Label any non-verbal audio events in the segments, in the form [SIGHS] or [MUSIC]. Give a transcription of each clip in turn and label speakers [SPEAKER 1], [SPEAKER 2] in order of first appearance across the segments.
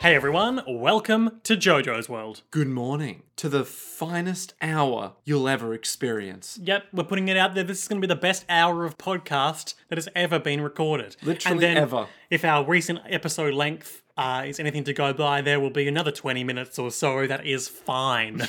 [SPEAKER 1] Hey everyone, welcome to JoJo's World.
[SPEAKER 2] Good morning to the finest hour you'll ever experience.
[SPEAKER 1] Yep, we're putting it out there. This is going to be the best hour of podcast that has ever been recorded.
[SPEAKER 2] Literally ever.
[SPEAKER 1] If our recent episode length uh, is anything to go by, there will be another 20 minutes or so. That is
[SPEAKER 2] [LAUGHS]
[SPEAKER 1] fine.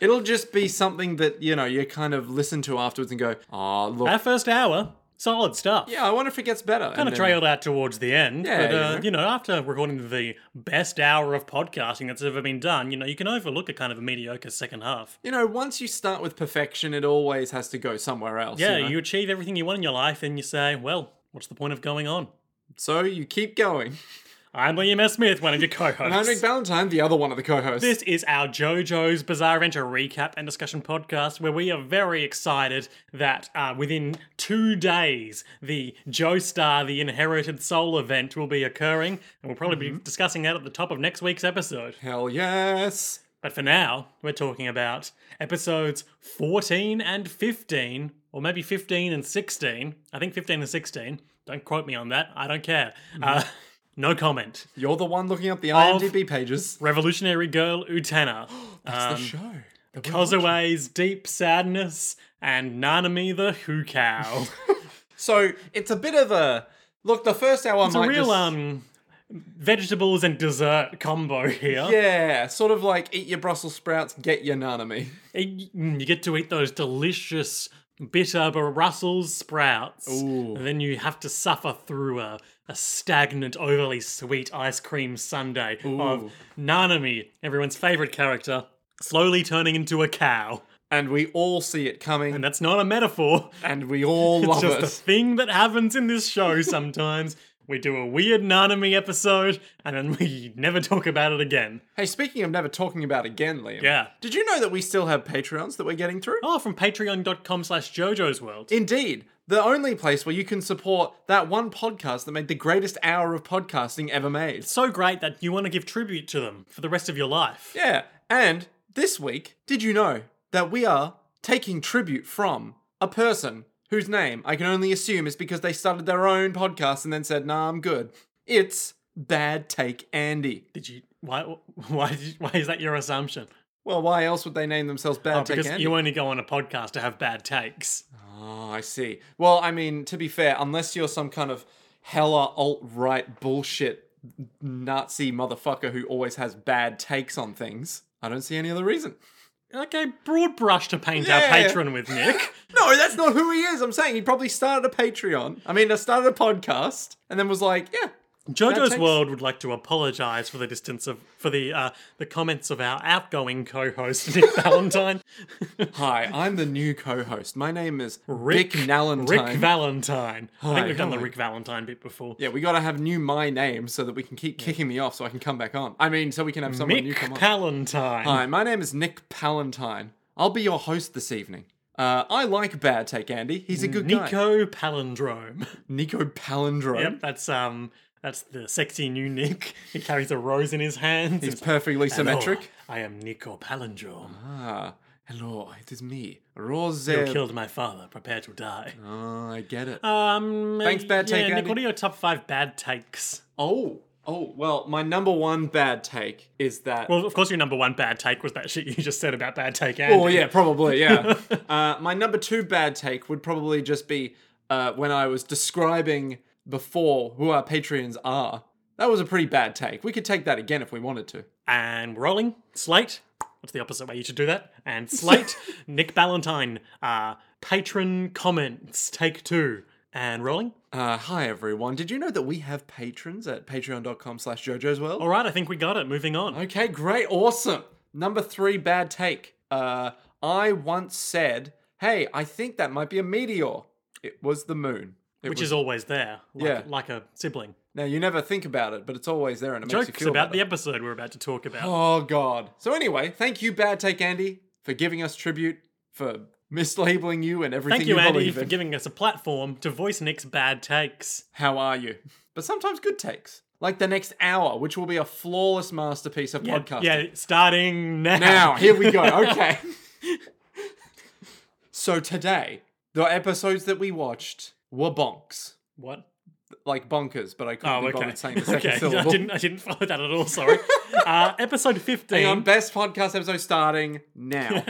[SPEAKER 2] It'll just be something that, you know, you kind of listen to afterwards and go, oh, look.
[SPEAKER 1] Our first hour, solid stuff.
[SPEAKER 2] yeah, I wonder if it gets better.
[SPEAKER 1] Kind of trailed out towards the end,
[SPEAKER 2] Yeah,
[SPEAKER 1] but uh,
[SPEAKER 2] you
[SPEAKER 1] you know, after recording the best hour of podcasting that's ever been done, you know, you can overlook a kind of a mediocre second half.
[SPEAKER 2] You know, once you start with perfection, it always has to go somewhere else.
[SPEAKER 1] Yeah,
[SPEAKER 2] you know?
[SPEAKER 1] you achieve everything you want in your life, and you say, "Well, what's the point of going on?"
[SPEAKER 2] So you keep going.
[SPEAKER 1] [LAUGHS] I'm Liam S. Smith, one of your
[SPEAKER 2] And I'm
[SPEAKER 1] co-hosts.
[SPEAKER 2] Nick Valentine, the other one of the co hosts.
[SPEAKER 1] This is our JoJo's Bizarre Adventure recap and discussion podcast, where we are very excited that uh, within two days the JoStar, the Inherited Soul event, will be occurring, and we'll probably be discussing that at the top of next week's episode.
[SPEAKER 2] Hell yes.
[SPEAKER 1] But for now, we're talking about episodes 14 and 15, or maybe 15 and 16. I think 15 and 16. Don't quote me on that. I don't care. Uh, [LAUGHS] no comment.
[SPEAKER 2] You're the one looking up the IMDb pages.
[SPEAKER 1] Revolutionary Girl [GASPS] Utena.
[SPEAKER 2] That's
[SPEAKER 1] um,
[SPEAKER 2] the show. that we're watching.
[SPEAKER 1] Kozawe's Deep Sadness and Nanami the Hoo
[SPEAKER 2] [LAUGHS]
[SPEAKER 1] Cow.
[SPEAKER 2] So it's a bit of a. Look, the first hour
[SPEAKER 1] it's
[SPEAKER 2] might
[SPEAKER 1] a real
[SPEAKER 2] just-
[SPEAKER 1] um vegetables and dessert combo here.
[SPEAKER 2] Yeah, sort of like eat your Brussels sprouts, get your nanami.
[SPEAKER 1] It- mm, You get to eat those delicious bitter Brussels sprouts,
[SPEAKER 2] Ooh.
[SPEAKER 1] and then you have to suffer through a, a stagnant, overly sweet ice cream sundae of
[SPEAKER 2] Ooh.
[SPEAKER 1] Nanami, everyone's favorite character, slowly turning into a cow.
[SPEAKER 2] And we all see it coming,
[SPEAKER 1] And
[SPEAKER 2] and,
[SPEAKER 1] that's not a metaphor.
[SPEAKER 2] we
[SPEAKER 1] [LAUGHS]
[SPEAKER 2] all
[SPEAKER 1] It's
[SPEAKER 2] love
[SPEAKER 1] just
[SPEAKER 2] it.
[SPEAKER 1] a thing that happens in this show sometimes. we do a weird Nanami episode, and then we never talk about it again.
[SPEAKER 2] hey, speaking of never talking about again, Liam.
[SPEAKER 1] Yeah.
[SPEAKER 2] Did you know that we still have Patreons that we're getting through?
[SPEAKER 1] Oh, from patreon.com slash JoJo's World.
[SPEAKER 2] Indeed, the only place where you can support that one podcast that made the greatest hour of podcasting ever made.
[SPEAKER 1] so great that you want to give tribute to them for the rest of your life.
[SPEAKER 2] Yeah, and this week, did you know that we are taking tribute from a person whose name I can only assume is because they started their own podcast and then said, nah, I'm good. It's Bad Take Andy.
[SPEAKER 1] Did you? Why? Why? Did you, why is that your assumption?
[SPEAKER 2] Well, why else would they name themselves Bad Take
[SPEAKER 1] Oh, Because
[SPEAKER 2] Andy?
[SPEAKER 1] you only go on a podcast to have bad takes.
[SPEAKER 2] Oh, I see. Well, I mean, to be fair, unless you're some kind of hella alt right bullshit Nazi motherfucker who always has bad takes on things, I don't see any other reason.
[SPEAKER 1] Okay, broad brush to paint our
[SPEAKER 2] Yeah.
[SPEAKER 1] patron with,
[SPEAKER 2] [LAUGHS]
[SPEAKER 1] Nick.
[SPEAKER 2] No, that's not who he is. I'm saying he probably started a Patreon. I mean, I started a podcast and then was like, yeah.
[SPEAKER 1] JoJo's
[SPEAKER 2] takes-
[SPEAKER 1] World would like to apologise for the distance of for the uh, the comments of our outgoing co-host
[SPEAKER 2] [LAUGHS]
[SPEAKER 1] Nick Valentine,
[SPEAKER 2] Hi, I'm the new co-host. My name is
[SPEAKER 1] Rick-
[SPEAKER 2] Rick Nallentine.
[SPEAKER 1] Rick Valentine. I think
[SPEAKER 2] Hi,
[SPEAKER 1] we've done the
[SPEAKER 2] hello.
[SPEAKER 1] Rick Valentine bit before.
[SPEAKER 2] yeah, we gotta have new my name so that we can keep kicking me off so I can come back on. I mean, so we can have someone new
[SPEAKER 1] Mick
[SPEAKER 2] come on.
[SPEAKER 1] Palantine.
[SPEAKER 2] Hi, my name is Nick Palantine. I'll be your host this evening. Uh, I like Bad Take Andy. He's a good guy.
[SPEAKER 1] Nico Palindrome. [LAUGHS]
[SPEAKER 2] Nico Palindrome.
[SPEAKER 1] Yep, that's um, that's the sexy new Nick. He carries a rose in his hands.
[SPEAKER 2] He's perfectly symmetric.
[SPEAKER 1] "Hello, I am Nico Palindrome.
[SPEAKER 2] Ah, hello, it is me, Rose.
[SPEAKER 1] Who killed my father? Prepare to die.
[SPEAKER 2] Ah, I get it.
[SPEAKER 1] Um,
[SPEAKER 2] Thanks, bad
[SPEAKER 1] yeah,
[SPEAKER 2] take,
[SPEAKER 1] Nick,
[SPEAKER 2] Andy.
[SPEAKER 1] what are your top five bad takes?
[SPEAKER 2] oh, oh, well, my number one bad take is that.
[SPEAKER 1] Well, of course, your number one bad take was that shit you just said about bad take. Andy.
[SPEAKER 2] oh, yeah, probably,
[SPEAKER 1] [LAUGHS]
[SPEAKER 2] yeah. uh, my number two bad take would probably just be uh, when I was describing before who our Patreons are. That was a pretty bad take. We could take that again if we wanted to.
[SPEAKER 1] And rolling slate. What's the opposite way you should do that? And slate.
[SPEAKER 2] [LAUGHS]
[SPEAKER 1] Nick Ballantyne. Uh, patron comments. Take two. And rolling.
[SPEAKER 2] Uh, hi everyone. Did you know that we have patrons at patreon.com slash jojo's world?
[SPEAKER 1] All right, I think we got it. Moving on.
[SPEAKER 2] Okay, great, awesome. Number three bad take. Uh I once said, Hey, I think that might be a meteor. It was the moon. It
[SPEAKER 1] which
[SPEAKER 2] was-
[SPEAKER 1] is always there, like,
[SPEAKER 2] Yeah.
[SPEAKER 1] like a sibling.
[SPEAKER 2] now you never think about it, but it's always there and it makes you
[SPEAKER 1] Jokes
[SPEAKER 2] feel
[SPEAKER 1] about the
[SPEAKER 2] better.
[SPEAKER 1] episode we're about to talk
[SPEAKER 2] [GASPS]
[SPEAKER 1] about.
[SPEAKER 2] Oh god. So anyway, thank you, Bad Take Andy, for giving us tribute, for mislabeling you and everything
[SPEAKER 1] Thank you, Andy,
[SPEAKER 2] believe
[SPEAKER 1] for
[SPEAKER 2] in.
[SPEAKER 1] giving us a platform to voice Nick's bad takes.
[SPEAKER 2] How are you? But sometimes good takes. Like the next hour, which will be a flawless masterpiece of
[SPEAKER 1] Yeah,
[SPEAKER 2] podcasting.
[SPEAKER 1] Yeah, starting now.
[SPEAKER 2] Now, [LAUGHS] here
[SPEAKER 1] [LAUGHS]
[SPEAKER 2] we go. Okay. so today, the episodes that we watched were bonks.
[SPEAKER 1] What?
[SPEAKER 2] like bonkers, but I couldn't
[SPEAKER 1] Oh,
[SPEAKER 2] be
[SPEAKER 1] okay.
[SPEAKER 2] bothered saying the second
[SPEAKER 1] [LAUGHS] okay. I
[SPEAKER 2] syllable.
[SPEAKER 1] didn't. I didn't follow that at all.
[SPEAKER 2] [LAUGHS]
[SPEAKER 1] Sorry. uh, episode fifteen.
[SPEAKER 2] Hang on, best podcast episode starting
[SPEAKER 1] [LAUGHS]
[SPEAKER 2] now.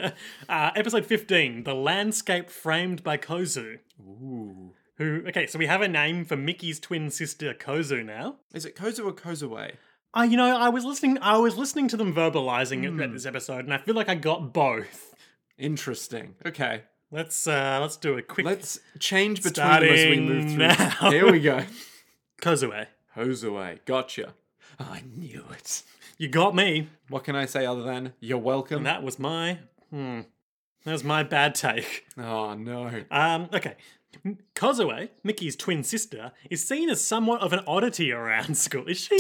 [SPEAKER 1] uh, episode 15 The Landscape Framed by Kozu.
[SPEAKER 2] Ooh.
[SPEAKER 1] Who, okay, so we have a name for Mickey's twin sister Kozu now.
[SPEAKER 2] Is it Kozu or Kozuwe?
[SPEAKER 1] Uh, you know, I was listening. I was listening to them verbalizing it at this episode, and I feel like I got both.
[SPEAKER 2] Interesting. Okay.
[SPEAKER 1] Let's uh, let's do a quick
[SPEAKER 2] Let's change between them as we move through.
[SPEAKER 1] Starting now.
[SPEAKER 2] Here
[SPEAKER 1] [LAUGHS]
[SPEAKER 2] we go.
[SPEAKER 1] Kozue.
[SPEAKER 2] Kozuwe. Gotcha. I knew it.
[SPEAKER 1] You got me.
[SPEAKER 2] What can I say other than you're welcome?
[SPEAKER 1] And that was my hmm. That was my bad take.
[SPEAKER 2] oh no.
[SPEAKER 1] Um, okay. M- Kozue, Mickey's twin sister, is seen as somewhat of an oddity around [LAUGHS] school. Is she?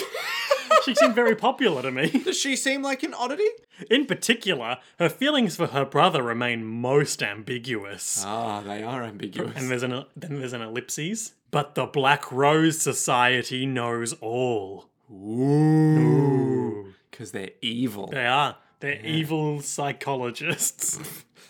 [SPEAKER 1] she seemed very popular to me.
[SPEAKER 2] Does she seem like an oddity?
[SPEAKER 1] In particular, her feelings for her brother remain most ambiguous.
[SPEAKER 2] Ah, they are ambiguous.
[SPEAKER 1] And there's an then there's an ellipses. But the Black Rose Society knows all.
[SPEAKER 2] Ooh. Because they're evil.
[SPEAKER 1] They are. They're evil psychologists. [LAUGHS]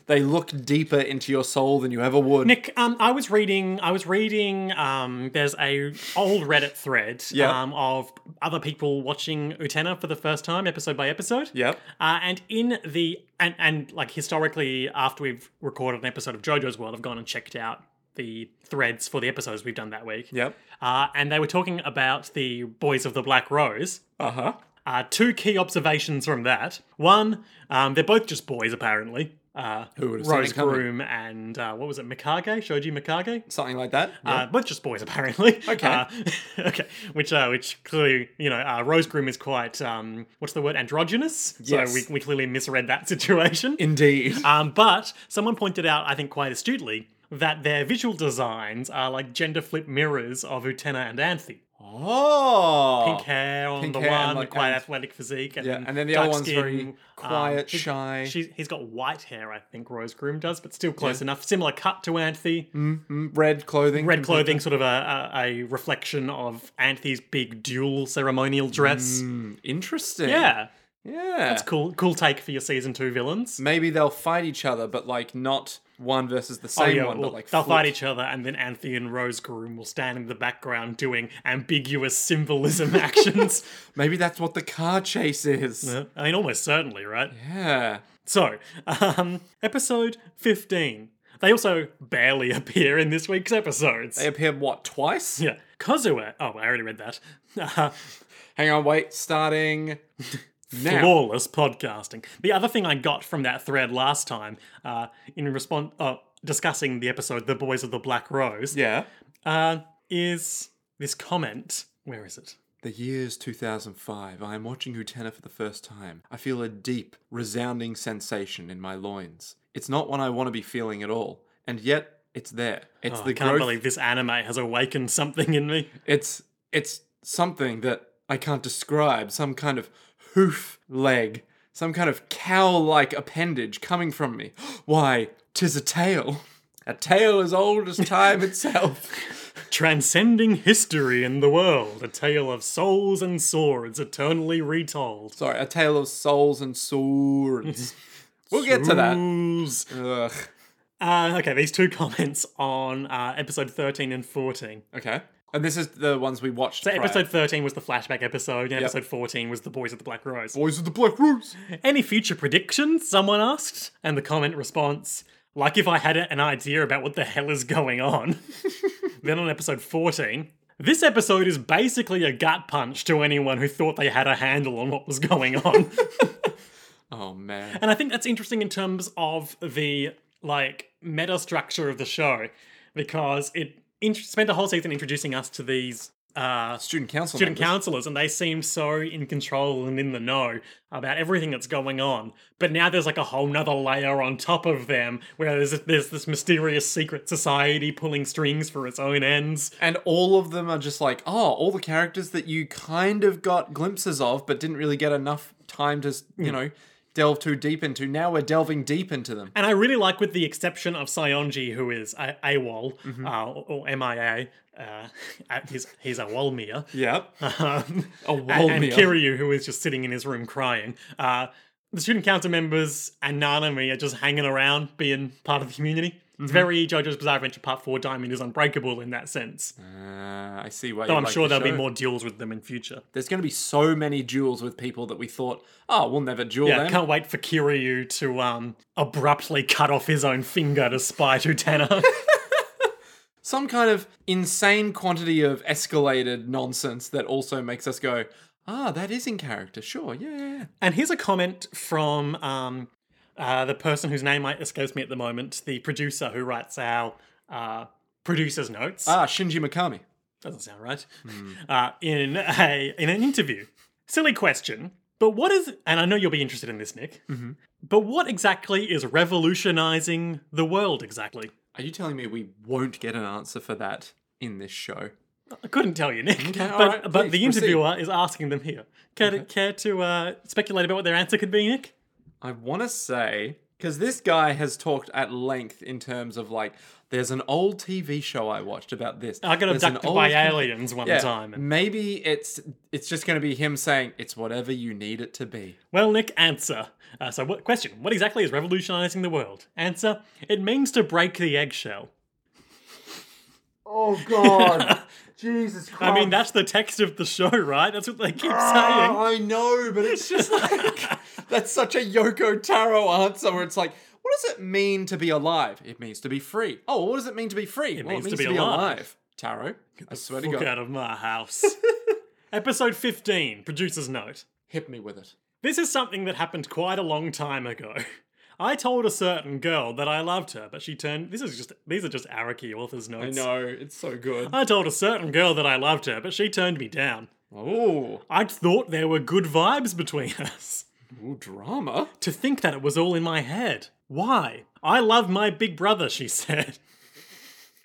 [SPEAKER 2] They look deeper into your soul than you ever would.
[SPEAKER 1] Nick, um, I was reading. I was reading. Um, there's a old Reddit thread
[SPEAKER 2] Yeah.
[SPEAKER 1] um, of other people watching Utena for the first time, episode by episode.
[SPEAKER 2] Yep.
[SPEAKER 1] Uh, and in the and and like historically, after we've recorded an episode of JoJo's World, I've gone and checked out the threads for the episodes we've done that week.
[SPEAKER 2] Yep.
[SPEAKER 1] Uh, and they were talking about the Boys of the Black Rose.
[SPEAKER 2] Uh huh.
[SPEAKER 1] Uh, two key observations from that. One, um, they're both just boys, apparently. Uh,
[SPEAKER 2] Who would have seen
[SPEAKER 1] Rose
[SPEAKER 2] it coming?
[SPEAKER 1] Groom and uh, what was it, Mikage? Shoji Mikage?
[SPEAKER 2] Something like that.
[SPEAKER 1] Uh, both just boys, [LAUGHS] apparently.
[SPEAKER 2] Okay.
[SPEAKER 1] Uh, [LAUGHS] okay. Which, uh, which clearly, you know, uh, Rose Groom is quite, um, what's the word, androgynous.
[SPEAKER 2] Yes.
[SPEAKER 1] So we, we clearly misread that [LAUGHS] situation.
[SPEAKER 2] Indeed.
[SPEAKER 1] Um, but someone pointed out, I think quite astutely, that their visual designs are like gender flip mirrors of Utena and Anthe.
[SPEAKER 2] Oh.
[SPEAKER 1] Pink hair on
[SPEAKER 2] Pink
[SPEAKER 1] the
[SPEAKER 2] hair and,
[SPEAKER 1] one,
[SPEAKER 2] like,
[SPEAKER 1] quite
[SPEAKER 2] and-
[SPEAKER 1] athletic physique. And
[SPEAKER 2] Yeah,
[SPEAKER 1] then
[SPEAKER 2] and then the other
[SPEAKER 1] dark
[SPEAKER 2] one's very
[SPEAKER 1] skin,
[SPEAKER 2] quiet,
[SPEAKER 1] she's-
[SPEAKER 2] shy.
[SPEAKER 1] She's, he's got white hair, I think Rose Groom does, but still close enough. Similar cut to Anthe.
[SPEAKER 2] Mm, red clothing.
[SPEAKER 1] Red clothing, sort of a, a, a reflection of Anthe's big dual ceremonial dress.
[SPEAKER 2] Mm, interesting.
[SPEAKER 1] Yeah,
[SPEAKER 2] Yeah.
[SPEAKER 1] it's cool. Cool take for your season two villains.
[SPEAKER 2] Maybe they'll fight each other, but like not one versus
[SPEAKER 1] Oh,
[SPEAKER 2] the same
[SPEAKER 1] yeah,
[SPEAKER 2] one,
[SPEAKER 1] well,
[SPEAKER 2] but like
[SPEAKER 1] they'll
[SPEAKER 2] flip.
[SPEAKER 1] fight each other, and then Anthe and Rose Groom will stand in the background doing ambiguous
[SPEAKER 2] [LAUGHS]
[SPEAKER 1] symbolism actions.
[SPEAKER 2] Maybe that's what the car chase is.
[SPEAKER 1] I mean, almost certainly, right?
[SPEAKER 2] Yeah.
[SPEAKER 1] So, um, episode 15. They also barely [LAUGHS] appear in this week's episodes.
[SPEAKER 2] They appeared what twice?
[SPEAKER 1] yeah. Kozue. Oh, I already read that. [LAUGHS] Uh,
[SPEAKER 2] Hang on,
[SPEAKER 1] [LAUGHS]
[SPEAKER 2] wait. Starting now.
[SPEAKER 1] flawless podcasting. The other thing I got from that thread last time, uh, in response, uh, discussing the episode "The Boys of the Black Rose,"
[SPEAKER 2] Yeah.
[SPEAKER 1] uh, is this comment. Where is it?
[SPEAKER 2] The year is 2005. I am watching Utena for the first time. I feel a deep, resounding sensation in my loins. It's not one I want to be feeling at all, and yet it's there. It's
[SPEAKER 1] Oh,
[SPEAKER 2] the
[SPEAKER 1] I can't
[SPEAKER 2] growth.
[SPEAKER 1] believe this anime has awakened something in me.
[SPEAKER 2] It's it's something that I can't describe. Some kind of hoof leg, some kind of cow-like appendage coming from me. [GASPS] Why, 'tis a tail. A tail as old as
[SPEAKER 1] [LAUGHS]
[SPEAKER 2] time itself.
[SPEAKER 1] Transcending history in the world, a tale of souls and swords eternally retold.
[SPEAKER 2] Sorry, a tale of souls and
[SPEAKER 1] [LAUGHS]
[SPEAKER 2] swords. We'll get to that.
[SPEAKER 1] Ooze.
[SPEAKER 2] Ugh.
[SPEAKER 1] Uh, okay, these two [LAUGHS] comments on uh, episode 13 and 14.
[SPEAKER 2] Okay. And this is the ones we watched.
[SPEAKER 1] So
[SPEAKER 2] prior.
[SPEAKER 1] episode 13 was the flashback episode, and episode 14 was the Boys of the Black Rose.
[SPEAKER 2] Boys of the Black Rose.
[SPEAKER 1] Any future predictions? Someone asked. And the comment response, like if I had an idea about what the hell is going on. [LAUGHS] then on episode 14, this episode is basically a gut punch to anyone who thought they had a handle on what was going on.
[SPEAKER 2] Oh man.
[SPEAKER 1] and I think that's interesting in terms of the like meta structure of the show because it int- spent the whole season introducing us to these uh,
[SPEAKER 2] Student council.
[SPEAKER 1] student
[SPEAKER 2] members.
[SPEAKER 1] counselors and they seem so in control and in the know about everything that's going on but now there's like a whole nother layer on top of them where there's, there's this mysterious secret society pulling strings for its own ends
[SPEAKER 2] And all of them are just like, oh, all the characters that you kind of got glimpses of, but didn't really get enough time to,
[SPEAKER 1] Hmm.
[SPEAKER 2] you know, delve too deep into. Now we're delving deep into them.
[SPEAKER 1] and I really like, with the exception of Sionji, who is a- AWOL uh, or, or MIA, uh, [LAUGHS] he's he's a Wolmia. [LAUGHS]
[SPEAKER 2] Yep.
[SPEAKER 1] um,
[SPEAKER 2] A
[SPEAKER 1] and, and
[SPEAKER 2] Wolmia.
[SPEAKER 1] Kiryu, who is just sitting in his room crying. Uh, the student council members and Nanami are just hanging around, being part of the community.
[SPEAKER 2] Mm-hmm.
[SPEAKER 1] It's very JoJo's Bizarre Adventure Part 4 Diamond is unbreakable in that sense.
[SPEAKER 2] Uh, I see why.
[SPEAKER 1] Though
[SPEAKER 2] you
[SPEAKER 1] I'm
[SPEAKER 2] like
[SPEAKER 1] sure
[SPEAKER 2] the
[SPEAKER 1] there'll be
[SPEAKER 2] show.
[SPEAKER 1] more duels with them in future.
[SPEAKER 2] There's going to be so many duels with people that we thought, oh, we'll never duel
[SPEAKER 1] Yeah,
[SPEAKER 2] them.
[SPEAKER 1] can't wait for Kiryu to um abruptly cut off his own finger to spy to
[SPEAKER 2] [LAUGHS]
[SPEAKER 1] Tana.
[SPEAKER 2] Some kind of insane quantity of escalated nonsense that also makes us go, ah, that is in character. Sure, yeah, yeah, yeah.
[SPEAKER 1] and here's a comment from um uh, the person whose name escapes me at the moment, the producer who writes our uh, producer's notes.
[SPEAKER 2] Ah, Shinji Mikami.
[SPEAKER 1] Doesn't sound right.
[SPEAKER 2] Hmm.
[SPEAKER 1] [LAUGHS] Uh, in a in an interview, silly question. But what is? And I know you'll be interested in this, Nick.
[SPEAKER 2] Mm-hmm.
[SPEAKER 1] But what exactly is revolutionizing the world exactly?
[SPEAKER 2] Are you telling me we won't get an answer for that in this show?
[SPEAKER 1] I couldn't tell you, Nick. but
[SPEAKER 2] alright,
[SPEAKER 1] but
[SPEAKER 2] please
[SPEAKER 1] the interviewer is asking them here. Care to, care to uh, speculate about what their answer could be, Nick?
[SPEAKER 2] I want to say because this guy has talked at length in terms of like, there's an old TV show I watched about this.
[SPEAKER 1] I got
[SPEAKER 2] There's an
[SPEAKER 1] abducted by
[SPEAKER 2] old-
[SPEAKER 1] aliens one
[SPEAKER 2] Yeah,
[SPEAKER 1] time. And,
[SPEAKER 2] Maybe it's it's just going to be him saying it's whatever you need it to be.
[SPEAKER 1] well, Nick, answer. Uh, so, what question? What exactly is revolutionizing the world? Answer: It means to break the eggshell.
[SPEAKER 2] Oh [LAUGHS] God, Jesus Christ!
[SPEAKER 1] I mean, that's the text of the show, right? That's what they keep
[SPEAKER 2] Oh,
[SPEAKER 1] saying.
[SPEAKER 2] I know, but it's just like [LAUGHS] that's such a Yoko Taro answer where it's like, what does it mean to be alive? It means to be free. Oh, what does it mean to be free? Well, It,
[SPEAKER 1] means to be alive.
[SPEAKER 2] Taro, I swear to
[SPEAKER 1] Fuck
[SPEAKER 2] God,
[SPEAKER 1] out of my
[SPEAKER 2] [LAUGHS]
[SPEAKER 1] house. Episode 15, producer's note.
[SPEAKER 2] hit me with it.
[SPEAKER 1] This is something that happened quite a long time ago. I told a certain girl that I loved her, but she turned. This is just these are just Araki author's
[SPEAKER 2] I
[SPEAKER 1] notes.
[SPEAKER 2] know it's so [LAUGHS] good.
[SPEAKER 1] I told a certain girl that I loved her, but she turned me down.
[SPEAKER 2] Oh,
[SPEAKER 1] I'd thought there were good vibes between [LAUGHS] us.
[SPEAKER 2] ooh, drama.
[SPEAKER 1] To think that it was all in my head. Why? I love my big brother, she said.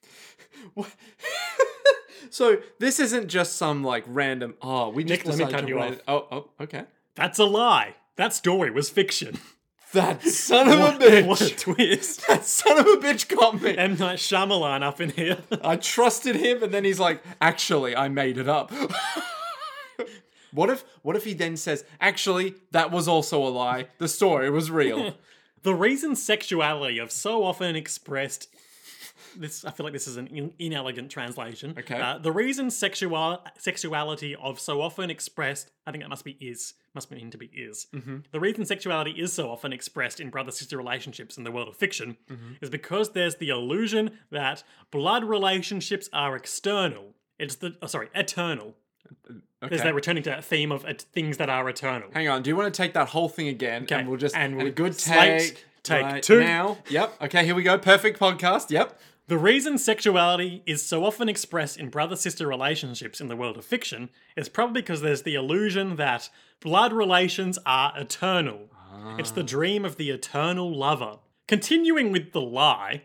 [SPEAKER 1] [LAUGHS]
[SPEAKER 2] [LAUGHS] So this isn't just some like random. Oh, we just
[SPEAKER 1] Nick, let me
[SPEAKER 2] decided
[SPEAKER 1] cut
[SPEAKER 2] to
[SPEAKER 1] you
[SPEAKER 2] write
[SPEAKER 1] off.
[SPEAKER 2] it- Oh, oh, okay.
[SPEAKER 1] That's a lie. That story was fiction.
[SPEAKER 2] That son of a
[SPEAKER 1] [LAUGHS] What a
[SPEAKER 2] bitch.
[SPEAKER 1] twist.
[SPEAKER 2] That son of a bitch got me.
[SPEAKER 1] M. Night Shyamalan up in here.
[SPEAKER 2] I trusted him, and then he's like, "Actually, I made it up." [LAUGHS] what if What if he then says, "Actually, that was also a lie. The story
[SPEAKER 1] [LAUGHS]
[SPEAKER 2] was real."
[SPEAKER 1] The reason sexuality of so often expressed this I feel like this is an in- inelegant translation.
[SPEAKER 2] Okay.
[SPEAKER 1] Uh, the reason sexual sexuality of so often expressed I think that must be is must mean to be is. Mm-hmm. The reason sexuality is so often expressed in brother sister relationships in the world of fiction
[SPEAKER 2] Mm-hmm.
[SPEAKER 1] is because there's the illusion that blood relationships are external. It's the oh, sorry eternal. There's
[SPEAKER 2] Okay.
[SPEAKER 1] that returning to that theme of et- things that are eternal.
[SPEAKER 2] Hang on. Do you want to take that whole thing again?
[SPEAKER 1] Okay,
[SPEAKER 2] And we'll just
[SPEAKER 1] and
[SPEAKER 2] and, a
[SPEAKER 1] we'll
[SPEAKER 2] good
[SPEAKER 1] slate,
[SPEAKER 2] take.
[SPEAKER 1] take
[SPEAKER 2] right
[SPEAKER 1] two.
[SPEAKER 2] now. Yep. Okay. Here we go. Perfect podcast. Yep.
[SPEAKER 1] The reason sexuality is so often expressed in brother sister relationships in the world of fiction is probably because there's the illusion that blood relations are eternal. It's the dream of the eternal lover. Continuing with the lie,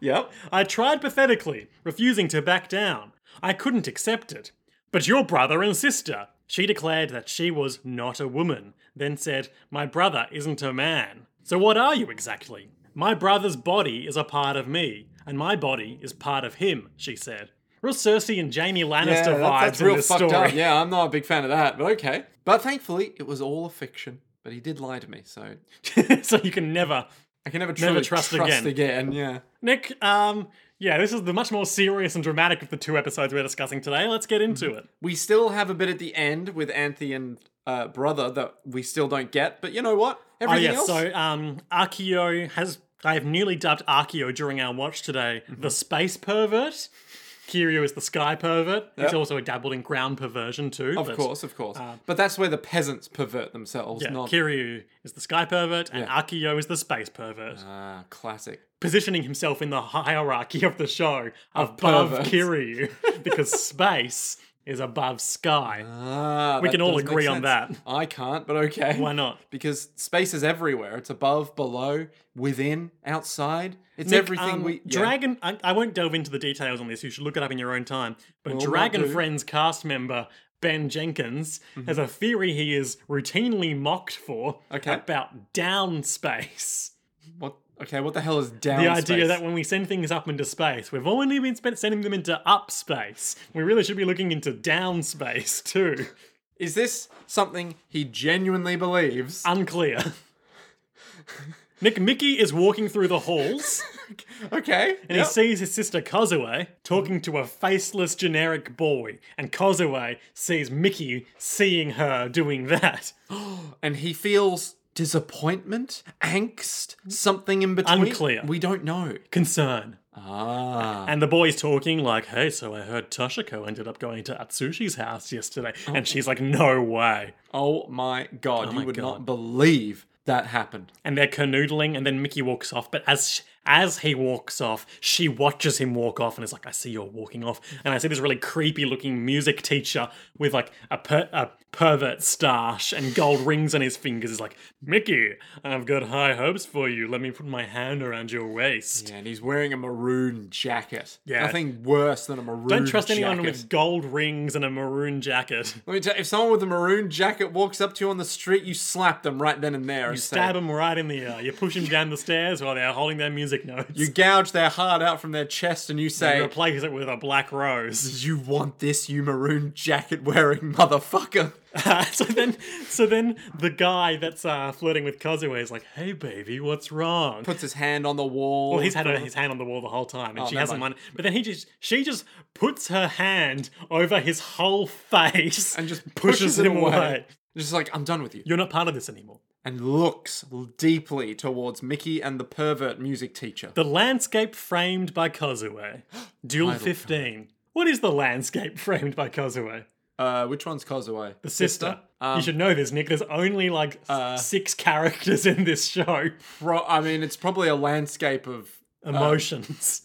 [SPEAKER 2] Yep.
[SPEAKER 1] I tried pathetically, refusing to back down. I couldn't accept it. But your brother and sister. She declared that she was not a woman, then said, My brother isn't a man. So what are you exactly? My brother's body is a part of me, and my body is part of him, she said. Real Cersei and Jamie
[SPEAKER 2] Yeah,
[SPEAKER 1] Lannister
[SPEAKER 2] that-
[SPEAKER 1] vibes
[SPEAKER 2] that's
[SPEAKER 1] in
[SPEAKER 2] real
[SPEAKER 1] this
[SPEAKER 2] fucked
[SPEAKER 1] story.
[SPEAKER 2] up. Yeah, I'm not a big fan of that, but okay. But thankfully, it was all a fiction. But he did lie to me, so
[SPEAKER 1] [LAUGHS] so you can never.
[SPEAKER 2] I can never truly
[SPEAKER 1] trust
[SPEAKER 2] trust,
[SPEAKER 1] again.
[SPEAKER 2] again. Yeah.
[SPEAKER 1] Nick, um, yeah, this is the much more serious and dramatic of the two episodes we're discussing today. Let's get into it.
[SPEAKER 2] We still have a bit at the end with Anthe and uh, brother that we still don't get, but you know what?
[SPEAKER 1] Oh
[SPEAKER 2] Everything
[SPEAKER 1] yeah,
[SPEAKER 2] else.
[SPEAKER 1] so um, Archeo has I have newly dubbed Archeo during our watch today
[SPEAKER 2] Mm-hmm.
[SPEAKER 1] the space pervert. Kiryu is the sky pervert. He's also dabbled in ground perversion too.
[SPEAKER 2] of course, of course. but that's where the peasants pervert themselves,
[SPEAKER 1] Uh, Yeah,
[SPEAKER 2] not
[SPEAKER 1] Kiryu is the sky pervert and Archeo is the space pervert,
[SPEAKER 2] Ah, classic.
[SPEAKER 1] positioning himself in the hierarchy of the show above
[SPEAKER 2] perverts.
[SPEAKER 1] Kiryu [LAUGHS] because space is above sky.
[SPEAKER 2] Ah, we
[SPEAKER 1] can all agree on that.
[SPEAKER 2] I can't, but okay.
[SPEAKER 1] Why not?
[SPEAKER 2] Because space is everywhere. It's above, below, within, outside. It's
[SPEAKER 1] Nick,
[SPEAKER 2] everything
[SPEAKER 1] um,
[SPEAKER 2] we. yeah.
[SPEAKER 1] Dragon. I, I won't delve into the details on this. You should look it up in your own time. But
[SPEAKER 2] Will
[SPEAKER 1] Dragon
[SPEAKER 2] do. Mm-hmm.
[SPEAKER 1] Friends cast member Ben Jenkins has a theory he is routinely mocked for
[SPEAKER 2] Okay.
[SPEAKER 1] about down space.
[SPEAKER 2] What? Okay, what the hell is down?
[SPEAKER 1] The idea
[SPEAKER 2] space?
[SPEAKER 1] that when we send things up into space, we've only been spent sending them into up space. We really should be looking into down space
[SPEAKER 2] [LAUGHS]
[SPEAKER 1] too. Uh,
[SPEAKER 2] is this something he genuinely believes?
[SPEAKER 1] Unclear. Nick Mickey is walking through the halls
[SPEAKER 2] Okay.
[SPEAKER 1] and
[SPEAKER 2] yep.
[SPEAKER 1] he sees his sister Kozue talking to a faceless generic boy, and Kozue sees Mickey seeing her doing that.
[SPEAKER 2] and he feels disappointment, angst, something in between.
[SPEAKER 1] Hmm? Unclear.
[SPEAKER 2] We don't know.
[SPEAKER 1] Concern.
[SPEAKER 2] Ah.
[SPEAKER 1] And the boy's talking like, hey, so I heard Toshiko ended up going to Atsushi's house yesterday. And she's like, no way.
[SPEAKER 2] Oh my god,
[SPEAKER 1] my
[SPEAKER 2] you would
[SPEAKER 1] God.
[SPEAKER 2] not believe that happened.
[SPEAKER 1] And they're canoodling, and then Mickey walks off. But as sh- as he walks off, she watches him walk off and is like, I see you're walking off. And I see this really creepy looking music teacher with like a, per- a pervert stash and gold rings on his fingers is like, Mickey, I've got high hopes for you. Let me put my hand around your waist.
[SPEAKER 2] Yeah, and he's wearing a maroon jacket.
[SPEAKER 1] Yeah.
[SPEAKER 2] Nothing worse than a maroon
[SPEAKER 1] Don't trust anyone
[SPEAKER 2] jacket.
[SPEAKER 1] with gold rings and a maroon
[SPEAKER 2] [LAUGHS]
[SPEAKER 1] jacket.
[SPEAKER 2] Let me tell you, if someone with a maroon jacket walks up to you on the street, you slap them right then and there. You and say-
[SPEAKER 1] Stab him right in the eye. You push him down the stairs while they're holding their music notes.
[SPEAKER 2] You gouge their heart out from their chest and you
[SPEAKER 1] You
[SPEAKER 2] say,
[SPEAKER 1] replace it with a black rose.
[SPEAKER 2] You want this, you maroon jacket wearing [LAUGHS] motherfucker?
[SPEAKER 1] [LAUGHS] so then, so then the guy that's uh, flirting with Kozue is like, "Hey, baby, what's wrong?"
[SPEAKER 2] Puts his hand on the wall.
[SPEAKER 1] Well, he's had her- his hand on the wall the whole time, and she
[SPEAKER 2] Oh, never
[SPEAKER 1] hasn't
[SPEAKER 2] mind.
[SPEAKER 1] won. But then he just, she just puts her hand over his whole face [LAUGHS]
[SPEAKER 2] and just pushes, him, away. Just like, I'm done with you.
[SPEAKER 1] You're not part of this anymore.
[SPEAKER 2] And looks deeply towards Mickey and the pervert music teacher.
[SPEAKER 1] The landscape framed by
[SPEAKER 2] [GASPS]
[SPEAKER 1] Kozue, Duel
[SPEAKER 2] Title
[SPEAKER 1] fifteen. What is the landscape framed by Kozue?
[SPEAKER 2] Uh, which one's Kozue?
[SPEAKER 1] The sister.
[SPEAKER 2] Um,
[SPEAKER 1] you should know this, Nick. There's only like s-
[SPEAKER 2] uh,
[SPEAKER 1] six characters in this show.
[SPEAKER 2] Pro- I mean, it's probably a landscape of.
[SPEAKER 1] Emotions.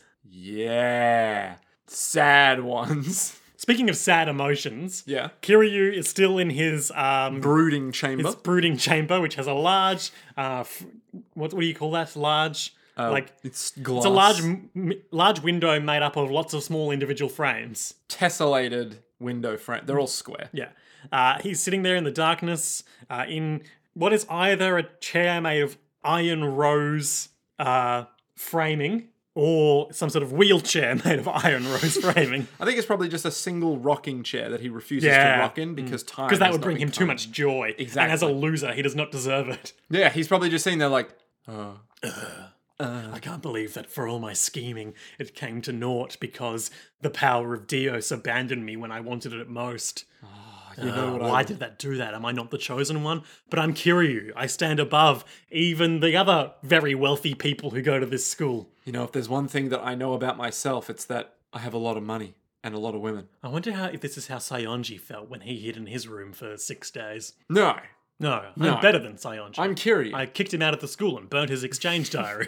[SPEAKER 2] Yeah. Sad ones. [LAUGHS]
[SPEAKER 1] Speaking of sad emotions,
[SPEAKER 2] Yeah.
[SPEAKER 1] Kiryu is still in his um,
[SPEAKER 2] Brooding chamber.
[SPEAKER 1] his brooding chamber, which has a large, uh, f- what, what do you call that? Large, like
[SPEAKER 2] It's Uh, glass.
[SPEAKER 1] it's a large, m- m- large window made up of lots of small individual frames.
[SPEAKER 2] tessellated window frame. They're all square.
[SPEAKER 1] Yeah, uh, he's sitting there in the darkness uh, in what is either a chair made of iron rose uh, framing or some sort of wheelchair [LAUGHS] made of iron rose framing.
[SPEAKER 2] [LAUGHS] I think it's probably just a single rocking chair that he refuses
[SPEAKER 1] Yeah.
[SPEAKER 2] to rock in because time.
[SPEAKER 1] Because that
[SPEAKER 2] has
[SPEAKER 1] would
[SPEAKER 2] not
[SPEAKER 1] bring
[SPEAKER 2] been
[SPEAKER 1] him too
[SPEAKER 2] kind.
[SPEAKER 1] much joy. And as a
[SPEAKER 2] Exactly.
[SPEAKER 1] loser, he does not deserve it.
[SPEAKER 2] Yeah, he's probably just sitting there like,
[SPEAKER 1] I can't believe that for all my scheming, it came to naught because the power of Dios abandoned me when I wanted it most.
[SPEAKER 2] "Ah, you know
[SPEAKER 1] Uh,
[SPEAKER 2] what?
[SPEAKER 1] why
[SPEAKER 2] I,
[SPEAKER 1] did that do that? Am I not the chosen one? But I'm Kiryu. I stand above even the other very wealthy people who go to this school.
[SPEAKER 2] you know, if there's one thing that I know about myself, it's that I have a lot of money and a lot of women.
[SPEAKER 1] I wonder how if this is how Sayonji felt when he hid in his room for six days.
[SPEAKER 2] No,
[SPEAKER 1] No,
[SPEAKER 2] No.
[SPEAKER 1] I'm better than Sayonji.
[SPEAKER 2] I'm Kiri.
[SPEAKER 1] I
[SPEAKER 2] I,
[SPEAKER 1] kicked him out of the school and burnt his
[SPEAKER 2] [LAUGHS]
[SPEAKER 1] exchange diary.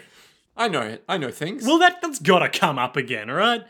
[SPEAKER 2] know it. I know things.
[SPEAKER 1] Well, that that's gotta come up again, all right?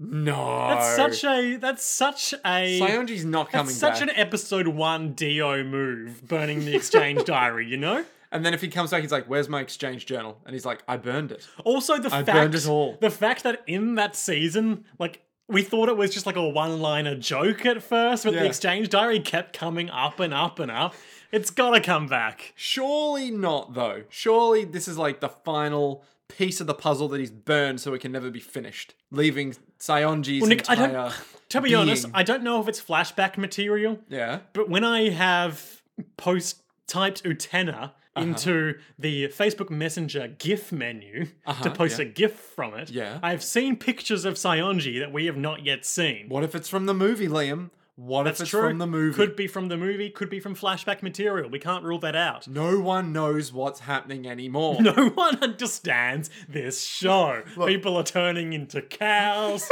[SPEAKER 2] no,
[SPEAKER 1] That's such a that's such a
[SPEAKER 2] Sayonji's not coming
[SPEAKER 1] that's such
[SPEAKER 2] back.
[SPEAKER 1] an episode one Dio move, burning the
[SPEAKER 2] [LAUGHS]
[SPEAKER 1] exchange diary. You know.
[SPEAKER 2] and then if he comes back, he's like, "Where's my exchange journal?" And he's like, "I
[SPEAKER 1] [GASPS]
[SPEAKER 2] burned it."
[SPEAKER 1] Also, the fact
[SPEAKER 2] burned it all.
[SPEAKER 1] the fact that in that season, like we thought it was just like a one liner joke at first, but
[SPEAKER 2] Yeah.
[SPEAKER 1] the exchange diary kept coming up and up and up. It's gotta come back.
[SPEAKER 2] Surely not, though. Surely this is like the final piece of the puzzle that he's burned, so it can never be finished, leaving Sayonji's
[SPEAKER 1] Well, Nick, I
[SPEAKER 2] entire.
[SPEAKER 1] don't- [LAUGHS] To be honest,
[SPEAKER 2] Being.
[SPEAKER 1] I don't know if it's flashback material,
[SPEAKER 2] Yeah.
[SPEAKER 1] But when I have post typed Utena
[SPEAKER 2] Uh-huh.
[SPEAKER 1] into the Facebook Messenger GIF menu to
[SPEAKER 2] Uh-huh,
[SPEAKER 1] post
[SPEAKER 2] yeah.
[SPEAKER 1] a GIF from it,
[SPEAKER 2] Yeah.
[SPEAKER 1] I've seen pictures of Sionji that we have not yet seen.
[SPEAKER 2] What if it's from the movie, Liam? What if it's from the movie?
[SPEAKER 1] Could be from the movie, could be from flashback material. We can't rule that out. [LAUGHS]
[SPEAKER 2] No one knows what's happening anymore.
[SPEAKER 1] No one understands this show. People are turning into
[SPEAKER 2] [LAUGHS]
[SPEAKER 1] cows.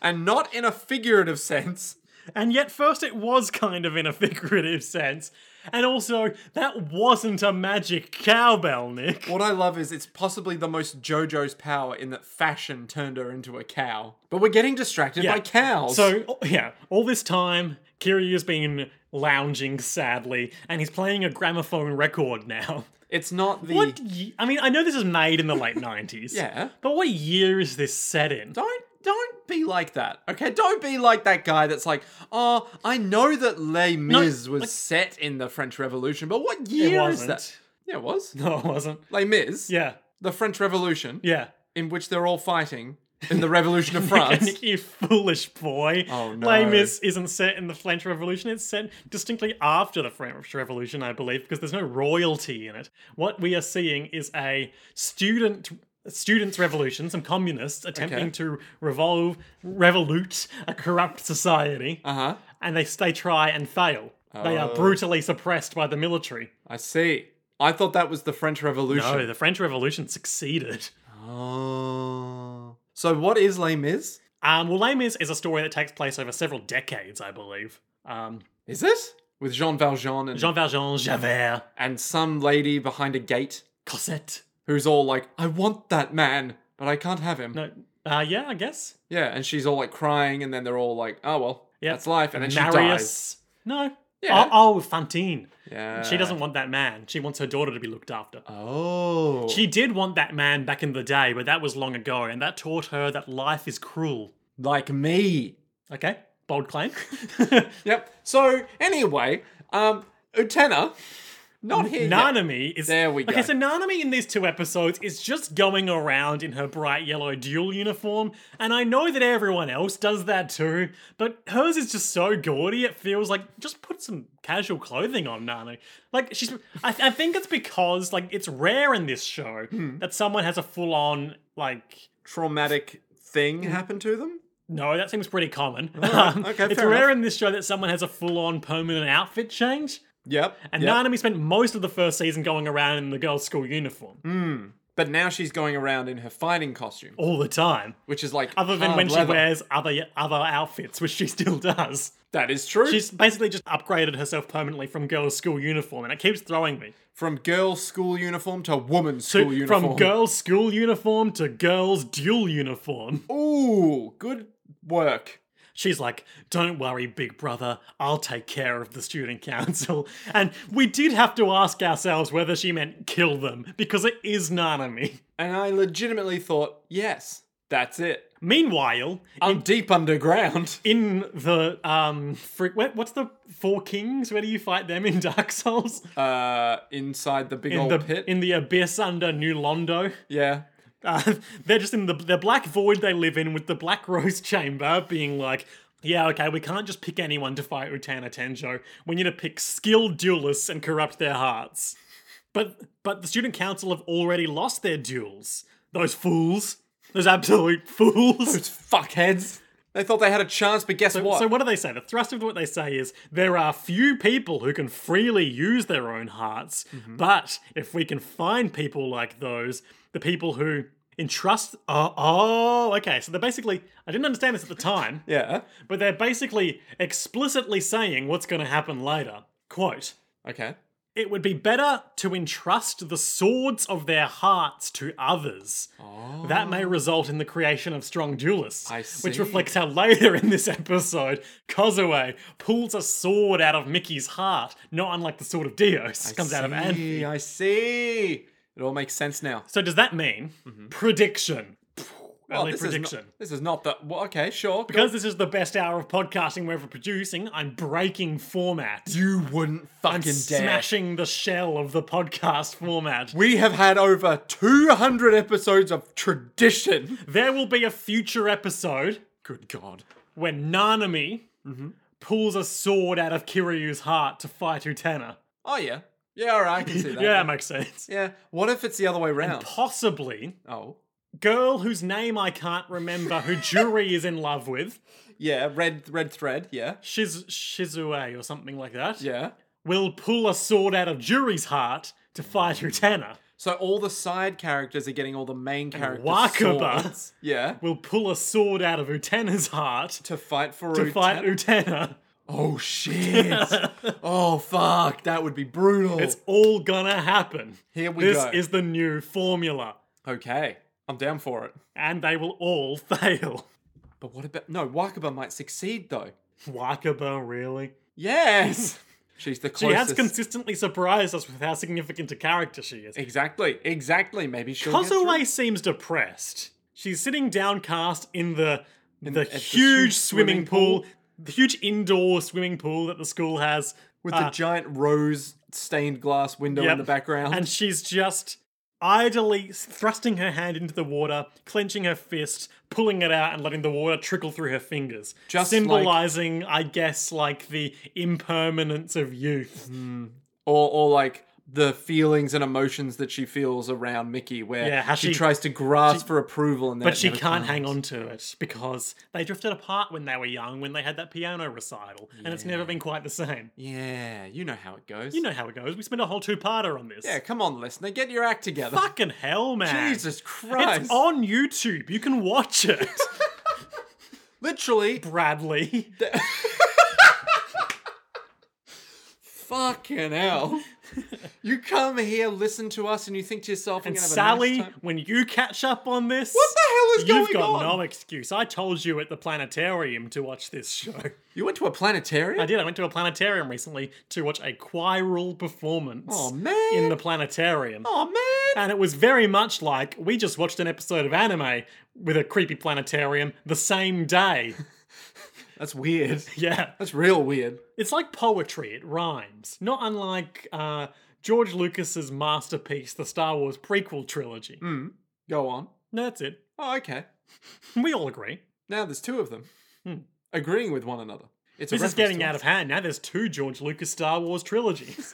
[SPEAKER 2] And not in a figurative sense.
[SPEAKER 1] And yet, first, it was kind of in a figurative sense. And also, that wasn't a magic cowbell, Nick.
[SPEAKER 2] What I love is it's possibly the most JoJo's power in that fashion turned her into a cow. But we're getting distracted by cows.
[SPEAKER 1] So oh, yeah, all this time Kiryu's been lounging sadly, and he's playing a gramophone record
[SPEAKER 2] [LAUGHS]
[SPEAKER 1] now.
[SPEAKER 2] it's not the.
[SPEAKER 1] What? Ye- I mean, I know this is made in the late [LAUGHS] nineties.
[SPEAKER 2] Yeah.
[SPEAKER 1] But what year is this set in?
[SPEAKER 2] Don't don't be like that. Okay, don't be like that guy that's like, oh, I know that Les Mis was
[SPEAKER 1] like-
[SPEAKER 2] set in the French Revolution, but what
[SPEAKER 1] It
[SPEAKER 2] year is
[SPEAKER 1] wasn't.
[SPEAKER 2] that? Yeah, it was.
[SPEAKER 1] No, it wasn't. [LAUGHS]
[SPEAKER 2] Les Mis,
[SPEAKER 1] Yeah,
[SPEAKER 2] the French Revolution,
[SPEAKER 1] yeah.
[SPEAKER 2] in which they're all fighting, in the Revolution of France.
[SPEAKER 1] Nick, [LAUGHS] you foolish boy.
[SPEAKER 2] Oh, no.
[SPEAKER 1] Les Mis isn't set in the French Revolution. It's set distinctly after the French Revolution, I believe, because there's no royalty in it. What we are seeing is a student students' revolution, some communists attempting
[SPEAKER 2] Okay.
[SPEAKER 1] to revolve, revolute a corrupt society,
[SPEAKER 2] Uh huh.
[SPEAKER 1] and they they try and fail. They
[SPEAKER 2] Oh.
[SPEAKER 1] are brutally suppressed by the military.
[SPEAKER 2] I see. I thought that was the French
[SPEAKER 1] No,
[SPEAKER 2] Revolution.
[SPEAKER 1] the French Revolution succeeded.
[SPEAKER 2] Oh. So what is Les Mis?
[SPEAKER 1] Um, well, Les Mis is a story that takes place over several decades, I believe. Um,
[SPEAKER 2] Is it with Jean Valjean and
[SPEAKER 1] Jean Valjean, Javert,
[SPEAKER 2] and some lady behind a gate
[SPEAKER 1] Cosette.
[SPEAKER 2] who's all like, "I want that man, but I can't have him."
[SPEAKER 1] No, uh, yeah, I guess.
[SPEAKER 2] Yeah, and she's all like crying, and then they're all like, "Oh well,
[SPEAKER 1] Yeah.
[SPEAKER 2] that's life," and then she dies. Uh.
[SPEAKER 1] Marius. No.
[SPEAKER 2] Yeah.
[SPEAKER 1] Oh, oh, Fantine.
[SPEAKER 2] Yeah.
[SPEAKER 1] She doesn't want that man. She wants her daughter to be looked after.
[SPEAKER 2] Oh.
[SPEAKER 1] She did want that man back in the day, but that was long ago, and that taught her that life is cruel.
[SPEAKER 2] like me.
[SPEAKER 1] Okay, bold claim. [LAUGHS]
[SPEAKER 2] Yep. So anyway, um, Utena, not here. yet.
[SPEAKER 1] Nanami is
[SPEAKER 2] There we go.
[SPEAKER 1] Okay, so Nanami in these two episodes is just going around in her bright yellow dual uniform, and I know that everyone else does that too, but hers is just so gaudy. It feels like just put some casual clothing on, Nana. Like she's, I, I think it's because like it's rare in this show
[SPEAKER 2] Hmm.
[SPEAKER 1] that someone has a full on like.
[SPEAKER 2] Traumatic thing happened to them.
[SPEAKER 1] No, that seems pretty common. Um,
[SPEAKER 2] okay,
[SPEAKER 1] it's
[SPEAKER 2] fair
[SPEAKER 1] rare in this show that someone has a full on permanent outfit change.
[SPEAKER 2] Yep.
[SPEAKER 1] And
[SPEAKER 2] yep.
[SPEAKER 1] Nanami spent most of the first season going around in the girls' school uniform
[SPEAKER 2] But now she's going around in her fighting costume,
[SPEAKER 1] all the time.
[SPEAKER 2] which is like "Ah,
[SPEAKER 1] Other than
[SPEAKER 2] hard
[SPEAKER 1] when she
[SPEAKER 2] leather.
[SPEAKER 1] wears other other outfits, which she still does.
[SPEAKER 2] That is true.
[SPEAKER 1] She's basically just upgraded herself permanently from girls' school uniform, and it keeps throwing me.
[SPEAKER 2] from girl school uniform to woman's
[SPEAKER 1] To-
[SPEAKER 2] school uniform.
[SPEAKER 1] from girls' school uniform to girls' dual uniform.
[SPEAKER 2] Ooh, good work.
[SPEAKER 1] She's like, Don't worry, big brother, I'll take care of the student council. [LAUGHS] And we did have to ask ourselves whether she meant kill them, because it is Nanami.
[SPEAKER 2] And I legitimately thought, yes, that's it.
[SPEAKER 1] Meanwhile,
[SPEAKER 2] I'm deep underground. [LAUGHS]
[SPEAKER 1] in the um fri- what- what's the four kings where do you fight them in dark souls
[SPEAKER 2] Uh, inside the big
[SPEAKER 1] in
[SPEAKER 2] old
[SPEAKER 1] the
[SPEAKER 2] pit.
[SPEAKER 1] in the abyss under new londo [LAUGHS]
[SPEAKER 2] yeah.
[SPEAKER 1] uh, they're just in the the black void they live in with the black [LAUGHS] rose chamber being like yeah okay we can't just pick anyone to fight utana tenjo we need to pick skilled duelists and corrupt their hearts but but the student council have already lost their duels those fools those absolute [LAUGHS] fools
[SPEAKER 2] Those fuckheads. They thought they had a chance, but guess what?
[SPEAKER 1] So what do they say? The thrust of what they say is there are few people who can freely use their own hearts, but if we can find people like those, the people who entrust oh, oh okay so they're basically i didn't understand this at the time
[SPEAKER 2] yeah.
[SPEAKER 1] but they're basically explicitly saying what's going to happen later quote
[SPEAKER 2] Okay.
[SPEAKER 1] it would be better to entrust the swords of their hearts to others. That may result in the creation of strong duelists.
[SPEAKER 2] Oh. I
[SPEAKER 1] Which
[SPEAKER 2] see.
[SPEAKER 1] reflects how later in this episode, Kozue pulls a sword out of Mickey's heart, not unlike the sword of Dios. comes out of Anne.
[SPEAKER 2] See, I see. It all makes sense now.
[SPEAKER 1] So does that mean prediction?
[SPEAKER 2] Mm-hmm. Well,
[SPEAKER 1] Early
[SPEAKER 2] Oh, this
[SPEAKER 1] prediction.
[SPEAKER 2] Is not, this is not the. Well, okay, sure. go-
[SPEAKER 1] because this is the best hour of podcasting we're ever producing, I'm breaking format.
[SPEAKER 2] you wouldn't fucking
[SPEAKER 1] I'm
[SPEAKER 2] dare.
[SPEAKER 1] smashing the shell of the podcast format.
[SPEAKER 2] We have had over 200 episodes of tradition.
[SPEAKER 1] There will be a future episode. Good God. Where Nanami
[SPEAKER 2] Mm-hmm.
[SPEAKER 1] pulls a sword out of Kiryu's heart to fight Utena.
[SPEAKER 2] Oh, yeah. Yeah, all right, I can see
[SPEAKER 1] [LAUGHS]
[SPEAKER 2] that.
[SPEAKER 1] Yeah, that makes
[SPEAKER 2] [LAUGHS]
[SPEAKER 1] sense.
[SPEAKER 2] Yeah. What if it's the other way around?
[SPEAKER 1] Possibly,
[SPEAKER 2] Oh.
[SPEAKER 1] girl whose name I can't remember, who Juri is in love with,
[SPEAKER 2] Yeah, red red thread, yeah.
[SPEAKER 1] Shiz- Shizue or something like that,
[SPEAKER 2] Yeah.
[SPEAKER 1] will pull a sword out of Juri's heart to fight Utena.
[SPEAKER 2] So all the side characters are getting all the main characters.
[SPEAKER 1] Wakaba.
[SPEAKER 2] swords. Yeah.
[SPEAKER 1] Will pull a sword out of Utena's heart
[SPEAKER 2] To fight for
[SPEAKER 1] to
[SPEAKER 2] Utena.
[SPEAKER 1] fight Utena.
[SPEAKER 2] Oh shit.
[SPEAKER 1] [LAUGHS]
[SPEAKER 2] oh fuck, that would be brutal.
[SPEAKER 1] It's all gonna happen.
[SPEAKER 2] Here we
[SPEAKER 1] this
[SPEAKER 2] go.
[SPEAKER 1] is the new formula.
[SPEAKER 2] okay. I'm down for it.
[SPEAKER 1] and they will all [LAUGHS] fail.
[SPEAKER 2] But what about No, Wakaba might succeed though.
[SPEAKER 1] Wakaba, really? [LAUGHS]
[SPEAKER 2] Yes. She's the
[SPEAKER 1] She
[SPEAKER 2] closest.
[SPEAKER 1] has consistently surprised us with how significant a character she is.
[SPEAKER 2] Exactly. Exactly. Maybe she'll get through.
[SPEAKER 1] Kozue seems depressed. She's sitting downcast in the the
[SPEAKER 2] at the
[SPEAKER 1] huge
[SPEAKER 2] huge
[SPEAKER 1] swimming
[SPEAKER 2] swimming
[SPEAKER 1] pool, the huge indoor swimming pool that the school has. uh,
[SPEAKER 2] with the giant rose stained glass window
[SPEAKER 1] Yep.
[SPEAKER 2] in the background.
[SPEAKER 1] And she's just idly thrusting her hand into the water, clenching her fist, pulling it out, and letting the water trickle through her fingers.
[SPEAKER 2] Just like-
[SPEAKER 1] symbolizing, I guess, like the impermanence of youth.
[SPEAKER 2] or or like the feelings and emotions that she feels around Mickey, where
[SPEAKER 1] Yeah, how she-
[SPEAKER 2] she, tries to grasp for approval, and then
[SPEAKER 1] But
[SPEAKER 2] it
[SPEAKER 1] she
[SPEAKER 2] never
[SPEAKER 1] can't
[SPEAKER 2] comes.
[SPEAKER 1] hang on to it because they drifted apart when they were young, when they had that piano recital, and it's never been quite the same.
[SPEAKER 2] Yeah, you know how it goes.
[SPEAKER 1] You know how it goes. We spent a whole two-parter on this.
[SPEAKER 2] Yeah, come on, listener, get your act together.
[SPEAKER 1] Fucking hell, man.
[SPEAKER 2] Jesus Christ!
[SPEAKER 1] It's on YouTube. You can watch
[SPEAKER 2] [LAUGHS]
[SPEAKER 1] it. [LAUGHS]
[SPEAKER 2] Literally,
[SPEAKER 1] Bradley. [LAUGHS]
[SPEAKER 2] fucking hell. you come here, listen to us, and you think to yourself, "I'm
[SPEAKER 1] And
[SPEAKER 2] gonna have
[SPEAKER 1] Sally,
[SPEAKER 2] a nice time."
[SPEAKER 1] when you catch up on this,
[SPEAKER 2] What the hell is
[SPEAKER 1] you've
[SPEAKER 2] going
[SPEAKER 1] got
[SPEAKER 2] on?
[SPEAKER 1] no excuse. I told you at the planetarium to watch this show.
[SPEAKER 2] You went to a planetarium.
[SPEAKER 1] I did. I went to a planetarium recently to watch a choral performance
[SPEAKER 2] Oh man!
[SPEAKER 1] in the planetarium.
[SPEAKER 2] oh man!
[SPEAKER 1] And it was very much like we just watched an episode of anime with a creepy planetarium the same day. [LAUGHS]
[SPEAKER 2] That's weird.
[SPEAKER 1] yeah.
[SPEAKER 2] That's real weird.
[SPEAKER 1] It's like poetry, it rhymes. Not unlike uh, George Lucas's masterpiece, the Star Wars prequel trilogy.
[SPEAKER 2] Go on.
[SPEAKER 1] No, that's it.
[SPEAKER 2] Oh, okay.
[SPEAKER 1] We all agree.
[SPEAKER 2] Now there's two of them agreeing with one another. It's
[SPEAKER 1] Hmm. This is getting out of hand. Now there's two George Lucas Star Wars
[SPEAKER 2] [LAUGHS]
[SPEAKER 1] trilogies.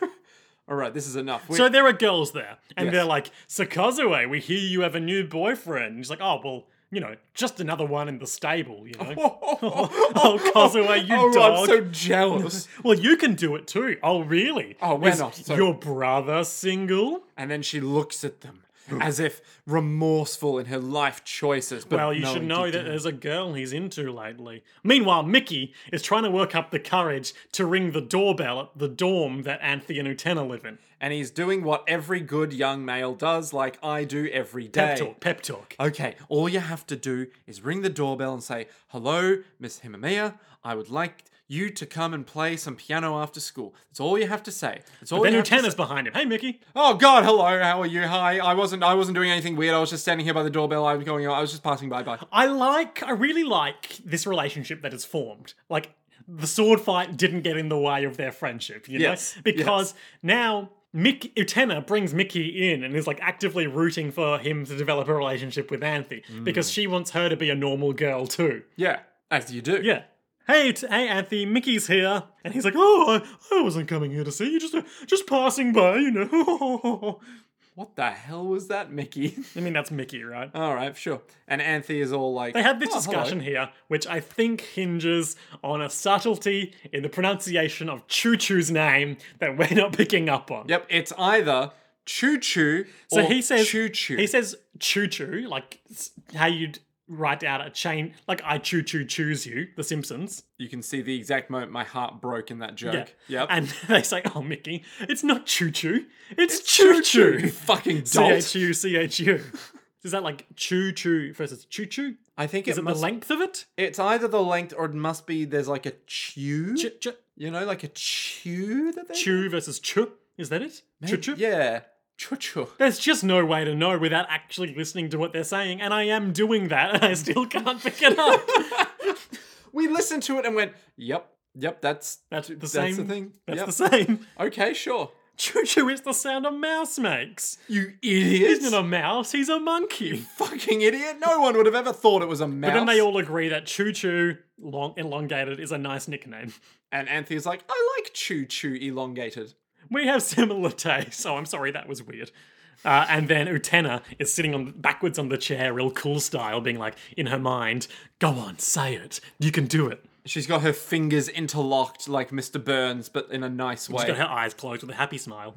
[SPEAKER 2] All right, this is enough. We- [LAUGHS]
[SPEAKER 1] so [LAUGHS] there are girls there, and
[SPEAKER 2] Yes.
[SPEAKER 1] they're like, Sakazue, we hear you have a new boyfriend. And she's like, oh, well, you know, just another one in the stable, you
[SPEAKER 2] [LAUGHS]
[SPEAKER 1] know.
[SPEAKER 2] oh,
[SPEAKER 1] Kozue, you
[SPEAKER 2] oh, I'm
[SPEAKER 1] dog.
[SPEAKER 2] so jealous.
[SPEAKER 1] Well, you can do it too. Oh, really?
[SPEAKER 2] Oh, we're
[SPEAKER 1] Is
[SPEAKER 2] not so-
[SPEAKER 1] Your brother single?
[SPEAKER 2] and then she looks at them
[SPEAKER 1] Hmm.
[SPEAKER 2] as if remorseful in her life choices. But
[SPEAKER 1] Well, you should
[SPEAKER 2] knowing
[SPEAKER 1] know
[SPEAKER 2] deep
[SPEAKER 1] that uh, there's a girl he's into lately. Meanwhile, Mickey is trying to work up the courage to ring the doorbell at the dorm that Anthea and Utena live in.
[SPEAKER 2] and he's doing what every good young male does, like I do every day.
[SPEAKER 1] Pep talk, pep talk.
[SPEAKER 2] Okay, all you have to do is ring the doorbell and say, "Hello, Miss Himamiya. I would like you to come and play some piano after school." That's all you have to say. That's all.
[SPEAKER 1] Then
[SPEAKER 2] you have to say.
[SPEAKER 1] Utena's behind him. Hey, Mickey.
[SPEAKER 2] Oh God, hello, how are you? Hi, I wasn't. I wasn't doing anything weird. I was just standing here by the doorbell. I was going. I was just passing by. Bye.
[SPEAKER 1] I like, I really like this relationship that is formed. Like, the sword fight didn't get in the way of their friendship, you know?
[SPEAKER 2] Yes,
[SPEAKER 1] Because now Mick, Utena brings Mickey in and is like actively rooting for him to develop a relationship with Anthea
[SPEAKER 2] Mm.
[SPEAKER 1] because she wants her to be a normal girl too.
[SPEAKER 2] Yeah, as you do.
[SPEAKER 1] Yeah. Hey, t- hey, Anthony, Mickey's here, and he's like, "Oh, I, I wasn't coming here to see you, just uh, just passing by, you know." [LAUGHS]
[SPEAKER 2] What the hell was that, Mickey? [LAUGHS]
[SPEAKER 1] I mean, that's Mickey, right?
[SPEAKER 2] all right, sure. And Anthea is all like,
[SPEAKER 1] They have this
[SPEAKER 2] "Oh, hello."
[SPEAKER 1] discussion here, which I think hinges on a subtlety in the pronunciation of Choo Choo's name that we're not picking up on.
[SPEAKER 2] Yep, it's either choo choo.
[SPEAKER 1] So he says-
[SPEAKER 2] choo choo.
[SPEAKER 1] He says Choo Choo, like s- how you'd write out a chain, like I Choo Choo choose you, The Simpsons.
[SPEAKER 2] You can see the exact moment my heart broke in that joke. Yep.
[SPEAKER 1] And [LAUGHS] they say, "Oh, Mickey, it's not Choo Choo, it's [LAUGHS] Choo
[SPEAKER 2] You
[SPEAKER 1] Choo."
[SPEAKER 2] fucking
[SPEAKER 1] C
[SPEAKER 2] dolt.
[SPEAKER 1] H U C H U. Is that like choo choo versus choo choo?
[SPEAKER 2] I think
[SPEAKER 1] Is
[SPEAKER 2] it
[SPEAKER 1] it the
[SPEAKER 2] must.
[SPEAKER 1] length of it?
[SPEAKER 2] it's either the length or it must be. There's like a chew.
[SPEAKER 1] Ch- ch-
[SPEAKER 2] you know, like a chew that they.
[SPEAKER 1] Choo versus choo. Is that it? Choo choo.
[SPEAKER 2] Yeah. Choo choo.
[SPEAKER 1] There's just no way to know without actually listening to what they're saying, and I am doing that, [LAUGHS] and I still can't pick it up.
[SPEAKER 2] we listened to it and went, "Yep, yep, that's
[SPEAKER 1] [LAUGHS] That's the
[SPEAKER 2] that's
[SPEAKER 1] same.
[SPEAKER 2] the thing.
[SPEAKER 1] That's
[SPEAKER 2] yep.
[SPEAKER 1] the same.
[SPEAKER 2] okay, sure.
[SPEAKER 1] Choo choo is the sound a mouse makes.
[SPEAKER 2] You idiot!
[SPEAKER 1] He's not a mouse. He's a monkey.
[SPEAKER 2] fucking idiot! No one would have ever thought it was a mouse."
[SPEAKER 1] But then they all agree that choo choo, long elongated, is a nice nickname.
[SPEAKER 2] and Anthea's like, "I like choo choo elongated."
[SPEAKER 1] We have similar tastes. Oh, I'm sorry, that was weird. Uh, and then Utena is sitting on backwards on the chair, real cool style, being like in her mind, "Go on, say it. You can do it."
[SPEAKER 2] She's got her fingers interlocked like Mr. Burns, but in a nice way.
[SPEAKER 1] She's got her eyes closed with a happy smile.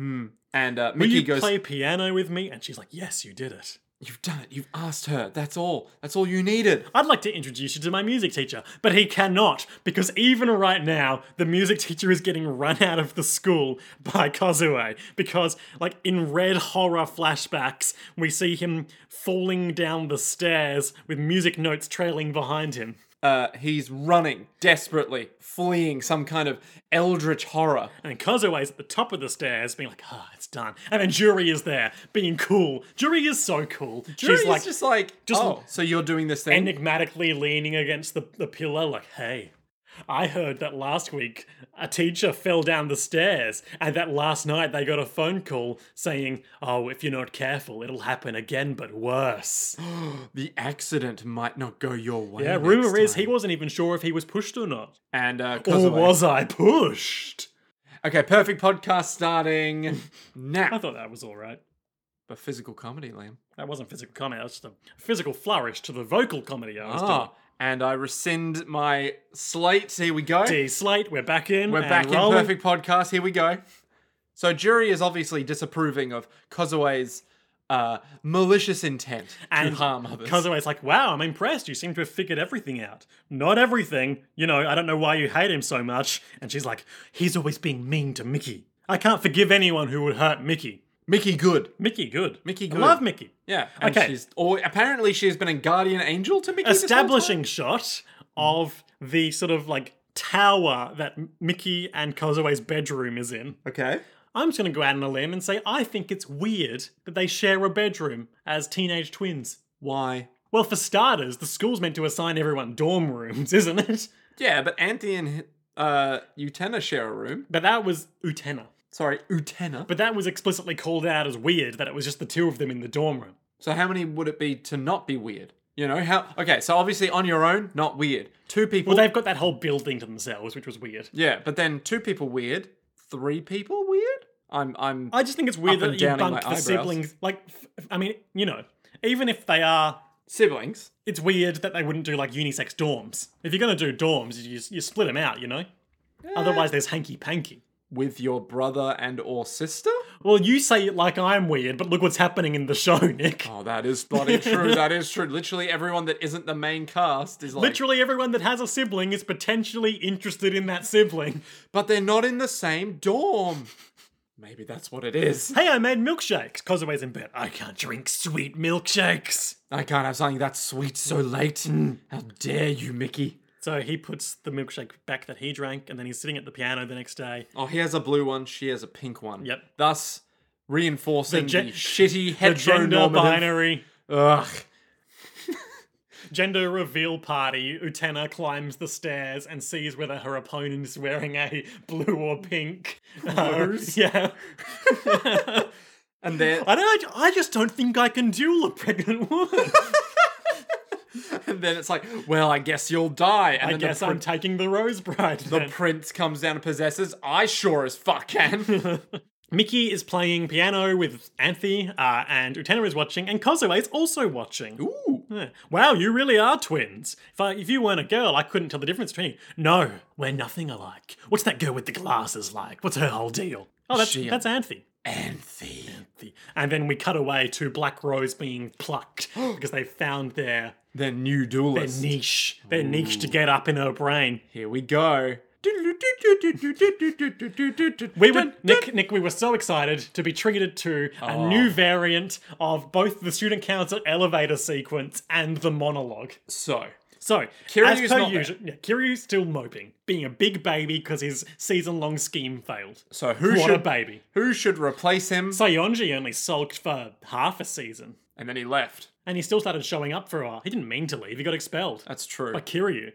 [SPEAKER 2] and uh,
[SPEAKER 1] Will
[SPEAKER 2] Mickey
[SPEAKER 1] you
[SPEAKER 2] goes,
[SPEAKER 1] play piano with me? And she's like, "Yes, you did it."
[SPEAKER 2] "You've done it. You've asked her. That's all. That's all you needed."
[SPEAKER 1] I'd like to introduce you to my music teacher, but he cannot because even right now, the music teacher is getting run out of the school by Kozue because, like, in red horror flashbacks, we see him falling down the stairs with music notes trailing behind him.
[SPEAKER 2] Uh, he's running desperately, fleeing some kind of eldritch horror.
[SPEAKER 1] And Kozue's at the top of the stairs being like, ah, it's done. And then Jury is there being cool. Jury is so cool.
[SPEAKER 2] She's
[SPEAKER 1] She's like
[SPEAKER 2] just like,
[SPEAKER 1] just-
[SPEAKER 2] "Oh, so you're doing this thing?"
[SPEAKER 1] enigmatically leaning against the, the pillar, like, hey, I heard that last week a teacher fell down the stairs, and that last night they got a phone call saying, Oh, if you're not careful, it'll happen again, but
[SPEAKER 2] [GASPS]
[SPEAKER 1] worse.
[SPEAKER 2] The accident might not go your way.
[SPEAKER 1] Yeah,
[SPEAKER 2] next
[SPEAKER 1] rumor is
[SPEAKER 2] time.
[SPEAKER 1] he wasn't even sure if he was pushed or not.
[SPEAKER 2] and uh, 'cause
[SPEAKER 1] Or
[SPEAKER 2] of it-
[SPEAKER 1] was I pushed?
[SPEAKER 2] Okay, perfect podcast starting now.
[SPEAKER 1] [LAUGHS] I thought that was alright.
[SPEAKER 2] But physical comedy, Liam.
[SPEAKER 1] That wasn't physical comedy, that was just a physical flourish to the vocal comedy I was doing.
[SPEAKER 2] Ah, and I rescind my slate. Here we go.
[SPEAKER 1] D Slate, we're back in.
[SPEAKER 2] We're
[SPEAKER 1] and
[SPEAKER 2] back in
[SPEAKER 1] rolling.
[SPEAKER 2] perfect podcast. Here we go. So jury is obviously disapproving of Kozue's uh, malicious intent
[SPEAKER 1] And
[SPEAKER 2] to harm others.
[SPEAKER 1] Kazue's like, wow, I'm impressed. You seem to have figured everything out. Not everything. You know, I don't know why you hate him so much. And she's like, he's always being mean to Mickey. I can't forgive anyone who would hurt Mickey.
[SPEAKER 2] Mickey Good.
[SPEAKER 1] Mickey, good.
[SPEAKER 2] Mickey
[SPEAKER 1] I
[SPEAKER 2] good.
[SPEAKER 1] love Mickey.
[SPEAKER 2] Yeah. And
[SPEAKER 1] Okay.
[SPEAKER 2] She's, or apparently she has been a guardian angel to Mickey. this whole time?
[SPEAKER 1] Establishing shot of the sort of like tower that Mickey and Kazue's bedroom is in.
[SPEAKER 2] Okay.
[SPEAKER 1] I'm just going to go out on a limb and say I think it's weird that they share a bedroom as teenage twins.
[SPEAKER 2] Why?
[SPEAKER 1] Well, for starters, the school's meant to assign everyone dorm rooms, [LAUGHS] isn't it?
[SPEAKER 2] Yeah, but Anthony and uh, Utena share a room.
[SPEAKER 1] But that was Utena.
[SPEAKER 2] Sorry, Utena.
[SPEAKER 1] But that was explicitly called out as weird that it was just the two of them in the dorm room.
[SPEAKER 2] So how many would it be to not be weird? You know how? Okay, so obviously on your own, not weird. Two people.
[SPEAKER 1] Well, they've got that whole building to themselves, which was weird.
[SPEAKER 2] yeah, but then two people weird, three people weird. I'm I'm
[SPEAKER 1] I just think it's weird
[SPEAKER 2] Up and
[SPEAKER 1] that you
[SPEAKER 2] downing my
[SPEAKER 1] bunked the
[SPEAKER 2] eyebrows.
[SPEAKER 1] siblings. Like, f- f- I mean, you know, even if they are,
[SPEAKER 2] siblings.
[SPEAKER 1] it's weird that they wouldn't do like unisex dorms. If you're going to do dorms, you, you split them out, you know? Otherwise, there's hanky panky.
[SPEAKER 2] with your brother and or sister?
[SPEAKER 1] Well, you say it like I'm weird, but look what's happening in the show, Nick.
[SPEAKER 2] Oh, that
[SPEAKER 1] [LAUGHS]
[SPEAKER 2] is bloody true. That is true. Literally everyone that isn't the main cast is like
[SPEAKER 1] Literally everyone that has a sibling is potentially interested in that sibling.
[SPEAKER 2] but they're not in the same dorm. Maybe that's what it is.
[SPEAKER 1] Hey, I made milkshakes. Kozue's in bed. I can't drink sweet milkshakes.
[SPEAKER 2] I can't have something that sweet so late.
[SPEAKER 1] Mm.
[SPEAKER 2] How dare you, Mickey?
[SPEAKER 1] So he puts the milkshake back that he drank, and then he's sitting at the piano the next day.
[SPEAKER 2] Oh, he has a blue one, she has a pink one.
[SPEAKER 1] Yep.
[SPEAKER 2] Thus reinforcing the,
[SPEAKER 1] The gen-
[SPEAKER 2] shitty
[SPEAKER 1] The gender
[SPEAKER 2] heteronormative.
[SPEAKER 1] binary,
[SPEAKER 2] Ugh.
[SPEAKER 1] gender reveal party. Utena climbs the stairs and sees whether her opponent is wearing a blue or pink. uh, [LAUGHS]
[SPEAKER 2] Rose?
[SPEAKER 1] yeah. [LAUGHS]
[SPEAKER 2] And then
[SPEAKER 1] I don't. I just don't think I can duel a pregnant [LAUGHS] woman.
[SPEAKER 2] and then it's like, well, I guess you'll die. And
[SPEAKER 1] I
[SPEAKER 2] then
[SPEAKER 1] guess
[SPEAKER 2] the,
[SPEAKER 1] I'm taking the rose bride.
[SPEAKER 2] prin-
[SPEAKER 1] then.
[SPEAKER 2] the prince comes down and possesses. I sure as
[SPEAKER 1] [LAUGHS]
[SPEAKER 2] fuck can.
[SPEAKER 1] Mickey is playing piano with Anthe, uh, and Utena is watching, and Kozue is also watching.
[SPEAKER 2] Ooh.
[SPEAKER 1] Yeah. [LAUGHS] Wow, you really are twins. If, I, if you weren't a girl, I couldn't tell the difference between you. No, we're nothing alike. What's that girl with the glasses like? What's her whole deal? Oh, that's,
[SPEAKER 2] She-
[SPEAKER 1] that's Anthe.
[SPEAKER 2] Anthe.
[SPEAKER 1] The- And then we cut away to Black Rose being plucked because they found their,
[SPEAKER 2] The new
[SPEAKER 1] their
[SPEAKER 2] duelist.
[SPEAKER 1] niche, their niche to get up in her brain.
[SPEAKER 2] Here we go.
[SPEAKER 1] We were Nick, Nick, we were so excited to be treated to a new variant of both the student council elevator sequence and the monologue.
[SPEAKER 2] So,
[SPEAKER 1] So, as
[SPEAKER 2] Kiryu's
[SPEAKER 1] per
[SPEAKER 2] not there.
[SPEAKER 1] usual, yeah, Kiryu's still moping, being a big baby because his season-long scheme failed.
[SPEAKER 2] so who
[SPEAKER 1] What a
[SPEAKER 2] should
[SPEAKER 1] baby!
[SPEAKER 2] who should replace him?
[SPEAKER 1] Sayonji only sulked for half a season,
[SPEAKER 2] And then he left.
[SPEAKER 1] and he still started showing up for a while. He didn't mean to leave; he got expelled.
[SPEAKER 2] That's true.
[SPEAKER 1] by Kiryu.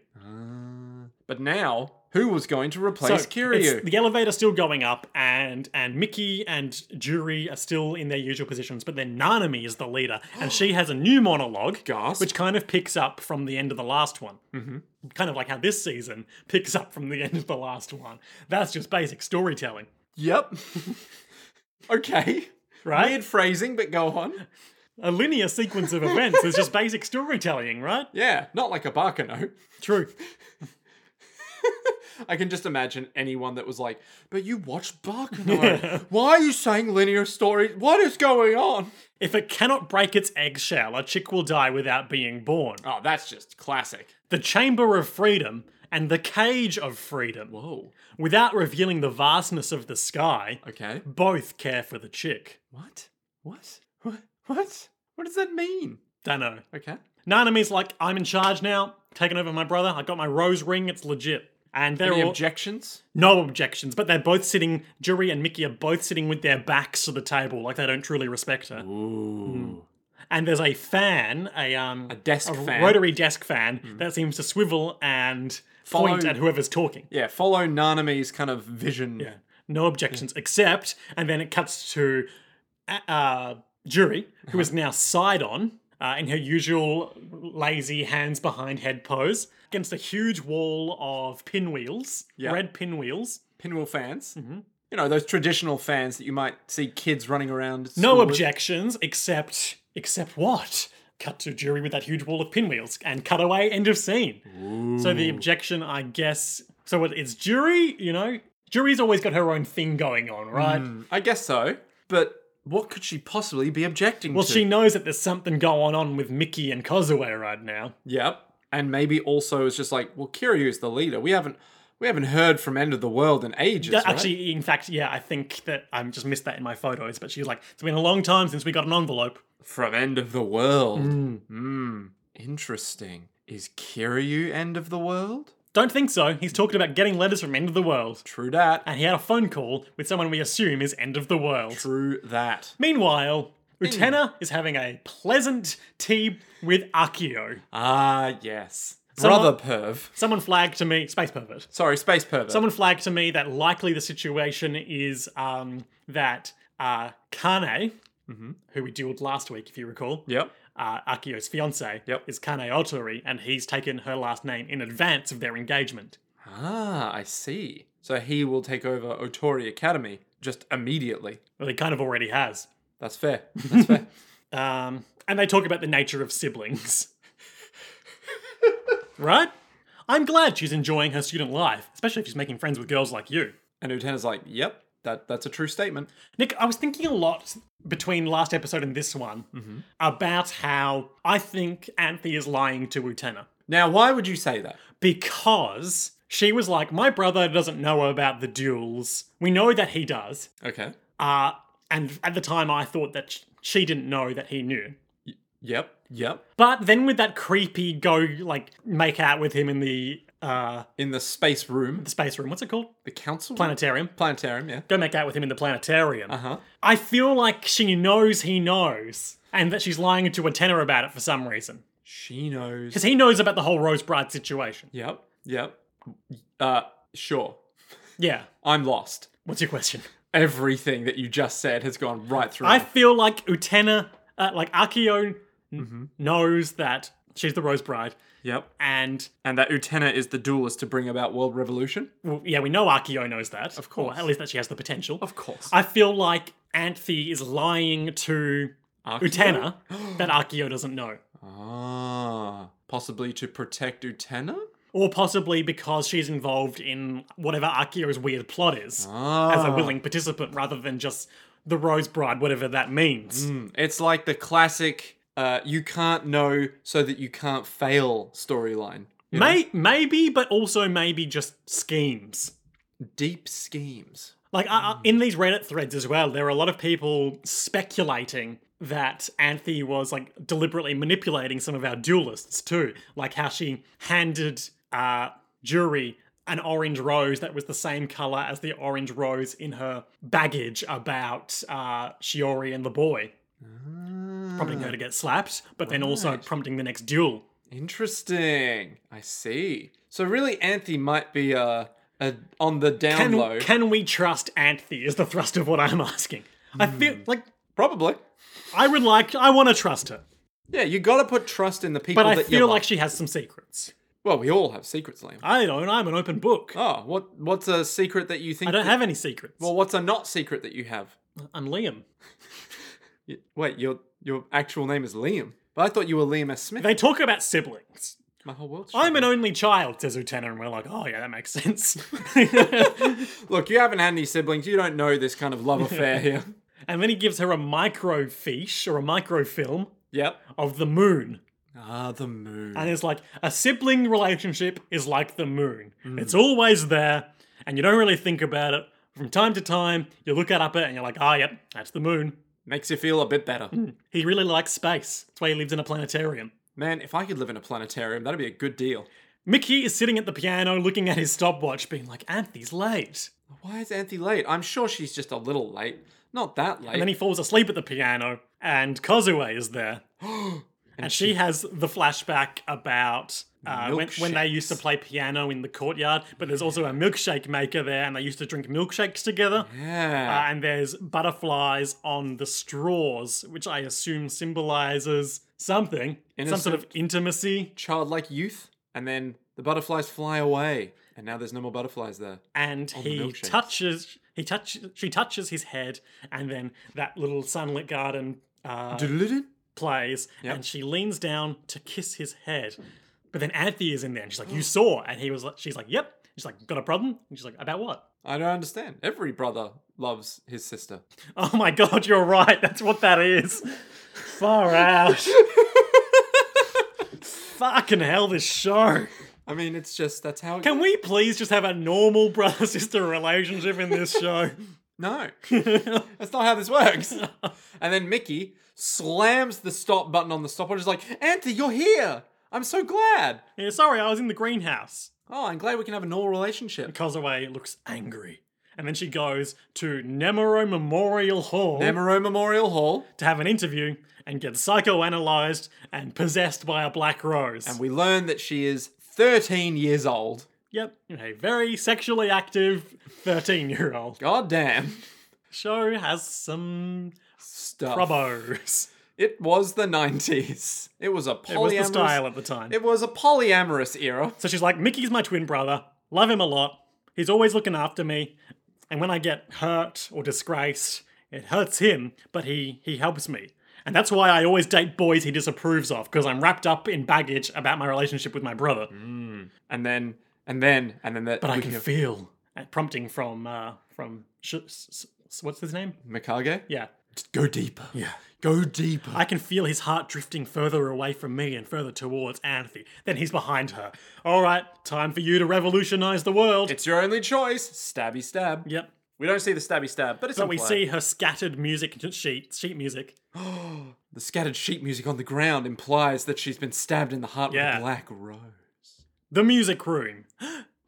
[SPEAKER 2] But now, who was going to replace
[SPEAKER 1] it's-
[SPEAKER 2] Kiryu?
[SPEAKER 1] the elevator's still going up, and and Mickey and Juri are still in their usual positions, but then Nanami is the leader, and she has a new monologue,
[SPEAKER 2] Gasp.
[SPEAKER 1] which kind of picks up from the end of the last one. Mm-hmm. Kind of like how this season picks up from the end of the last one. That's just basic storytelling,
[SPEAKER 2] Yep. [LAUGHS] okay.
[SPEAKER 1] right?
[SPEAKER 2] Weird phrasing, but go on.
[SPEAKER 1] A linear sequence of events is just basic storytelling, right?
[SPEAKER 2] Yeah, not like a Barkano.
[SPEAKER 1] True.
[SPEAKER 2] [LAUGHS] I can just imagine anyone that was like, "But you watched
[SPEAKER 1] [LAUGHS]
[SPEAKER 2] Barkano. Why are you saying linear story? What is going on?"
[SPEAKER 1] If it cannot break its eggshell, a chick will die without being born.
[SPEAKER 2] Oh, that's just classic.
[SPEAKER 1] The Chamber of Freedom and the Cage of Freedom.
[SPEAKER 2] Whoa.
[SPEAKER 1] without revealing the vastness of the sky,
[SPEAKER 2] Okay.
[SPEAKER 1] both care for the chick.
[SPEAKER 2] What? What? What? What? What does that mean?
[SPEAKER 1] Dunno.
[SPEAKER 2] Okay.
[SPEAKER 1] Nanami's like, I'm in charge now, taking over my brother. I got my rose ring, it's legit. And they're
[SPEAKER 2] Any
[SPEAKER 1] all,
[SPEAKER 2] objections?
[SPEAKER 1] no objections, but they're both sitting, Juri and Mickey are both sitting with their backs to the table, like they don't truly respect her.
[SPEAKER 2] Ooh.
[SPEAKER 1] and there's a fan, a um,
[SPEAKER 2] A desk fan. Hmm.
[SPEAKER 1] rotary desk fan that seems to swivel and point
[SPEAKER 2] Follow-
[SPEAKER 1] at whoever's talking.
[SPEAKER 2] Yeah, follow Nanami's kind of vision.
[SPEAKER 1] Yeah. No objections except, and then it cuts to uh, uh, Jury,
[SPEAKER 2] Uh-huh.
[SPEAKER 1] who is now side on uh, in her usual lazy hands behind head pose against a huge wall of pinwheels, red pinwheels.
[SPEAKER 2] Pinwheel fans.
[SPEAKER 1] Mm-hmm.
[SPEAKER 2] You know, those traditional fans that you might see kids running around. at
[SPEAKER 1] No
[SPEAKER 2] school with.
[SPEAKER 1] objections except, except what? Cut to Jury with that huge wall of pinwheels and cut away, end of scene. So the objection, I guess, so it- it's Jury, you know? Jury's always got her own thing going on, right?
[SPEAKER 2] I guess so. But what could she possibly be objecting
[SPEAKER 1] Well,
[SPEAKER 2] to?
[SPEAKER 1] she knows that there's something going on with Mickey and Kozue right now.
[SPEAKER 2] Yep. And maybe also it's just like, well, Kiryu's the leader. We haven't we haven't heard from End of the World in ages. right?
[SPEAKER 1] Actually, in fact, yeah, I think that I just missed that in my photos, but she's like, it's been a long time since we got an envelope.
[SPEAKER 2] from End of the World. Hmm. Interesting. Is Kiryu End of the World?
[SPEAKER 1] Don't think so. He's talking about getting letters from End of the World.
[SPEAKER 2] True that.
[SPEAKER 1] And he had a phone call with someone we assume is End of the World.
[SPEAKER 2] True that.
[SPEAKER 1] Meanwhile, Utena is having a pleasant tea with Akio.
[SPEAKER 2] Ah, yes.
[SPEAKER 1] Someone-
[SPEAKER 2] Brother perv.
[SPEAKER 1] Someone flagged to me, space pervert.
[SPEAKER 2] Sorry, space pervert.
[SPEAKER 1] Someone flagged to me that likely the situation is um, that uh, Kane, who we duelled last week, if you recall,
[SPEAKER 2] Mm-hmm. Yep.
[SPEAKER 1] uh, Akio's fiance,
[SPEAKER 2] Yep.
[SPEAKER 1] is Kane Otori, and he's taken her last name in advance of their engagement.
[SPEAKER 2] Ah, I see. So he will take over Otori Academy just immediately.
[SPEAKER 1] Well, he kind of already has.
[SPEAKER 2] That's fair. That's [LAUGHS] fair.
[SPEAKER 1] Um, and they talk about the nature of siblings. [LAUGHS] right? I'm glad she's enjoying her student life, especially if she's making friends with girls like you.
[SPEAKER 2] And Utena's like, yep, that, that's a true statement.
[SPEAKER 1] Nick, I was thinking a lot between last episode and this one about how I think Anthe is lying to Utena
[SPEAKER 2] Now, why would you say that?
[SPEAKER 1] because she was like, My brother doesn't know about the duels. We know that he does.
[SPEAKER 2] Okay.
[SPEAKER 1] Uh, and at the time, I thought that sh- she didn't know that he knew.
[SPEAKER 2] Yep. Yep.
[SPEAKER 1] But then with that creepy go, like, make out with him in the uh,
[SPEAKER 2] In the space room,
[SPEAKER 1] the space room. What's it called?
[SPEAKER 2] the council room?
[SPEAKER 1] Planetarium.
[SPEAKER 2] planetarium, yeah.
[SPEAKER 1] Go make out with him in the planetarium.
[SPEAKER 2] Uh huh.
[SPEAKER 1] I feel like she knows he knows, and that she's lying to a tenor about it for some reason.
[SPEAKER 2] She knows.
[SPEAKER 1] Because he knows about the whole Rose Bride situation.
[SPEAKER 2] Yep. Yep. Uh, sure.
[SPEAKER 1] Yeah.
[SPEAKER 2] I'm lost.
[SPEAKER 1] What's your question?
[SPEAKER 2] Everything that you just said has gone right through.
[SPEAKER 1] I
[SPEAKER 2] me.
[SPEAKER 1] feel like Utena, uh, like Akio, n-
[SPEAKER 2] Mm-hmm.
[SPEAKER 1] knows that she's the Rose Bride,
[SPEAKER 2] Yep.
[SPEAKER 1] and
[SPEAKER 2] And that Utena is the duelist to bring about world revolution?
[SPEAKER 1] well, yeah, we know Akio knows that, of
[SPEAKER 2] course.
[SPEAKER 1] or at least that she has the potential.
[SPEAKER 2] Of course.
[SPEAKER 1] I feel like Anthe is lying to Utena that Akio doesn't know,
[SPEAKER 2] Ah. Possibly to protect Utena?
[SPEAKER 1] or possibly because she's involved in whatever Akio's weird plot is
[SPEAKER 2] Ah.
[SPEAKER 1] as a willing participant, rather than just the Rose Bride, whatever that means.
[SPEAKER 2] Mm, It's like the classic uh, you can't know so that you can't fail storyline. You know?
[SPEAKER 1] May- maybe, but also maybe just schemes.
[SPEAKER 2] Deep schemes.
[SPEAKER 1] Like I I- in these Reddit threads as well, there are a lot of people speculating that Anthe was like deliberately manipulating some of our duelists too, like how she handed uh, Jury an orange rose that was the same color as the orange rose in her baggage about uh, Shiori and the boy, prompting her to get slapped, but then also prompting the next duel.
[SPEAKER 2] Interesting. I see. So really, Anthe might be uh, a, on the down low.
[SPEAKER 1] Can, can we trust Anthe? Is the thrust of what I'm [LAUGHS] asking. I feel like
[SPEAKER 2] Probably.
[SPEAKER 1] I would like I want to trust her.
[SPEAKER 2] Yeah, you got to put trust in the people
[SPEAKER 1] But I
[SPEAKER 2] that
[SPEAKER 1] feel
[SPEAKER 2] you
[SPEAKER 1] like she has some secrets.
[SPEAKER 2] Well, we all have secrets, Liam.
[SPEAKER 1] I don't. I'm an open book.
[SPEAKER 2] Oh, what? What's a secret that you think?
[SPEAKER 1] I don't have any secrets.
[SPEAKER 2] Well, what's a not secret that you have?
[SPEAKER 1] I'm Liam.
[SPEAKER 2] Y- Wait, your your actual name is Liam. But I thought you were Liam S. Smith.
[SPEAKER 1] They talk about siblings.
[SPEAKER 2] My whole world's
[SPEAKER 1] I'm an only child, says Utena, and we're like, oh yeah, that makes [LAUGHS] sense.
[SPEAKER 2] [LAUGHS] Look, you haven't had any siblings. You don't know this kind of love affair here.
[SPEAKER 1] and then he gives her a microfiche or a microfilm
[SPEAKER 2] Yep.
[SPEAKER 1] of the moon.
[SPEAKER 2] Ah, the moon.
[SPEAKER 1] And it's like, a sibling relationship is like the moon.
[SPEAKER 2] Hmm.
[SPEAKER 1] It's always there, and you don't really think about it. From time to time, you look it up it and you're like, ah, yep, that's the moon.
[SPEAKER 2] Makes you feel a bit better.
[SPEAKER 1] He really likes space. That's why he lives in a planetarium.
[SPEAKER 2] Man, if I could live in a planetarium, that'd be a good deal.
[SPEAKER 1] Mickey is sitting at the piano looking at his stopwatch, being like, Anthony's late.
[SPEAKER 2] Why is Auntie late? I'm sure she's just a little late. Not that late.
[SPEAKER 1] And then he falls asleep at the piano, and Kozue is there. [GASPS] and she has the flashback about uh, when, when they used to play piano in the courtyard, but there's also a milkshake maker there, and they used to drink milkshakes together.
[SPEAKER 2] yeah.
[SPEAKER 1] Uh, and there's butterflies on the straws, which I assume symbolizes something, some sort of intimacy.
[SPEAKER 2] Childlike youth, and then the butterflies fly away, and now there's no more butterflies there.
[SPEAKER 1] And he
[SPEAKER 2] milkshakes.
[SPEAKER 1] touches, he touches, she touches his head, and then that little sunlit garden uh,
[SPEAKER 2] Doodle-doodle.
[SPEAKER 1] plays, and she leans down to kiss his head. But then Anthea is in there, and she's like, "You saw," and he was, like, "She's like, yep." She's like, "Got a problem?" And she's like, "About what?" [LAUGHS]
[SPEAKER 2] I don't understand. Every brother loves his sister.
[SPEAKER 1] Oh my god, you're right. That's what that is. [LAUGHS] Far out. Fucking hell, this show.
[SPEAKER 2] I mean, it's just that's how. It
[SPEAKER 1] Can we please just have a normal brother sister [LAUGHS] relationship in this show? [LAUGHS]
[SPEAKER 2] no, that's not how this works. and then Mickey slams the stop button on the stopwatch. Is like, Auntie, you're here. I'm so glad.
[SPEAKER 1] yeah, sorry, I was in the greenhouse.
[SPEAKER 2] Oh, I'm glad we can have a normal relationship.
[SPEAKER 1] Kozaway looks angry. And then she goes to Nemuro Memorial Hall
[SPEAKER 2] Nemuro Memorial Hall,
[SPEAKER 1] to have an interview and gets psychoanalyzed and possessed by a black rose.
[SPEAKER 2] and we learn that she is 13 years old.
[SPEAKER 1] yep, a very sexually active 13 year old.
[SPEAKER 2] God damn.
[SPEAKER 1] Show has some
[SPEAKER 2] Stuff.
[SPEAKER 1] probos.
[SPEAKER 2] It was the 90s. It was a polyamorous.
[SPEAKER 1] It was the style at the time.
[SPEAKER 2] It was a polyamorous era.
[SPEAKER 1] So she's like, Mickey's my twin brother. Love him a lot. He's always looking after me. And when I get hurt or disgraced, it hurts him, but he he helps me. And that's why I always date boys he disapproves of, because I'm wrapped up in baggage about my relationship with my brother.
[SPEAKER 2] And then, and then, and then that.
[SPEAKER 1] But I can feel a prompting from uh, from sh- s- s- what's his name?
[SPEAKER 2] Mikage?
[SPEAKER 1] Yeah,
[SPEAKER 2] Just go deeper. Yeah. Go deeper.
[SPEAKER 1] I can feel his heart drifting further away from me and further towards Anthony. Then he's behind her. All right, time for you to revolutionize the world.
[SPEAKER 2] it's your only choice. Stabby stab.
[SPEAKER 1] yep.
[SPEAKER 2] We don't see the stabby stab, but it's
[SPEAKER 1] But we see her scattered music sheet, sheet music.
[SPEAKER 2] the scattered sheet music on the ground implies that she's been stabbed in the heart with
[SPEAKER 1] Yeah.
[SPEAKER 2] a black rose.
[SPEAKER 1] The music room.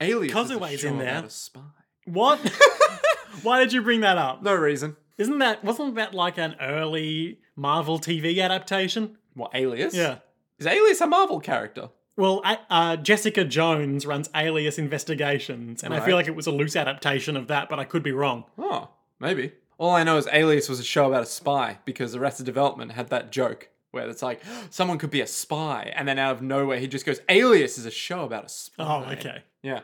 [SPEAKER 2] Alias
[SPEAKER 1] Kazue's
[SPEAKER 2] Kazue's
[SPEAKER 1] in
[SPEAKER 2] in
[SPEAKER 1] there.
[SPEAKER 2] About a spy. [LAUGHS]
[SPEAKER 1] What? Why did you bring that up?
[SPEAKER 2] No reason.
[SPEAKER 1] Isn't that wasn't that like an early Marvel TV adaptation?
[SPEAKER 2] What Alias?
[SPEAKER 1] Yeah.
[SPEAKER 2] Is Alias a Marvel character?
[SPEAKER 1] Well, I, uh, Jessica Jones runs Alias Investigations, and I feel
[SPEAKER 2] Right.
[SPEAKER 1] like it was a loose adaptation of that, but I could be wrong.
[SPEAKER 2] Oh, maybe. All I know is Alias was a show about a spy because Arrested Development had that joke where it's like [GASPS] someone could be a spy, and then out of nowhere he just goes, "Alias is a show about a spy."
[SPEAKER 1] Oh, okay.
[SPEAKER 2] Yeah.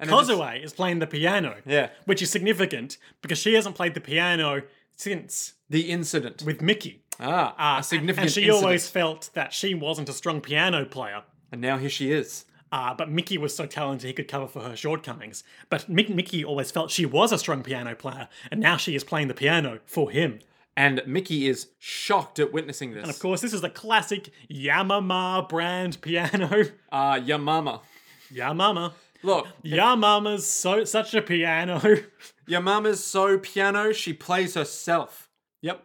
[SPEAKER 2] And then just-
[SPEAKER 1] Kozue is playing the piano,
[SPEAKER 2] yeah.
[SPEAKER 1] which is significant because she hasn't played the piano since
[SPEAKER 2] The incident.
[SPEAKER 1] with Mickey.
[SPEAKER 2] ah,
[SPEAKER 1] Uh,
[SPEAKER 2] a significant
[SPEAKER 1] and she
[SPEAKER 2] incident.
[SPEAKER 1] always felt that she wasn't a strong piano player.
[SPEAKER 2] And now here she is.
[SPEAKER 1] Uh, but Mickey was so talented he could cover for her shortcomings. But Mick- Mickey always felt she was a strong piano player, and now she is playing the piano for him.
[SPEAKER 2] And Mickey is shocked at witnessing this.
[SPEAKER 1] Of course, this is the classic Yamama brand piano. [LAUGHS]
[SPEAKER 2] Ah, your mama.
[SPEAKER 1] Yamama.
[SPEAKER 2] Look,
[SPEAKER 1] Yamama's so such a piano. [LAUGHS]
[SPEAKER 2] your mama's so piano, she plays herself. Yep.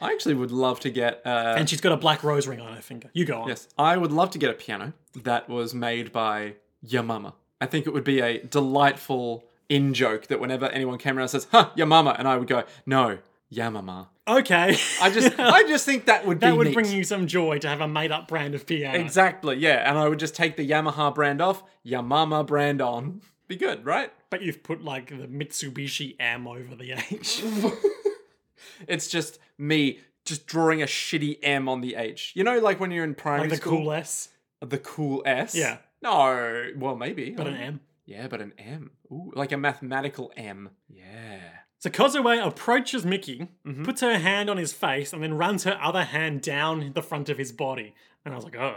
[SPEAKER 2] I actually would love to get uh
[SPEAKER 1] and she's got a black rose ring on her finger. You go on.
[SPEAKER 2] Yes, I would love to get a piano that was made by your mama. I think it would be a delightful in joke that whenever anyone came around and says, "Huh, your mama," and I would go, "No, your mama."
[SPEAKER 1] Okay.
[SPEAKER 2] I just, I just think that would
[SPEAKER 1] [LAUGHS] that
[SPEAKER 2] be
[SPEAKER 1] would
[SPEAKER 2] neat.
[SPEAKER 1] bring you some joy to have a made up brand of piano.
[SPEAKER 2] exactly, yeah. And I would just take the Yamaha brand off, your mama brand on. Be good, right?
[SPEAKER 1] But you've put like the Mitsubishi M over the
[SPEAKER 2] [LAUGHS]
[SPEAKER 1] H.
[SPEAKER 2] It's just me just drawing a shitty M on the H. You know, like when you're in primary
[SPEAKER 1] like the
[SPEAKER 2] school,
[SPEAKER 1] cool S,
[SPEAKER 2] the cool S.
[SPEAKER 1] Yeah.
[SPEAKER 2] No, well maybe,
[SPEAKER 1] but an M.
[SPEAKER 2] Yeah, but an M. Ooh, like a mathematical M. Yeah.
[SPEAKER 1] So Kozue approaches Mickey,
[SPEAKER 2] Mm-hmm.
[SPEAKER 1] puts her hand on his face, and then runs her other hand down the front of his body. And I was like, oh.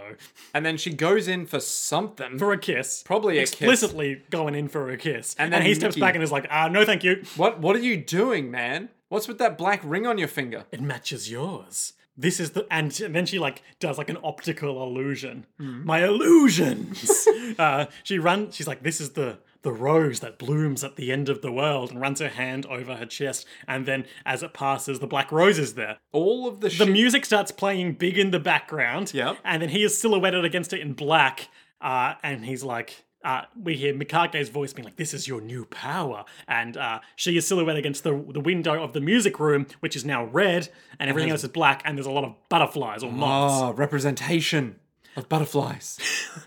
[SPEAKER 2] And then she goes in for something.
[SPEAKER 1] For a kiss.
[SPEAKER 2] Probably a kiss.
[SPEAKER 1] Explicitly going in for a kiss. And
[SPEAKER 2] And
[SPEAKER 1] then
[SPEAKER 2] then
[SPEAKER 1] he steps
[SPEAKER 2] Mickey-
[SPEAKER 1] back and is like, ah, no, thank you.
[SPEAKER 2] What what are you doing, man? What's with that black ring on your finger?
[SPEAKER 1] It matches yours. This is the. And then she, like, does, like, an optical illusion.
[SPEAKER 2] Mm.
[SPEAKER 1] My illusions! [LAUGHS] uh, she runs. She's like, this is the. The rose that blooms at the end of the world and runs her hand over her chest, and then as it passes, the black rose is there.
[SPEAKER 2] All of the,
[SPEAKER 1] The
[SPEAKER 2] shit.
[SPEAKER 1] music starts playing big in the background.
[SPEAKER 2] Yep.
[SPEAKER 1] And then he is silhouetted against it in black. uh, and he's like, uh, we hear Mikage's voice being like, "This is your new power," and uh, she is silhouetted against the the window of the music room, which is now red, and everything else is black, and there's a lot of butterflies or moths.
[SPEAKER 2] Ah, representation of butterflies.
[SPEAKER 1] [LAUGHS]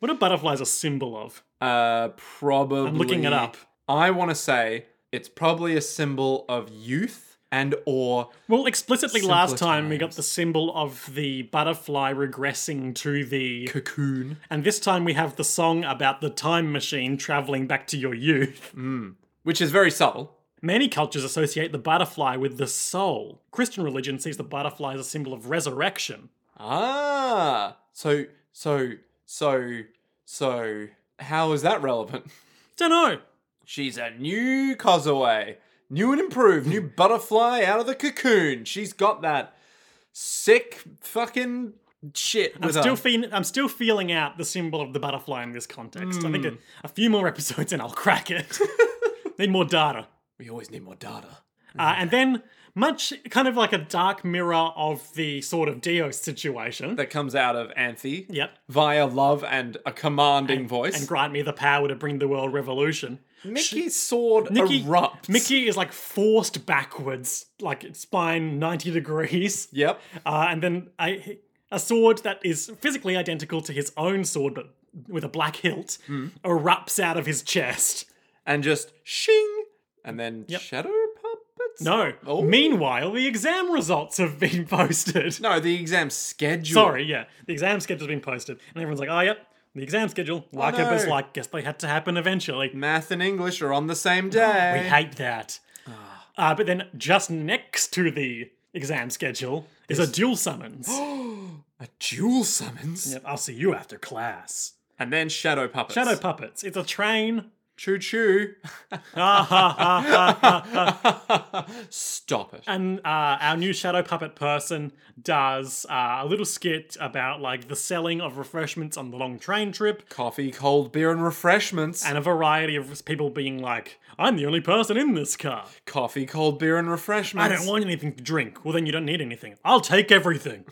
[SPEAKER 1] What are butterflies a symbol of?
[SPEAKER 2] Uh, probably. I'm
[SPEAKER 1] looking it up.
[SPEAKER 2] I want to say it's probably a symbol of youth and or
[SPEAKER 1] Well, explicitly last
[SPEAKER 2] Simpler
[SPEAKER 1] time we got the symbol of the butterfly regressing to the.
[SPEAKER 2] cocoon.
[SPEAKER 1] And this time we have the song about the time machine traveling back to your youth.
[SPEAKER 2] which is very subtle.
[SPEAKER 1] Many cultures associate the butterfly with the soul. Christian religion sees the butterfly as a symbol of resurrection.
[SPEAKER 2] Ah, so so so so how is that relevant? [LAUGHS]
[SPEAKER 1] Dunno.
[SPEAKER 2] She's a new Cosaway, new and
[SPEAKER 1] [LAUGHS]
[SPEAKER 2] improved, new butterfly out of the cocoon. She's got that sick fucking shit with
[SPEAKER 1] Still
[SPEAKER 2] her.
[SPEAKER 1] fe- I'm still feeling out the symbol of the butterfly in this context. I think a, a few more [LAUGHS] episodes and I'll crack it. Need more data.
[SPEAKER 2] we always need more data.
[SPEAKER 1] Uh, and then, much kind of like a dark mirror of the sort of Dios situation.
[SPEAKER 2] That comes out of Anthe
[SPEAKER 1] Yep.
[SPEAKER 2] via love and a commanding voice.
[SPEAKER 1] And grant me the power to bring the world revolution.
[SPEAKER 2] Mickey's sword
[SPEAKER 1] Mickey-
[SPEAKER 2] erupts.
[SPEAKER 1] Mickey is like forced backwards, like spine 90 degrees.
[SPEAKER 2] Yep.
[SPEAKER 1] Uh, and then a, a sword that is physically identical to his own sword, but with a black hilt,
[SPEAKER 2] Hmm.
[SPEAKER 1] erupts out of his chest.
[SPEAKER 2] And just shing. And then shadow puppets?
[SPEAKER 1] No.
[SPEAKER 2] Oh.
[SPEAKER 1] Meanwhile, the exam results have been [LAUGHS] posted.
[SPEAKER 2] No, the exam schedule.
[SPEAKER 1] Sorry, yeah. The exam schedule's been posted, and everyone's like, oh, yep, the exam schedule. Like it was
[SPEAKER 2] Oh, no.
[SPEAKER 1] like, guess they had to happen eventually.
[SPEAKER 2] Math and English are on the same
[SPEAKER 1] We
[SPEAKER 2] day.
[SPEAKER 1] hate that.
[SPEAKER 2] Ah.
[SPEAKER 1] Uh, but then just next to the exam schedule is a dual
[SPEAKER 2] [GASPS]
[SPEAKER 1] summons.
[SPEAKER 2] a dual summons.
[SPEAKER 1] Yep, I'll see you after class.
[SPEAKER 2] And then shadow puppets.
[SPEAKER 1] Shadow puppets. It's a train.
[SPEAKER 2] Choo choo.
[SPEAKER 1] Ha, ha, ha, ha, ha.
[SPEAKER 2] Stop it.
[SPEAKER 1] and uh, our new shadow puppet person does uh, a little skit about like the selling of refreshments on the long train trip
[SPEAKER 2] Coffee, cold beer, and refreshments.
[SPEAKER 1] and a variety of people being like, I'm the only person in this car.
[SPEAKER 2] Coffee, cold beer, and refreshments.
[SPEAKER 1] I don't want anything to drink. Well, then you don't need anything. I'll take everything.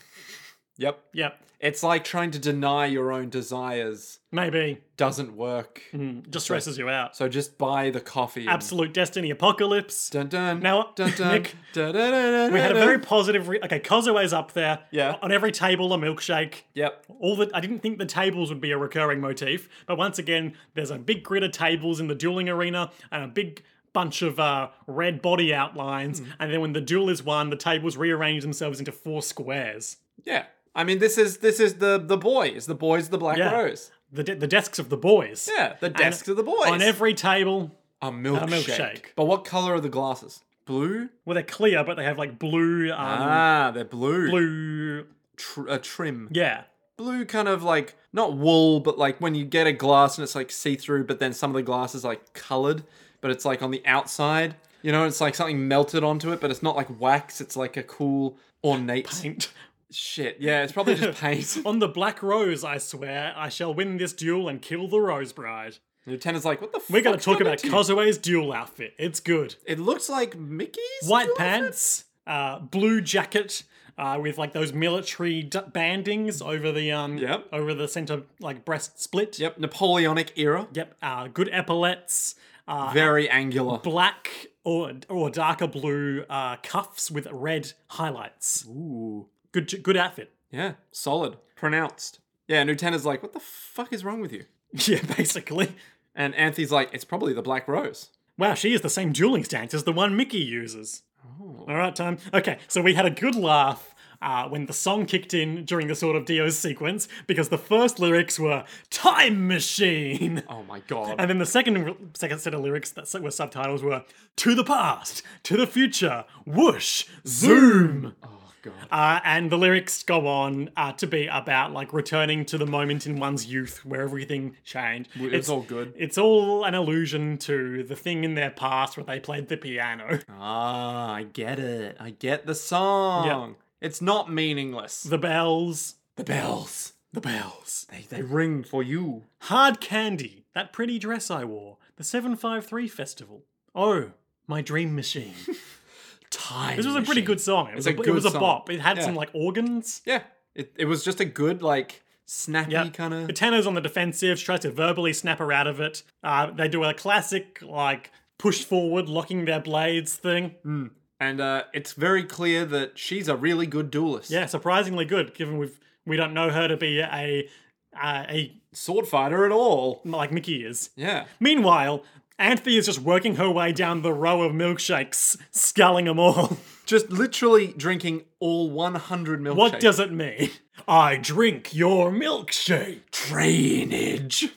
[SPEAKER 2] Yep.
[SPEAKER 1] Yep,
[SPEAKER 2] It's like trying to deny your own desires
[SPEAKER 1] maybe.
[SPEAKER 2] doesn't work.
[SPEAKER 1] Mm, Just stresses you out.
[SPEAKER 2] So just buy the coffee. and-
[SPEAKER 1] Absolute Destiny Apocalypse.
[SPEAKER 2] Dun dun.
[SPEAKER 1] Now,
[SPEAKER 2] dun dun.
[SPEAKER 1] Nick,
[SPEAKER 2] dun, dun, dun, dun,
[SPEAKER 1] We had a
[SPEAKER 2] dun.
[SPEAKER 1] very positive. Re- okay, Kozue's up there.
[SPEAKER 2] Yeah.
[SPEAKER 1] On every table, a milkshake.
[SPEAKER 2] Yep.
[SPEAKER 1] All the I didn't think the tables would be a recurring motif, but once again, there's a big grid of tables in the dueling arena and a big bunch of uh, red body
[SPEAKER 2] Hmm.
[SPEAKER 1] outlines. And then when the duel is won, the tables rearrange themselves into four squares.
[SPEAKER 2] Yeah. I mean, this is this is the the boys. The boys, the black
[SPEAKER 1] Yeah.
[SPEAKER 2] rose.
[SPEAKER 1] The de- the desks of the boys.
[SPEAKER 2] Yeah. The desks of the boys.
[SPEAKER 1] On every table,
[SPEAKER 2] a milkshake.
[SPEAKER 1] milkshake.
[SPEAKER 2] But what color are the glasses? Blue.
[SPEAKER 1] well, they're clear, but they have like blue, um,
[SPEAKER 2] Ah, they're blue.
[SPEAKER 1] blue.
[SPEAKER 2] Tr- a trim.
[SPEAKER 1] Yeah.
[SPEAKER 2] Blue, kind of like not wool, but like when you get a glass and it's like see through, but then some of the glass is like colored, but it's like on the outside. You know, it's like something melted onto it, but it's not like wax. It's like a cool ornate
[SPEAKER 1] Paint.
[SPEAKER 2] shit. Yeah, it's
[SPEAKER 1] [LAUGHS]
[SPEAKER 2] probably just paint.
[SPEAKER 1] On the black rose, I swear, I shall win this duel and kill the rose bride.
[SPEAKER 2] Lieutenant's like, what the?
[SPEAKER 1] We're going to talk about Kozue's duel outfit. It's good.
[SPEAKER 2] It looks like Mickey's
[SPEAKER 1] White
[SPEAKER 2] doing it?
[SPEAKER 1] pants, uh, blue jacket uh, with like those military d- bandings over the um
[SPEAKER 2] Yep.
[SPEAKER 1] over the center like breast split.
[SPEAKER 2] Yep, Napoleonic era.
[SPEAKER 1] Yep. Uh, good epaulets. Uh,
[SPEAKER 2] Very angular.
[SPEAKER 1] black or or darker blue uh, cuffs with red highlights.
[SPEAKER 2] Ooh.
[SPEAKER 1] Good j- good outfit. [LAUGHS]
[SPEAKER 2] Yeah, solid. Pronounced. Yeah, Lieutenant's like, what the fuck is wrong with you?
[SPEAKER 1] Yeah, basically.
[SPEAKER 2] And Anthony's like, it's probably the Black Rose.
[SPEAKER 1] Wow, she is the same dueling stance as the one Mickey uses. All right, time. Okay, so we had a good laugh uh, when the song kicked in during the sort of Dio's sequence because the first lyrics were "Time Machine,"
[SPEAKER 2] Oh my god.
[SPEAKER 1] [LAUGHS] and then the second second set of lyrics that were subtitles were "To the Past," "To the Future," "Whoosh," "Zoom."
[SPEAKER 2] oh god.
[SPEAKER 1] Uh, and the lyrics go on uh, to be about like returning to the moment in one's youth where everything changed.
[SPEAKER 2] It's, all good.
[SPEAKER 1] It's all an allusion to the thing in their past where they played the piano. [LAUGHS]
[SPEAKER 2] Ah, I get it. I get the song. It's not meaningless.
[SPEAKER 1] The bells.
[SPEAKER 2] The bells.
[SPEAKER 1] The bells.
[SPEAKER 2] They, they ring for you.
[SPEAKER 1] Hard candy. That pretty dress I wore. The 753 festival. Oh, my dream
[SPEAKER 2] [LAUGHS]
[SPEAKER 1] machine.
[SPEAKER 2] Time.
[SPEAKER 1] This was a pretty good song. It was,
[SPEAKER 2] a
[SPEAKER 1] a, it
[SPEAKER 2] good
[SPEAKER 1] was a
[SPEAKER 2] song.
[SPEAKER 1] bop. It had some
[SPEAKER 2] Yeah.
[SPEAKER 1] like organs.
[SPEAKER 2] Yeah. It, it was just a good, like, snappy
[SPEAKER 1] Yep.
[SPEAKER 2] kind of.
[SPEAKER 1] Katana's on the defensive. She tries to verbally snap her out of it. Uh, they do a classic like push forward, locking their blades thing.
[SPEAKER 2] And uh, it's very clear that she's a really good duelist.
[SPEAKER 1] Yeah, surprisingly good, given we've we don't know her to be a uh, a
[SPEAKER 2] Sword fighter at all.
[SPEAKER 1] like Mickey is.
[SPEAKER 2] Yeah.
[SPEAKER 1] Meanwhile, Anthe is just working her way down the row of milkshakes, sculling them all. [LAUGHS]
[SPEAKER 2] Just literally drinking all 100 milkshakes.
[SPEAKER 1] What does it mean? I drink your milkshake.
[SPEAKER 2] drainage?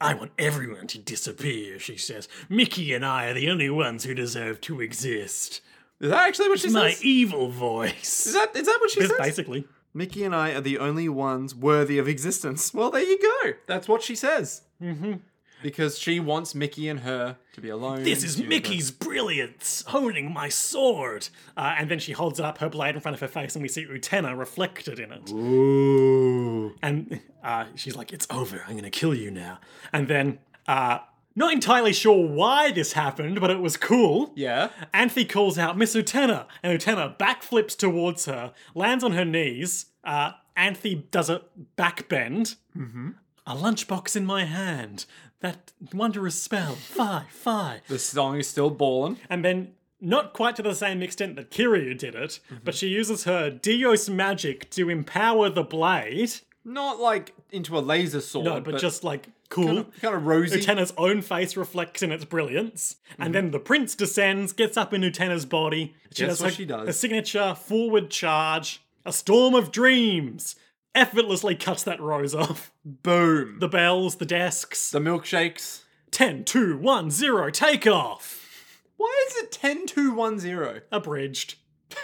[SPEAKER 1] I want everyone to disappear, she says. Mickey and I are the only ones who deserve to exist.
[SPEAKER 2] Is that actually what she
[SPEAKER 1] My e-
[SPEAKER 2] says?
[SPEAKER 1] evil
[SPEAKER 2] Is
[SPEAKER 1] voice.
[SPEAKER 2] that is that what she
[SPEAKER 1] It's
[SPEAKER 2] says?
[SPEAKER 1] basically.
[SPEAKER 2] Mickey and I are the only ones worthy of existence. [LAUGHS] Well, there you go. That's what she says. Mm-hmm. Because she wants Mickey and her to be alone.
[SPEAKER 1] This is
[SPEAKER 2] to-
[SPEAKER 1] Mickey's brilliance, honing my sword. Uh, and then she holds up her blade in front of her face, and we see Utena reflected in it.
[SPEAKER 2] Ooh.
[SPEAKER 1] And uh, she's like, It's over, I'm gonna kill you now. And then, uh, not entirely sure why this happened, but it was cool.
[SPEAKER 2] Yeah.
[SPEAKER 1] Anthe calls out Miss Utena, and Utena backflips towards her, lands on her knees. Uh, Anthe does a backbend. Mm-hmm. A lunchbox in my hand. That wondrous spell. Fi, fi.
[SPEAKER 2] The song is still ballin'.
[SPEAKER 1] And then, not quite to the same extent that Kiryu did it,
[SPEAKER 2] Mm-hmm.
[SPEAKER 1] but she uses her Dios magic to empower the blade.
[SPEAKER 2] Not like into a laser sword,
[SPEAKER 1] No, but, just like cool.
[SPEAKER 2] kind of
[SPEAKER 1] [LAUGHS]
[SPEAKER 2] rosy.
[SPEAKER 1] Utena's own face reflects in its brilliance,
[SPEAKER 2] Mm-hmm.
[SPEAKER 1] and then the prince descends, gets up in Utena's body. She
[SPEAKER 2] Guess what
[SPEAKER 1] her-
[SPEAKER 2] she does.
[SPEAKER 1] A signature forward charge, a storm of dreams, effortlessly cuts that rose off.
[SPEAKER 2] Boom.
[SPEAKER 1] The bells, the desks.
[SPEAKER 2] the milkshakes.
[SPEAKER 1] 10, 2, 1, 0, take off!
[SPEAKER 2] Why is it 10 2 1 0?
[SPEAKER 1] Abridged.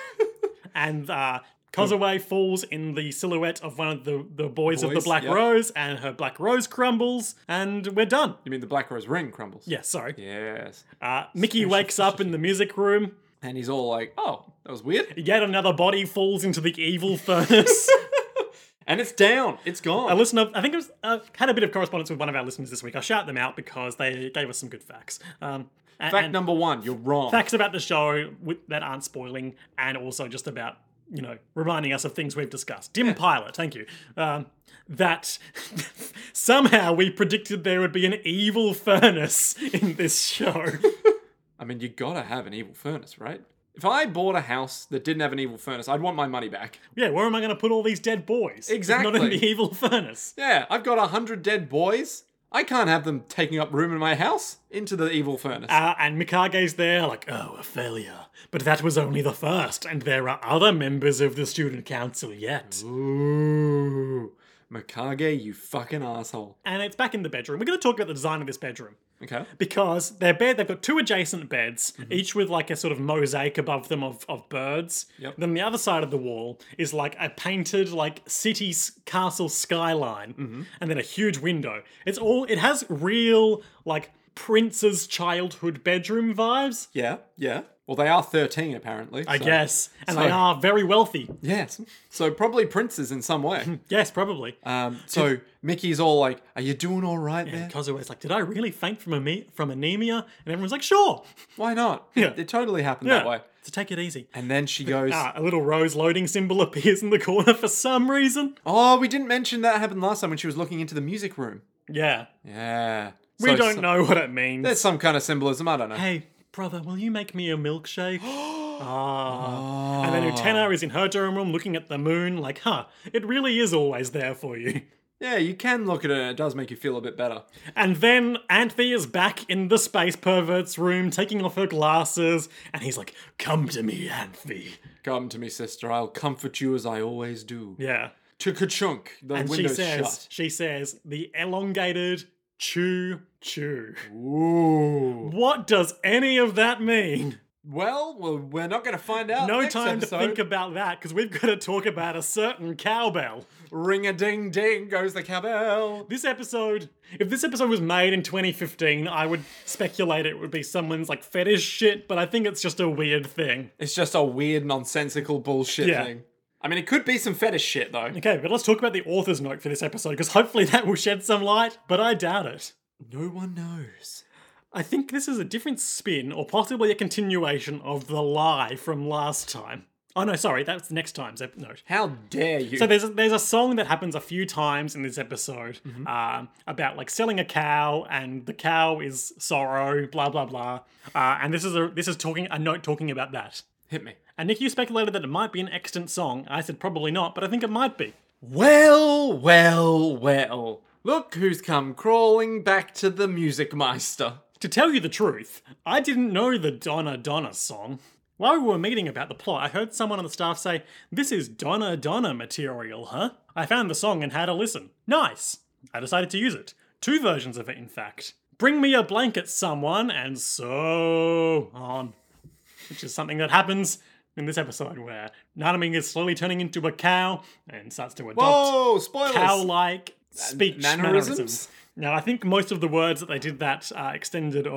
[SPEAKER 1] [LAUGHS] and uh, Kozaway falls in the silhouette of one of the, the boys, of the
[SPEAKER 2] Boys,
[SPEAKER 1] Black
[SPEAKER 2] yep.
[SPEAKER 1] Rose, and her Black Rose crumbles, and we're done.
[SPEAKER 2] You mean the Black Rose ring crumbles?
[SPEAKER 1] Yeah, sorry.
[SPEAKER 2] Yes.
[SPEAKER 1] Uh, Mickey wakes up in the music room.
[SPEAKER 2] And he's all like, oh, that was weird.
[SPEAKER 1] Yet another body falls into the
[SPEAKER 2] [LAUGHS]
[SPEAKER 1] evil furnace.
[SPEAKER 2] And it's down. It's
[SPEAKER 1] a
[SPEAKER 2] gone.
[SPEAKER 1] listener, I think it was, uh, had a bit of correspondence with one of our listeners this week. I'll shout them out because they gave us some good facts. Um, and,
[SPEAKER 2] Fact
[SPEAKER 1] and
[SPEAKER 2] number one, you're wrong.
[SPEAKER 1] facts about the show with, that aren't spoiling, and also just about you know reminding us of things we've discussed. Dim Pilot, thank you. Um, that [LAUGHS] somehow we predicted there would be an evil furnace in this show.
[SPEAKER 2] I mean, you gotta have an evil furnace, right? If I bought a house that didn't have an evil furnace, I'd want my money back.
[SPEAKER 1] yeah, where am I going to put all these dead boys? If Not in
[SPEAKER 2] Exactly.
[SPEAKER 1] the evil furnace.
[SPEAKER 2] Yeah, I've got a hundred dead boys. I can't have them taking up room in my house into the evil furnace.
[SPEAKER 1] Uh, and Mikage's there, like, oh, a failure. But that was only the first, and there are other members of the student council yet.
[SPEAKER 2] Ooh. Mikage, you fucking asshole.
[SPEAKER 1] And it's back in the bedroom. We're going to talk about the design of this bedroom.
[SPEAKER 2] Okay.
[SPEAKER 1] Because their bed, they've got two adjacent beds,
[SPEAKER 2] Mhm.
[SPEAKER 1] each with like a sort of mosaic above them of, of birds.
[SPEAKER 2] Yep.
[SPEAKER 1] Then the other side of the wall is like a painted like city s- castle skyline,
[SPEAKER 2] Mm-hmm.
[SPEAKER 1] and then a huge window. It's all it has real like prince's childhood bedroom vibes.
[SPEAKER 2] Yeah, yeah. Well, they are 13, apparently.
[SPEAKER 1] I guess. And they
[SPEAKER 2] so-
[SPEAKER 1] are very wealthy.
[SPEAKER 2] Yes. So probably princes in
[SPEAKER 1] [LAUGHS]
[SPEAKER 2] some way.
[SPEAKER 1] Yes, probably.
[SPEAKER 2] Um, so Mickey's all like, "Are you doing all right there?
[SPEAKER 1] Kozue's like, did I really faint from ame- from anemia? And everyone's like, sure.
[SPEAKER 2] Why not?
[SPEAKER 1] Yeah.
[SPEAKER 2] It totally happened that
[SPEAKER 1] [LAUGHS]
[SPEAKER 2] way."
[SPEAKER 1] So take it easy.
[SPEAKER 2] And then she goes,
[SPEAKER 1] Ah, a little rose loading symbol [LAUGHS] appears in the corner for some reason.
[SPEAKER 2] "Oh, we didn't mention that happened last time when she was looking into the music room."
[SPEAKER 1] Yeah.
[SPEAKER 2] Yeah.
[SPEAKER 1] We don't know what it means.
[SPEAKER 2] There's some kind of symbolism. I don't know.
[SPEAKER 1] hey, brother, will you make me a [GASPS] milkshake? ah. And then Utena is in her dorm room looking at the moon, like, huh, it really is always there for you.
[SPEAKER 2] Yeah, you can look at it. and It does make you feel a bit better.
[SPEAKER 1] And then Anthe is back in the space pervert's room, taking off her glasses, and he's like, come to me, Anthe.
[SPEAKER 2] Come to me, sister. I'll comfort you as I always do.
[SPEAKER 1] Yeah.
[SPEAKER 2] To ka-chunk. The
[SPEAKER 1] And she
[SPEAKER 2] window's
[SPEAKER 1] says, she says, the elongated chew chew.
[SPEAKER 2] shut. Ooh.
[SPEAKER 1] What does any of that mean?
[SPEAKER 2] Well, well, we're not going to find out.
[SPEAKER 1] No
[SPEAKER 2] next
[SPEAKER 1] time
[SPEAKER 2] episode.
[SPEAKER 1] to think about that because we've got to talk about a certain cowbell.
[SPEAKER 2] Ring a ding ding goes the cowbell.
[SPEAKER 1] This episode, if this episode was made in 2015, I would speculate it would be someone's like fetish shit, but I think it's just a weird thing.
[SPEAKER 2] It's just a weird, nonsensical bullshit
[SPEAKER 1] Yeah.
[SPEAKER 2] thing. I mean, it could be some fetish shit, though.
[SPEAKER 1] Okay, but let's talk about the author's note for this episode because hopefully that will shed some light, but I doubt it.
[SPEAKER 2] No one knows.
[SPEAKER 1] I think this is a different spin or possibly a continuation of the lie from last time. Oh no, sorry, that's next time's ep- note.
[SPEAKER 2] How dare you?
[SPEAKER 1] So there's a, there's a song that happens a few times in this episode um, about like selling a cow and the cow is sorrow, blah blah blah. Uh, and this is a this is talking a note talking about that.
[SPEAKER 2] Hit me.
[SPEAKER 1] And Nick, you speculated that it might be an extant song. I said probably not, but I think it might be.
[SPEAKER 2] Well, well, well. Look who's come crawling back to the music meister.
[SPEAKER 1] To tell you the truth, I didn't know the Donna Donna song. While we were meeting about the plot, I heard someone on the staff say, This is Donna Donna material, huh? I found the song and had a listen. Nice! I decided to use it. Two versions of it, in fact. Bring me a blanket, someone, and so on. Which is something that happens in this episode where Nanami is slowly turning into a cow and starts to adopt
[SPEAKER 2] Oh, spoilers!
[SPEAKER 1] cow-like speech
[SPEAKER 2] Uh, mannerisms?
[SPEAKER 1] mannerisms. Now, I think most of the words that they did that uh, extended "o"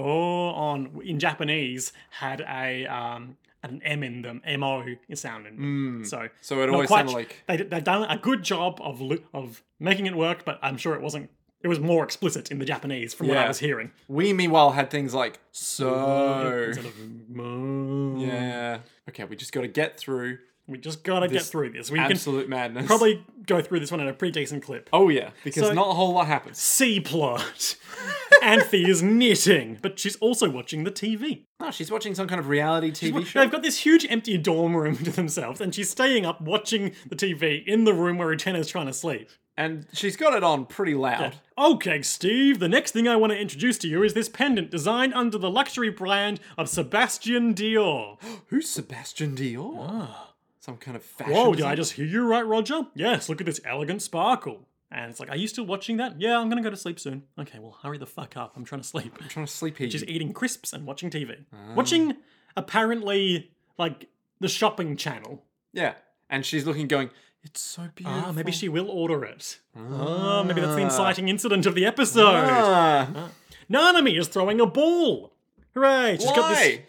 [SPEAKER 1] on in Japanese had a um, an M in them, "mo" sound in them. So,
[SPEAKER 2] Hmm. So it
[SPEAKER 1] not
[SPEAKER 2] always
[SPEAKER 1] quite-
[SPEAKER 2] sounded like-
[SPEAKER 1] they did- they've done a good job of lo- of making it work, but I'm sure it wasn't. It was more explicit in the Japanese from what
[SPEAKER 2] Yeah.
[SPEAKER 1] I was hearing.
[SPEAKER 2] We meanwhile had things like
[SPEAKER 1] [LAUGHS]
[SPEAKER 2] so.
[SPEAKER 1] Instead of "mo."
[SPEAKER 2] Yeah. Okay, we just got to get through
[SPEAKER 1] We just gotta get through this. We can
[SPEAKER 2] absolute madness.
[SPEAKER 1] probably go through this one in a pretty decent clip.
[SPEAKER 2] Oh yeah, because
[SPEAKER 1] So-
[SPEAKER 2] not a whall lot happens.
[SPEAKER 1] C plot. [LAUGHS] Anthe is knitting, but she's also watching the TV.
[SPEAKER 2] No, she's watching some kind of reality TV show.
[SPEAKER 1] They've got this huge empty dorm room to themselves, and she's staying up watching the TV in the room where Eterna's trying to sleep.
[SPEAKER 2] And she's got it on pretty loud.
[SPEAKER 1] Okay, Steve, the next thing I want to introduce to you is this pendant designed under the luxury brand of Sebastian Dior.
[SPEAKER 2] Who's Sebastian Dior? Some kind of fashion.
[SPEAKER 1] Whoa, Oh, did
[SPEAKER 2] design-
[SPEAKER 1] I just hear you right, Roger? Yes, look at this elegant sparkle. And it's like, are you still watching that? Yeah, I'm gonna go to sleep soon. Okay, well, hurry the fuck up. I'm trying to sleep.
[SPEAKER 2] I'm trying to sleep here.
[SPEAKER 1] She's eating crisps and watching TV.
[SPEAKER 2] Ah.
[SPEAKER 1] Watching, apparently, like, the shopping channel.
[SPEAKER 2] Yeah. And she's looking going, It's so beautiful.
[SPEAKER 1] Ah, maybe she will order it. Ah, maybe that's the inciting incident of the episode.
[SPEAKER 2] Ah,
[SPEAKER 1] Nanami is throwing a ball. Hooray! She's got this.
[SPEAKER 2] why?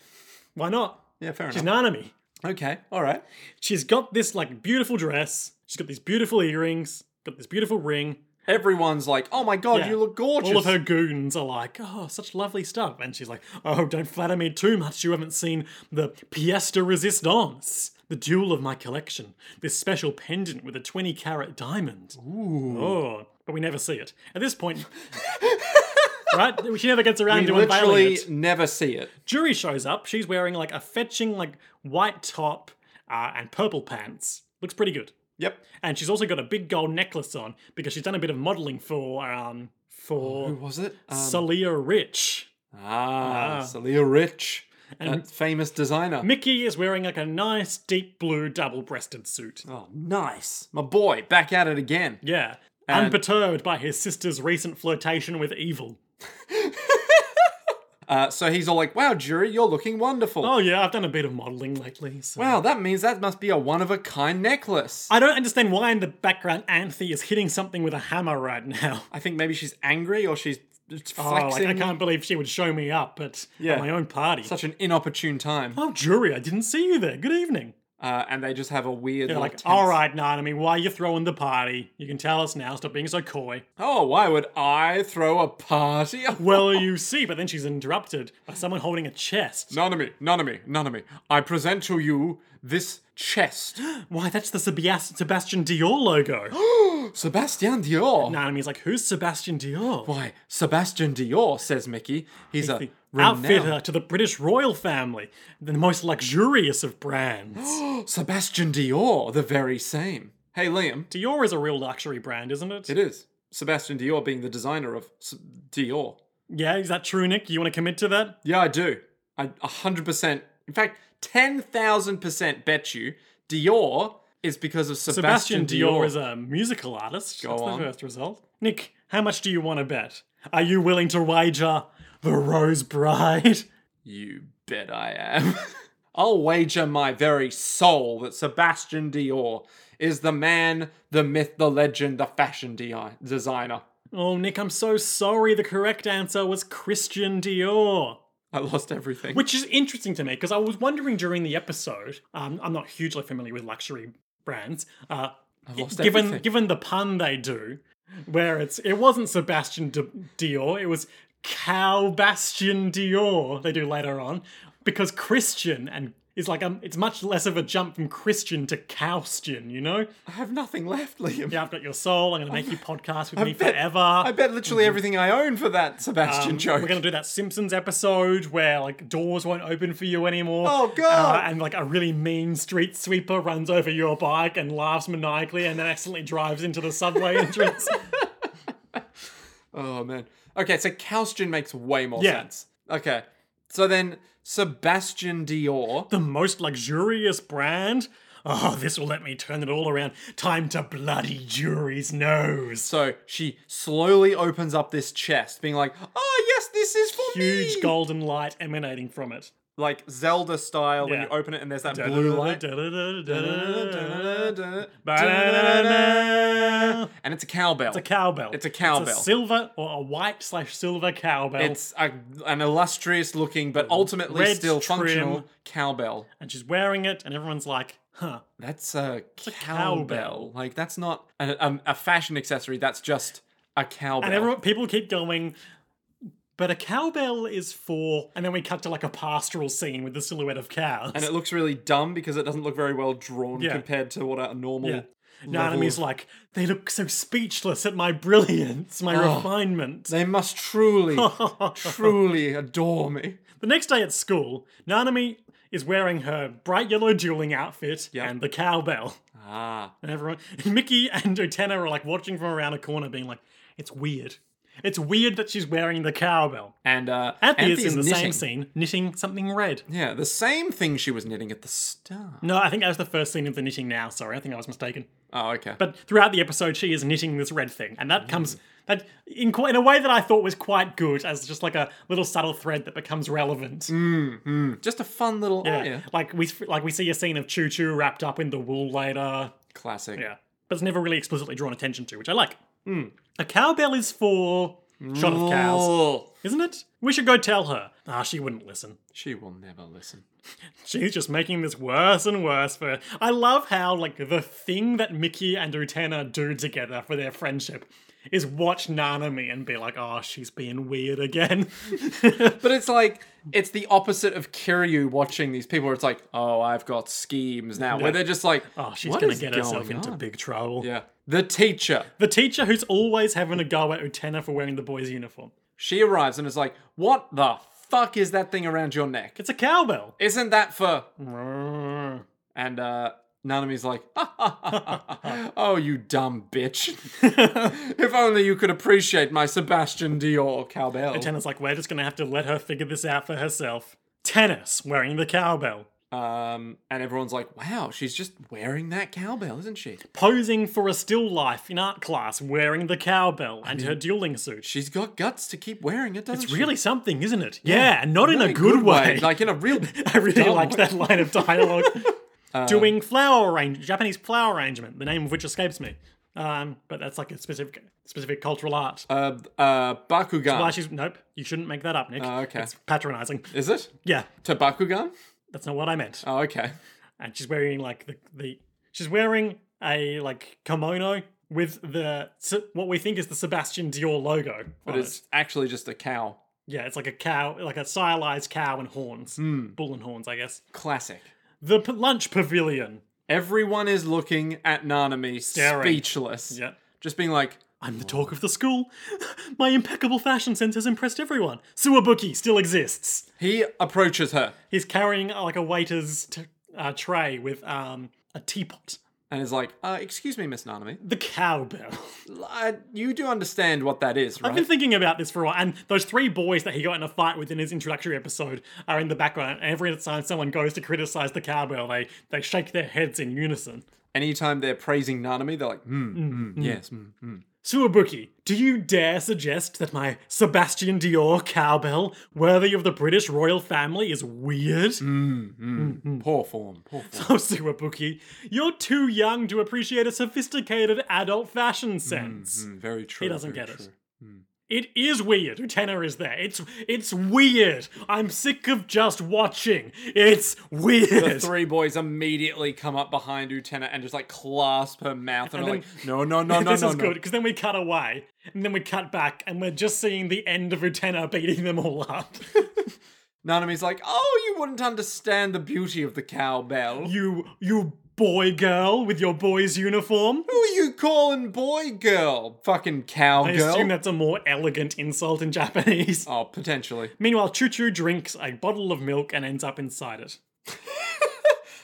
[SPEAKER 1] Why not?
[SPEAKER 2] Yeah, fair
[SPEAKER 1] She's
[SPEAKER 2] enough.
[SPEAKER 1] Nanami.
[SPEAKER 2] Okay, all right.
[SPEAKER 1] She's got this like beautiful dress. She's got these beautiful earrings. Got this beautiful ring.
[SPEAKER 2] Everyone's like, Oh my god,
[SPEAKER 1] Yeah.
[SPEAKER 2] you look gorgeous.
[SPEAKER 1] All of her goons are like, oh, such lovely stuff. And she's like, oh, don't flatter me too much. You haven't seen the pièce de résistance, the jewel of my collection, this special pendant with a 20 carat diamond. Ooh. Oh, but we never see it. At this point, [LAUGHS] right? She never gets around
[SPEAKER 2] you
[SPEAKER 1] to unveiling
[SPEAKER 2] literally
[SPEAKER 1] it.
[SPEAKER 2] never see it.
[SPEAKER 1] Jury shows up. She's wearing like a fetching, like white top uh, and purple pants. Looks pretty good.
[SPEAKER 2] Yep.
[SPEAKER 1] And she's also got a big gold necklace on because she's done a bit of modeling for um for
[SPEAKER 2] Who was it? Um,
[SPEAKER 1] Salia Rich.
[SPEAKER 2] ah, Celia Rich,
[SPEAKER 1] And-
[SPEAKER 2] that famous designer.
[SPEAKER 1] Mickey is wearing like a nice deep blue double breasted suit.
[SPEAKER 2] oh, nice. My boy, back at it again.
[SPEAKER 1] Yeah.
[SPEAKER 2] And-
[SPEAKER 1] Unperturbed by his sister's recent flirtation with evil.
[SPEAKER 2] Uh, so he's all like, Wow, Jury, you're looking wonderful.
[SPEAKER 1] Oh, yeah, I've done a bit of modeling lately. So.
[SPEAKER 2] Wow, that means that must be a one of a kind necklace.
[SPEAKER 1] I don't understand why in the background Anthe is hitting something with a hammer right
[SPEAKER 2] [LAUGHS]
[SPEAKER 1] now.
[SPEAKER 2] I think maybe she's angry or she's just
[SPEAKER 1] Oh, like,
[SPEAKER 2] flexing.
[SPEAKER 1] I can't believe she would show me up at,
[SPEAKER 2] Yeah.
[SPEAKER 1] at my own party.
[SPEAKER 2] Such an inopportune time.
[SPEAKER 1] oh, jury, I didn't see you there. Good evening.
[SPEAKER 2] Uh, and they just have a weird
[SPEAKER 1] They're
[SPEAKER 2] little
[SPEAKER 1] like,
[SPEAKER 2] tense-
[SPEAKER 1] all right, Nanami, why are you throwing the party? You can tell us now. Stop being so coy.
[SPEAKER 2] Oh, why would I throw a party? [LAUGHS]
[SPEAKER 1] Well, you see, but then she's interrupted by someone holding a
[SPEAKER 2] [LAUGHS]
[SPEAKER 1] chest.
[SPEAKER 2] Nonomy, Nonomy, Nonomy, I present to you this
[SPEAKER 1] [GASPS]
[SPEAKER 2] chest.
[SPEAKER 1] Why, that's the Sebias- Sebastian Dior [GASPS] logo.
[SPEAKER 2] Sebastian Dior.
[SPEAKER 1] Nanami's like, who's Sebastian Dior?
[SPEAKER 2] Why, Sebastian Dior, says Mickey. He's a
[SPEAKER 1] Outfitter
[SPEAKER 2] renowned
[SPEAKER 1] to the British royal family, the most luxurious of brands. [GASPS]
[SPEAKER 2] [GASPS] Sebastian Dior, the very same. Hey, Liam,
[SPEAKER 1] Dior is a real luxury brand, isn't it?
[SPEAKER 2] it is. Sebastian Dior being the designer of S- Dior.
[SPEAKER 1] Yeah, is that true, Nick? You want to commit to that?
[SPEAKER 2] Yeah, I do. I 100%. In fact, 10,000% bet you Dior is because of Sebastian,
[SPEAKER 1] Sebastian Dior is a musical artist. That's
[SPEAKER 2] on.
[SPEAKER 1] the first result. Nick, how much do you want to bet? Are you willing to wager the Rose Bride? [LAUGHS]
[SPEAKER 2] You bet I am. [LAUGHS] I'll wager my very soul that Sebastian Dior is the man, the myth, the legend, the fashion di- designer.
[SPEAKER 1] Oh, Nick, I'm so sorry. The correct answer was Christian Dior.
[SPEAKER 2] I lost everything.
[SPEAKER 1] Which is interesting to me because I was wondering during the episode. Um, I'm not hugely familiar with luxury brands. Uh,
[SPEAKER 2] lost
[SPEAKER 1] given
[SPEAKER 2] everything.
[SPEAKER 1] given the pun they do, where it's it wasn't Sebastian D- Dior, it was Cow Bastion Dior. They do later on because Christian and is like um, it's much less of a jump from Christian to Cowstian, you know?
[SPEAKER 2] I have nothing left, Liam.
[SPEAKER 1] Yeah, I've got your soul. I'm going to
[SPEAKER 2] [LAUGHS]
[SPEAKER 1] make you podcast with me
[SPEAKER 2] bet-
[SPEAKER 1] forever.
[SPEAKER 2] I bet literally everything I own for that Sebastian joke.
[SPEAKER 1] Mm-hmm. Um, We're gonna do that Simpsons episode where like doors won't open for you anymore.
[SPEAKER 2] Oh, God.
[SPEAKER 1] Uh, and like a really mean street sweeper runs over your bike and laughs maniacally, and then accidentally drives into the subway entrance.
[SPEAKER 2] Oh man. Okay, so Caustian makes way more
[SPEAKER 1] Yeah.
[SPEAKER 2] sense. Okay. So then Sebastian Dior.
[SPEAKER 1] the most luxurious brand. Oh, this will let me turn it all around. Time to bloody jury's nose.
[SPEAKER 2] So she slowly opens up this chest, being like, "Oh yes, this is for me."
[SPEAKER 1] Huge golden light emanating from it.
[SPEAKER 2] like Zelda style when
[SPEAKER 1] Yeah.
[SPEAKER 2] you open it and there's that blue light. And it's a cowbell.
[SPEAKER 1] It's a cowbell.
[SPEAKER 2] It's a cowbell.
[SPEAKER 1] It's a silver or a white slash silver cowbell.
[SPEAKER 2] It's a, an illustrious looking, but ultimately
[SPEAKER 1] Red
[SPEAKER 2] still
[SPEAKER 1] trim.
[SPEAKER 2] functional cowbell.
[SPEAKER 1] and she's wearing it, and everyone's like, huh.
[SPEAKER 2] That's a
[SPEAKER 1] cowbell.
[SPEAKER 2] cowbell. Like that's not a, a, a fashion accessory. That's just a cowbell.
[SPEAKER 1] And everyone, people keep going, but a cowbell is for. And then we cut to like a pastoral scene with the silhouette of cows.
[SPEAKER 2] and it looks really dumb because it doesn't look very well drawn
[SPEAKER 1] Yeah.
[SPEAKER 2] compared to what a normal.
[SPEAKER 1] Yeah.
[SPEAKER 2] level
[SPEAKER 1] Nanami's
[SPEAKER 2] of-
[SPEAKER 1] like, they look so speechless at my brilliance, my
[SPEAKER 2] Oh.
[SPEAKER 1] refinement. [LAUGHS]
[SPEAKER 2] They must truly, truly adore me.
[SPEAKER 1] The next day at school, Nanami is wearing her bright yellow dueling outfit and the cowbell.
[SPEAKER 2] Ah,
[SPEAKER 1] And everyone, [LAUGHS] Mickey and Otena are like watching from around a corner, being like, it's weird. It's weird that she's wearing the cowbell.
[SPEAKER 2] and uh,
[SPEAKER 1] Anthea's
[SPEAKER 2] Anthea's
[SPEAKER 1] in the same
[SPEAKER 2] knitting.
[SPEAKER 1] scene, knitting something red.
[SPEAKER 2] Yeah, the same thing she was knitting at the start.
[SPEAKER 1] No, I think that was the first scene of the knitting now. Sorry, I think I was mistaken.
[SPEAKER 2] Oh, okay.
[SPEAKER 1] But throughout the episode, she is knitting this red thing, and that comes that in qu- in a way that I thought was quite good, as just like a little subtle thread that becomes relevant.
[SPEAKER 2] just a fun little. Yeah. Oh, Mm, yeah.
[SPEAKER 1] Like we like we see a scene of Choo Choo wrapped up in the wool later.
[SPEAKER 2] Classic.
[SPEAKER 1] Yeah, but it's never really explicitly drawn attention to, which I like. Mm. A cowbell is for shot of cows,
[SPEAKER 2] Oh,
[SPEAKER 1] isn't it? We should go tell her. Ah, she wouldn't listen.
[SPEAKER 2] she will never listen.
[SPEAKER 1] She's just making this worse and worse for her. I love how, like, the thing that Mickey and Utena do together for their friendship is watch Nanami and be like, oh, she's being weird again. [LAUGHS]
[SPEAKER 2] But it's like it's the opposite of Kiryu watching these people. Where it's like, oh, I've got schemes now. Where they're just like,
[SPEAKER 1] oh, she's
[SPEAKER 2] "What
[SPEAKER 1] going to
[SPEAKER 2] is
[SPEAKER 1] get herself
[SPEAKER 2] going
[SPEAKER 1] into
[SPEAKER 2] on?"
[SPEAKER 1] big trouble.
[SPEAKER 2] Yeah, the teacher.
[SPEAKER 1] The teacher who's always having a go at Utena for wearing the boy's uniform.
[SPEAKER 2] She arrives and is like, what the fuck is that thing around your neck?
[SPEAKER 1] It's a cowbell.
[SPEAKER 2] Isn't that
[SPEAKER 1] [LAUGHS]
[SPEAKER 2] for?
[SPEAKER 1] Rrrr.
[SPEAKER 2] And uh, Nanami's like, [LAUGHS] oh, you dumb bitch.
[SPEAKER 1] [LAUGHS]
[SPEAKER 2] if only you could appreciate my Sebastian Dior cowbell.
[SPEAKER 1] Utena's like, we're just going to have to let her figure this out for herself. Tennis wearing the cowbell.
[SPEAKER 2] Um, and everyone's like, wow, she's just wearing that cowbell, isn't she?
[SPEAKER 1] Posing for a still life in art class wearing the cowbell and her dueling suit.
[SPEAKER 2] She's got guts to keep wearing it, doesn't
[SPEAKER 1] It's
[SPEAKER 2] she?
[SPEAKER 1] really something, isn't it? Yeah, and not in a
[SPEAKER 2] In a
[SPEAKER 1] good, way.
[SPEAKER 2] Like in a real.
[SPEAKER 1] [LAUGHS] I really
[SPEAKER 2] dumb
[SPEAKER 1] liked
[SPEAKER 2] way.
[SPEAKER 1] that line of [LAUGHS] dialogue. Um, Doing flower arrange, Japanese flower arrangement, the name of which escapes me. Um, but that's like a specific specific cultural art.
[SPEAKER 2] Uh, uh, Bakugan.
[SPEAKER 1] Why she's nope, you shouldn't make that up, Nick.
[SPEAKER 2] Oh, okay.
[SPEAKER 1] It's patronizing.
[SPEAKER 2] Is it?
[SPEAKER 1] Yeah,
[SPEAKER 2] To Bakugan?
[SPEAKER 1] that's not what I meant.
[SPEAKER 2] Oh, okay.
[SPEAKER 1] And she's wearing like the, the she's wearing a like kimono with the se- what we think is the Sebastian Dior logo.
[SPEAKER 2] But
[SPEAKER 1] on it.
[SPEAKER 2] it's actually just a cow.
[SPEAKER 1] yeah, it's like a cow, like a stylized cow and horns, bull and horns, I guess.
[SPEAKER 2] Classic.
[SPEAKER 1] The p- lunch pavilion.
[SPEAKER 2] Everyone is looking at Nanami,
[SPEAKER 1] Staring.
[SPEAKER 2] speechless.
[SPEAKER 1] Yeah.
[SPEAKER 2] Just being like,
[SPEAKER 1] I'm the talk of the school. [LAUGHS] My impeccable fashion sense has impressed everyone. Suwabuki still exists.
[SPEAKER 2] he approaches her
[SPEAKER 1] He's carrying uh, like a waiter's t- uh, tray with um, a teapot.
[SPEAKER 2] and is like, uh, excuse me, Miss Nanami.
[SPEAKER 1] The cowbell.
[SPEAKER 2] L- uh, you do understand what that is,
[SPEAKER 1] I've
[SPEAKER 2] right?
[SPEAKER 1] been thinking about this for a while, and those three boys that he got in a fight with in his introductory episode are in the background. And every time someone goes to criticize the cowbell, they they shake their heads in unison.
[SPEAKER 2] Anytime they're praising Nanami, they're like, hmm, mm, yes, mm, mm.
[SPEAKER 1] Suwabuki, do you dare suggest that my Sebastian Dior cowbell, worthy of the British royal family, is weird?
[SPEAKER 2] Mm. hmm,
[SPEAKER 1] mm.
[SPEAKER 2] Poor form,
[SPEAKER 1] [LAUGHS]
[SPEAKER 2] poor form.
[SPEAKER 1] Oh, Suwabuki, you're too young to appreciate a sophisticated adult fashion sense.
[SPEAKER 2] Mm, very true.
[SPEAKER 1] He doesn't
[SPEAKER 2] very
[SPEAKER 1] get it.
[SPEAKER 2] true.
[SPEAKER 1] It is weird. Utena is there. It's it's weird. I'm sick of just watching. It's weird.
[SPEAKER 2] The three boys immediately come up behind Utena and just like clasp her mouth and, are
[SPEAKER 1] then-
[SPEAKER 2] like, no,
[SPEAKER 1] [LAUGHS]
[SPEAKER 2] no, no, no,
[SPEAKER 1] this
[SPEAKER 2] no,
[SPEAKER 1] is
[SPEAKER 2] no.
[SPEAKER 1] good because then we cut away [LAUGHS] and then we cut back and we're just seeing the end of Utena beating them all up.
[SPEAKER 2] Nanami's like, oh, you wouldn't understand the beauty of the cowbell.
[SPEAKER 1] You you boy girl with your boy's uniform.
[SPEAKER 2] Who are you calling boy girl? Fucking
[SPEAKER 1] I
[SPEAKER 2] cowgirl?
[SPEAKER 1] assume that's a more elegant insult in
[SPEAKER 2] [LAUGHS]
[SPEAKER 1] Japanese.
[SPEAKER 2] oh, potentially.
[SPEAKER 1] Meanwhile, Choo Choo drinks a bottle of milk and ends up inside it.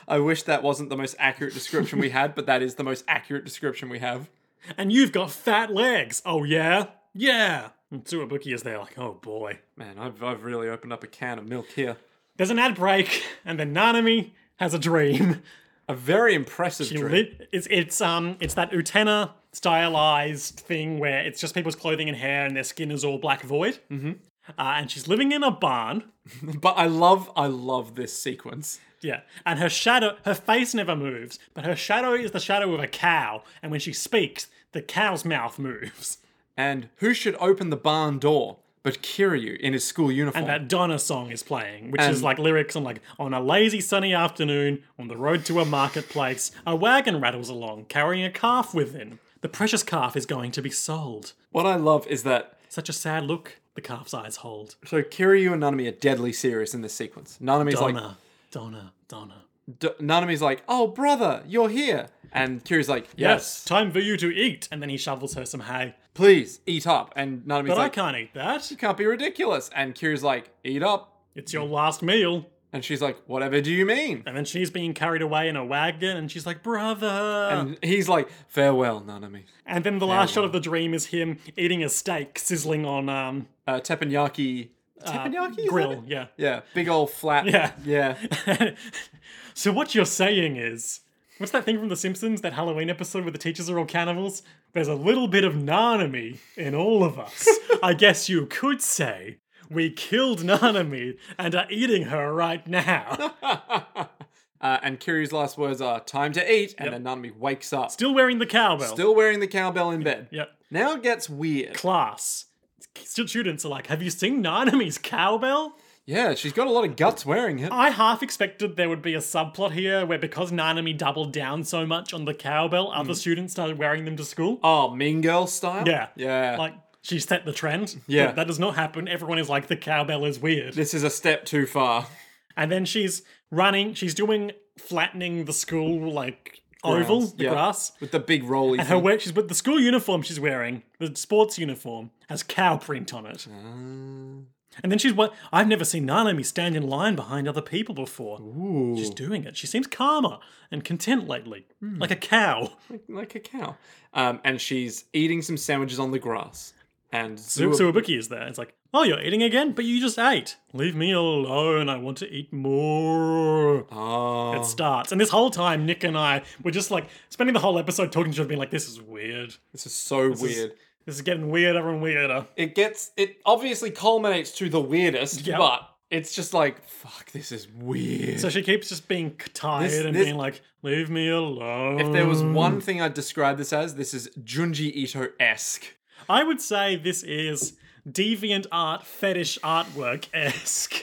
[SPEAKER 2] I wish that wasn't the most accurate description we had, but that is the most accurate description we have.
[SPEAKER 1] And you've got fat legs. Oh yeah? Yeah. And Tsuwabuki is there like, oh boy.
[SPEAKER 2] Man, I've, I've really opened up a can of milk here.
[SPEAKER 1] There's an ad break, and then Nanami has a dream.
[SPEAKER 2] A very impressive
[SPEAKER 1] You
[SPEAKER 2] dream.
[SPEAKER 1] lit- It's it's um it's that Utena stylized thing where it's just people's clothing and hair and their skin is all black void. Mm-hmm. Uh, and she's living in a barn.
[SPEAKER 2] But I love, I love this sequence.
[SPEAKER 1] Yeah, and her shadow, her face never moves, but her shadow is the shadow of a cow. And when she speaks, the cow's mouth moves.
[SPEAKER 2] And who should open the barn door but Kiryu in his school uniform?
[SPEAKER 1] That Donna song is playing, which is like lyrics on like on a lazy sunny afternoon on the road to a marketplace, a wagon rattles along carrying a calf with him. The precious calf is going to be sold.
[SPEAKER 2] what I love is that
[SPEAKER 1] Such a sad look the calf's eyes hold.
[SPEAKER 2] so Kiryu and Nanami are deadly serious in this sequence. Nanami's like,
[SPEAKER 1] Donna, Donna, Donna.
[SPEAKER 2] D- Nanami's like, "Oh, brother, you're here," and Kiryu's like,
[SPEAKER 1] Yes,
[SPEAKER 2] "Yes,
[SPEAKER 1] time for you to eat. And then he shovels her some hay.
[SPEAKER 2] please eat up." And Nanami's
[SPEAKER 1] But I
[SPEAKER 2] like,
[SPEAKER 1] can't eat that.
[SPEAKER 2] "You can't be ridiculous." And Kiryu's like, "Eat up,"
[SPEAKER 1] It's your last meal.
[SPEAKER 2] and she's like, "Whatever do you mean?"
[SPEAKER 1] And then she's being carried away in a wagon, and she's like, brother. And,
[SPEAKER 2] And he's like, "Farewell, Nanami."
[SPEAKER 1] then the last shot of the dream is him eating a steak sizzling on um
[SPEAKER 2] Uh, teppanyaki, teppanyaki is that
[SPEAKER 1] Uh, grill.
[SPEAKER 2] it?
[SPEAKER 1] Yeah.
[SPEAKER 2] Yeah, big old flat.
[SPEAKER 1] [LAUGHS] Yeah. [LAUGHS]
[SPEAKER 2] yeah.
[SPEAKER 1] so what you're saying is, what's that thing from The Simpsons, that Halloween episode where the teachers are all cannibals? There's a little bit of Nanami in all of us. I guess you could say we killed Nanami and are eating her right now.
[SPEAKER 2] uh, and Kiryu's last words are, "Time to eat," and then Nanami wakes up,
[SPEAKER 1] Still wearing the cowbell.
[SPEAKER 2] still wearing the cowbell in bed.
[SPEAKER 1] Yep.
[SPEAKER 2] Now it gets weird.
[SPEAKER 1] Class. Stu- Students are like, have you seen Nanami's cowbell?
[SPEAKER 2] Yeah, she's got a lot of guts wearing it.
[SPEAKER 1] I half expected there would be a subplot here where because Nanami doubled down so much on the cowbell, other students started wearing them to school.
[SPEAKER 2] Hmm. Oh, Mean Girl style.
[SPEAKER 1] Yeah.
[SPEAKER 2] yeah.
[SPEAKER 1] Like she set the trend.
[SPEAKER 2] Yeah.
[SPEAKER 1] But that does not happen. Everyone is like the cowbell is weird.
[SPEAKER 2] this is a step too far.
[SPEAKER 1] And then she's running, she's doing flattening the school like oval, the
[SPEAKER 2] yeah. Hmm.
[SPEAKER 1] grass.
[SPEAKER 2] With the big
[SPEAKER 1] [LAUGHS]
[SPEAKER 2] rolly
[SPEAKER 1] Her
[SPEAKER 2] thing.
[SPEAKER 1] wear she's with the school uniform she's wearing, the sports uniform, has cow print on it. And then she's what I've never seen Nanami stand in line behind other people before.
[SPEAKER 2] Uh,
[SPEAKER 1] She's doing it. She seems calmer and content lately.
[SPEAKER 2] Hmm.
[SPEAKER 1] Like a cow.
[SPEAKER 2] like a cow. Um, and she's eating some sandwiches on the grass. And
[SPEAKER 1] So,
[SPEAKER 2] Zua-
[SPEAKER 1] so Ibuki is there. It's like, oh, you're eating again, but you just ate. Leave me alone. I want to eat more.
[SPEAKER 2] Oh.
[SPEAKER 1] It starts, and this whole time, Nick and I were just like spending the whole episode talking to each other, being like, "This is weird.
[SPEAKER 2] this is so weird.
[SPEAKER 1] This is getting weirder and weirder."
[SPEAKER 2] It gets it obviously culminates to the weirdest,
[SPEAKER 1] Yep.
[SPEAKER 2] but it's just like fuck. This is weird.
[SPEAKER 1] So she keeps just being c- tired
[SPEAKER 2] This-
[SPEAKER 1] and
[SPEAKER 2] this-
[SPEAKER 1] being like, "Leave me alone."
[SPEAKER 2] if there was one thing I'd describe this as, this is Junji Ito esque.
[SPEAKER 1] I would say this is deviant art fetish artwork esque.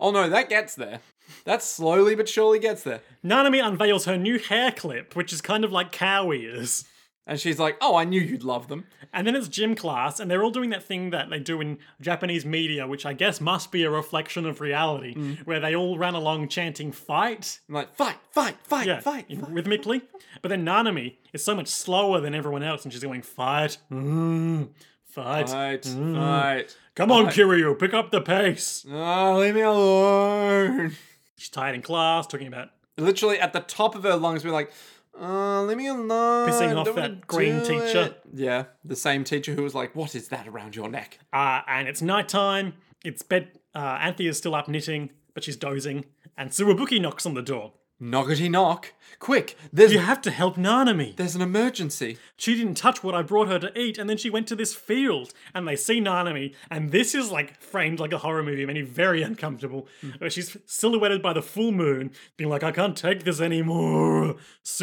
[SPEAKER 2] Oh no, that gets there. That slowly but surely gets there.
[SPEAKER 1] [LAUGHS] Nanami unveils her new hair clip, which is kind of like cow ears.
[SPEAKER 2] And she's like, "Oh, I knew you'd love them."
[SPEAKER 1] And then it's gym class, and they're all doing that thing that they do in Japanese media, which I guess must be a reflection of reality,
[SPEAKER 2] Mm.
[SPEAKER 1] where they all ran along chanting fight,
[SPEAKER 2] I'm like, "Fight, fight, fight,
[SPEAKER 1] yeah,
[SPEAKER 2] fight,
[SPEAKER 1] in-
[SPEAKER 2] fight."
[SPEAKER 1] rhythmically. But then Nanami is so much slower than everyone else, and she's going, fight, mm, fight.
[SPEAKER 2] Fight, fight.
[SPEAKER 1] Come on, Kiryu, pick up the pace.
[SPEAKER 2] Oh, leave me alone.
[SPEAKER 1] She's tired in class, talking about
[SPEAKER 2] literally at the top of her lungs being like, uh, leave me alone.
[SPEAKER 1] Pissing off
[SPEAKER 2] don't wanna
[SPEAKER 1] that green
[SPEAKER 2] do
[SPEAKER 1] teacher.
[SPEAKER 2] it." Yeah, the same teacher who was like, what is that around your neck?
[SPEAKER 1] Uh, and it's nighttime. It's bed. Uh, Anthea's still up knitting, but she's dozing. And Suwabuki knocks on the door.
[SPEAKER 2] Knockety knock. Quick, there's,
[SPEAKER 1] You have to help Nanami.
[SPEAKER 2] there's an emergency.
[SPEAKER 1] She didn't touch what I brought her to eat, and then she went to this field. And they see Nanami, and this is like framed like a horror movie, made me very uncomfortable. Uh, She's silhouetted by the full moon, being like, I can't take this anymore.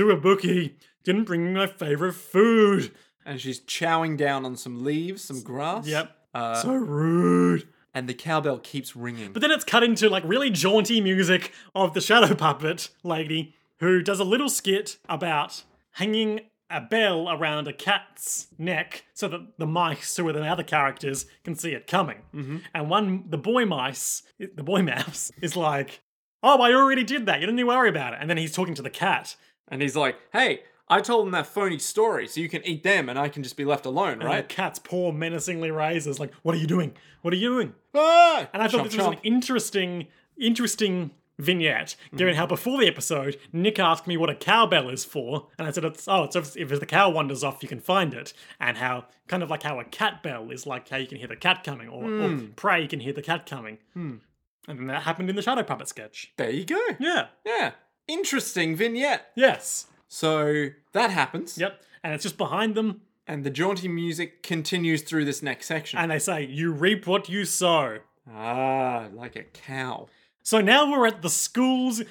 [SPEAKER 1] Suwabuki didn't bring me my favorite food.
[SPEAKER 2] And she's chowing down on some leaves, some grass.
[SPEAKER 1] Yep.
[SPEAKER 2] Uh,
[SPEAKER 1] so rude.
[SPEAKER 2] and the cowbell keeps ringing.
[SPEAKER 1] But then it's cut into like really jaunty music of the shadow puppet lady who does a little skit about hanging a bell around a cat's neck so that the mice who are the other characters can see it coming. Mm-hmm. And one, the boy mice, the boy [LAUGHS] mouse, is like, "Oh, I already did that. You don't need to worry about it." And then he's talking to the cat,
[SPEAKER 2] And he's like, hey, I told them that phony story so you can eat them and I can just be left alone,
[SPEAKER 1] and
[SPEAKER 2] right?
[SPEAKER 1] the cat's paw menacingly raises, like, "What are you doing? What are you doing?"
[SPEAKER 2] Ah!
[SPEAKER 1] And I thought
[SPEAKER 2] Chomp,
[SPEAKER 1] this was an
[SPEAKER 2] chomp.
[SPEAKER 1] interesting, interesting vignette, given how before the episode, Nick asked me what a cowbell is for, and I said, it's, oh, it's if, if the cow wanders off, you can find it, and how, kind of like how a cat bell is like how you can hear the cat coming, or,
[SPEAKER 2] Hmm.
[SPEAKER 1] or prey, you can hear the cat coming. And then that happened in the Shadow Puppet sketch.
[SPEAKER 2] There you go.
[SPEAKER 1] Yeah.
[SPEAKER 2] Yeah. Interesting vignette.
[SPEAKER 1] Yes.
[SPEAKER 2] So that happens.
[SPEAKER 1] Yep. And it's just behind them,
[SPEAKER 2] And the jaunty music continues through this next section.
[SPEAKER 1] and they say, you reap what you sow.
[SPEAKER 2] ah, like a cow.
[SPEAKER 1] So now we're at the school's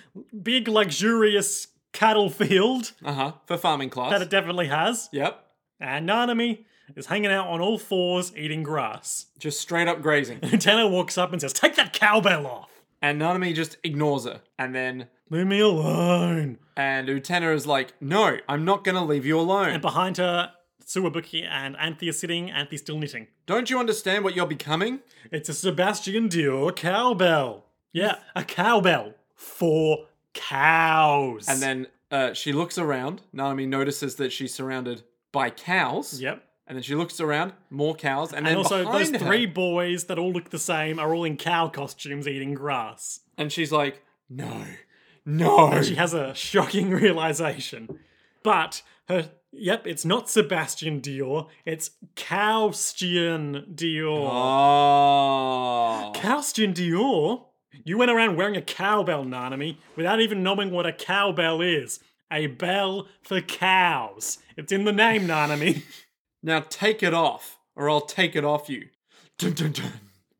[SPEAKER 1] big, luxurious cattle field
[SPEAKER 2] Uh huh. For farming class.
[SPEAKER 1] that it definitely has.
[SPEAKER 2] yep.
[SPEAKER 1] And Nanami is hanging out on all fours eating grass. [LAUGHS]
[SPEAKER 2] Just straight up grazing.
[SPEAKER 1] Tenno walks up and says, Take that cowbell off!
[SPEAKER 2] and Nanami just ignores her. And then,
[SPEAKER 1] Leave me alone!
[SPEAKER 2] and Utena is like, no, I'm not going to leave you alone.
[SPEAKER 1] And behind her, Suwabuki and Anthe are sitting, Anthe still knitting.
[SPEAKER 2] Don't you understand what you're becoming?
[SPEAKER 1] It's a Sebastian Dior cowbell. Yeah, a cowbell for cows.
[SPEAKER 2] And then uh, she looks around. Naomi notices that she's surrounded by cows.
[SPEAKER 1] Yep.
[SPEAKER 2] And then she looks around, more cows, and,
[SPEAKER 1] And
[SPEAKER 2] then
[SPEAKER 1] also, those
[SPEAKER 2] behind her-
[SPEAKER 1] three boys that all look the same are all in cow costumes eating grass.
[SPEAKER 2] and she's like, "No, no."
[SPEAKER 1] She has a shocking [LAUGHS] realization. But her yep, it's not Sebastian Dior, it's Caustian Dior.
[SPEAKER 2] oh,
[SPEAKER 1] Caustian Dior? You went around wearing a cowbell, Nanami, without even knowing what a cowbell is. A bell for cows. It's in the name, Nanami.
[SPEAKER 2] now take it off, or I'll take it off you. Dun, dun, dun.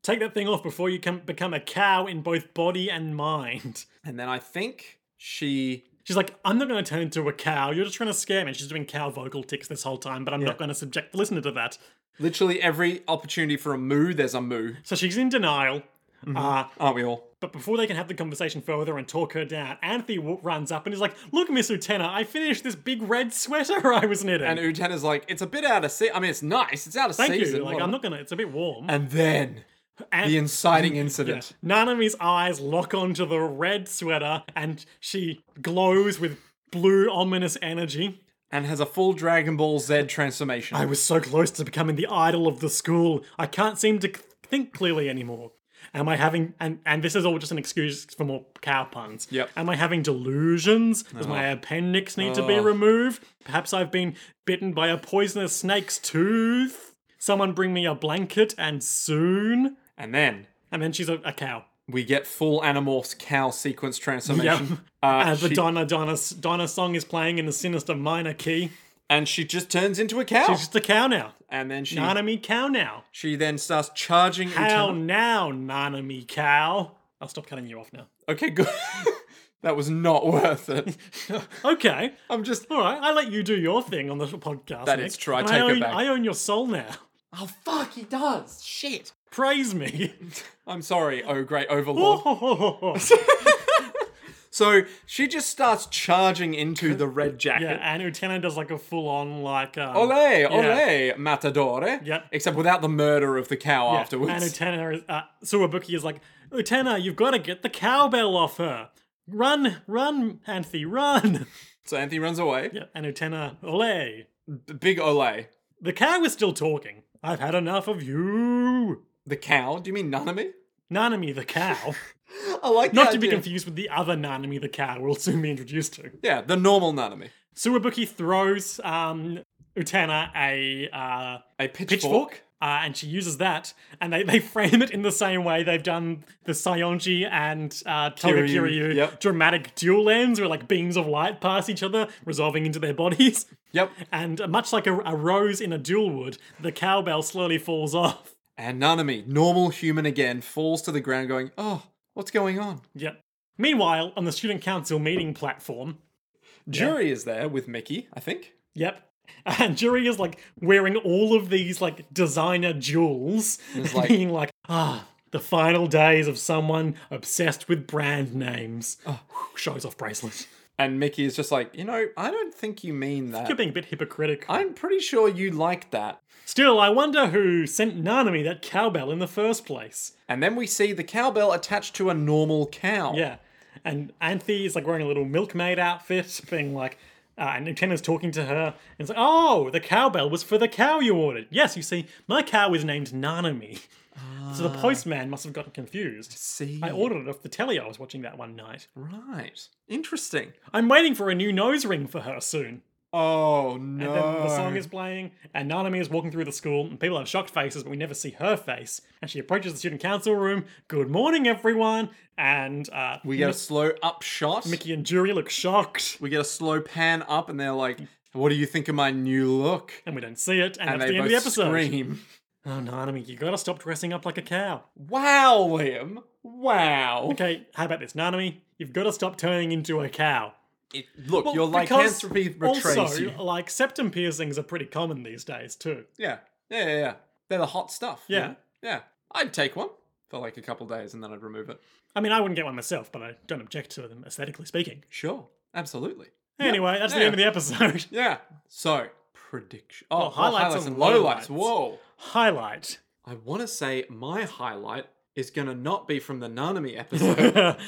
[SPEAKER 1] Take that thing off before you can become a cow in both body and mind.
[SPEAKER 2] And then I think she.
[SPEAKER 1] She's like, I'm not going to turn into a cow. You're just trying to scare me. And She's doing cow vocal ticks this whole time, but I'm not going to subject the listener to that.
[SPEAKER 2] Literally every opportunity for a moo, there's a moo.
[SPEAKER 1] So she's in denial. Uh,
[SPEAKER 2] Aren't we all?
[SPEAKER 1] but before they can have the conversation further and talk her down, Anthony w- runs up and is like, Look, Miss Utena, I finished this big red sweater I was knitting.
[SPEAKER 2] And Utena's like, it's a bit out of season. I mean, it's nice. It's out of
[SPEAKER 1] Thank
[SPEAKER 2] season.
[SPEAKER 1] you. Like,
[SPEAKER 2] what
[SPEAKER 1] I'm
[SPEAKER 2] a-
[SPEAKER 1] not going to, it's a bit warm.
[SPEAKER 2] And then
[SPEAKER 1] And-
[SPEAKER 2] the inciting
[SPEAKER 1] Mm,
[SPEAKER 2] incident.
[SPEAKER 1] Nanami's eyes lock onto the red sweater and she glows with blue, ominous energy.
[SPEAKER 2] and has a full Dragon Ball Z transformation.
[SPEAKER 1] I was so close to becoming the idol of the school. I can't seem to c- think clearly anymore. Am I having and and this is all just an excuse for more cow puns.
[SPEAKER 2] Yep.
[SPEAKER 1] Am I having delusions? Does my appendix need to be removed? Perhaps I've been bitten by a poisonous snake's tooth. Someone bring me a blanket and soon.
[SPEAKER 2] and then
[SPEAKER 1] And then she's a, a cow.
[SPEAKER 2] we get full Animorphs cow sequence
[SPEAKER 1] Yeah. [LAUGHS]
[SPEAKER 2] transformation. Uh,
[SPEAKER 1] As the
[SPEAKER 2] she-
[SPEAKER 1] Donna Donna Donna song is playing in the sinister minor key.
[SPEAKER 2] and she just turns into a cow.
[SPEAKER 1] She's just a cow now.
[SPEAKER 2] and then she
[SPEAKER 1] Nanami cow now.
[SPEAKER 2] she then starts charging.
[SPEAKER 1] Cow
[SPEAKER 2] Utena-
[SPEAKER 1] now, Nanami cow. I'll stop cutting you off now.
[SPEAKER 2] Okay, good. [LAUGHS] that was not
[SPEAKER 1] [LAUGHS]
[SPEAKER 2] worth it.
[SPEAKER 1] Okay.
[SPEAKER 2] I'm just.
[SPEAKER 1] All right. I let you do your thing on the podcast.
[SPEAKER 2] That
[SPEAKER 1] Nick,
[SPEAKER 2] is true, I
[SPEAKER 1] and
[SPEAKER 2] take it
[SPEAKER 1] own,
[SPEAKER 2] back.
[SPEAKER 1] I own your soul now.
[SPEAKER 2] Oh fuck! He does shit.
[SPEAKER 1] Praise
[SPEAKER 2] [LAUGHS]
[SPEAKER 1] me. [LAUGHS]
[SPEAKER 2] I'm sorry. Oh great
[SPEAKER 1] Oh,
[SPEAKER 2] overlord.
[SPEAKER 1] ho, ho, ho,
[SPEAKER 2] [LAUGHS]
[SPEAKER 1] ho.
[SPEAKER 2] So she just starts charging into the red jacket.
[SPEAKER 1] yeah, and Utena does like a full on, like. Um,
[SPEAKER 2] Ole, ole, matadore.
[SPEAKER 1] Yep.
[SPEAKER 2] Except without the murder of the cow
[SPEAKER 1] yeah,
[SPEAKER 2] afterwards.
[SPEAKER 1] And Utena is. Uh, Suwabuki is like, Utena, you've got to get the cowbell off her. Run, run, Anthe, run.
[SPEAKER 2] [LAUGHS]
[SPEAKER 1] [LAUGHS]
[SPEAKER 2] so Anthony runs away.
[SPEAKER 1] Yeah, and Utena, ole.
[SPEAKER 2] B- Big ole.
[SPEAKER 1] The cow is still talking. I've had enough of you.
[SPEAKER 2] The cow? Do you mean Nanami?
[SPEAKER 1] Nanami the cow.
[SPEAKER 2] I like
[SPEAKER 1] Not
[SPEAKER 2] the
[SPEAKER 1] to be
[SPEAKER 2] idea.
[SPEAKER 1] confused with the other Nanami the cow we'll soon be introduced to.
[SPEAKER 2] Yeah, the normal Nanami.
[SPEAKER 1] Suwabuki throws um, Utana a uh,
[SPEAKER 2] A pitchfork.
[SPEAKER 1] pitchfork, uh, and she uses that, and they, [LAUGHS] they frame it in the same way they've done the Sayonji and uh, Toga
[SPEAKER 2] Kiryu,
[SPEAKER 1] Kiryu
[SPEAKER 2] yep.
[SPEAKER 1] dramatic dual lens, where like beams of light pass each other, resolving into their bodies. [LAUGHS]
[SPEAKER 2] Yep.
[SPEAKER 1] And uh, much like a, a rose in a dual wood, the cowbell slowly falls off.
[SPEAKER 2] And Nanami, normal human again, falls to the ground going, oh, what's going on?
[SPEAKER 1] Yep. Meanwhile, on the student council meeting platform,
[SPEAKER 2] Jury is there with Mickey, I think.
[SPEAKER 1] Yep. [LAUGHS] And Jury is like wearing all of these like designer jewels,
[SPEAKER 2] It's
[SPEAKER 1] [LAUGHS] and
[SPEAKER 2] like-
[SPEAKER 1] being like, ah, the [SIGHS]
[SPEAKER 2] Ah.
[SPEAKER 1] final days of someone obsessed with brand names. Shows off bracelet.
[SPEAKER 2] And Mickey is just like, you know, I don't think you mean that.
[SPEAKER 1] You're being a bit hypocritical.
[SPEAKER 2] I'm pretty sure you like that.
[SPEAKER 1] Still, I wonder who sent Nanami that cowbell in the first place.
[SPEAKER 2] And then we see the cowbell attached to a normal cow.
[SPEAKER 1] Yeah. And Anthe is like wearing a little milkmaid outfit, [LAUGHS] being like, uh, and Nintendo's talking to her. And it's like, oh, the cowbell was for the cow you ordered. Yes, you see, my cow is named Nanami. [LAUGHS] So
[SPEAKER 2] Ah.
[SPEAKER 1] the postman must have gotten confused.
[SPEAKER 2] See?
[SPEAKER 1] I ordered it off the telly I was watching that one night.
[SPEAKER 2] right. Interesting.
[SPEAKER 1] I'm waiting for a new nose ring for her soon.
[SPEAKER 2] Oh no.
[SPEAKER 1] Then the song is playing, and Nanami is walking through the school, and people have shocked faces, but we never see her face. And she approaches the student council room. Good morning, everyone. And uh,
[SPEAKER 2] we get a slow up shot.
[SPEAKER 1] Mickey and Jury look shocked,
[SPEAKER 2] We get a slow pan up, and they're like, "What do you think of my new look?"
[SPEAKER 1] and we don't see it. And,
[SPEAKER 2] And
[SPEAKER 1] that's
[SPEAKER 2] they
[SPEAKER 1] the end
[SPEAKER 2] both
[SPEAKER 1] of the episode.
[SPEAKER 2] scream.
[SPEAKER 1] Oh, Nanami, you gotta stop dressing up like a cow.
[SPEAKER 2] Wow, Liam. Wow.
[SPEAKER 1] Okay, how about this, Nanami? You've gotta stop turning into a cow.
[SPEAKER 2] It- look,
[SPEAKER 1] Well,
[SPEAKER 2] your
[SPEAKER 1] because
[SPEAKER 2] lycanthropy betrays
[SPEAKER 1] also,
[SPEAKER 2] you.
[SPEAKER 1] like septum piercings are pretty common these days too.
[SPEAKER 2] Yeah. yeah, yeah, yeah. They're the hot stuff. you
[SPEAKER 1] Yeah.
[SPEAKER 2] know? yeah. I'd take one for like a couple days, and then I'd remove it.
[SPEAKER 1] I mean, I wouldn't get one myself, but I don't object to them aesthetically speaking.
[SPEAKER 2] Sure, absolutely.
[SPEAKER 1] Anyway, that's the
[SPEAKER 2] Yeah.
[SPEAKER 1] end of the episode. [LAUGHS]
[SPEAKER 2] Yeah. So prediction. Oh,
[SPEAKER 1] Well, highlights and lowlights.
[SPEAKER 2] Whoa.
[SPEAKER 1] Highlight.
[SPEAKER 2] I want to say my highlight is gonna not be from the Nanami episode.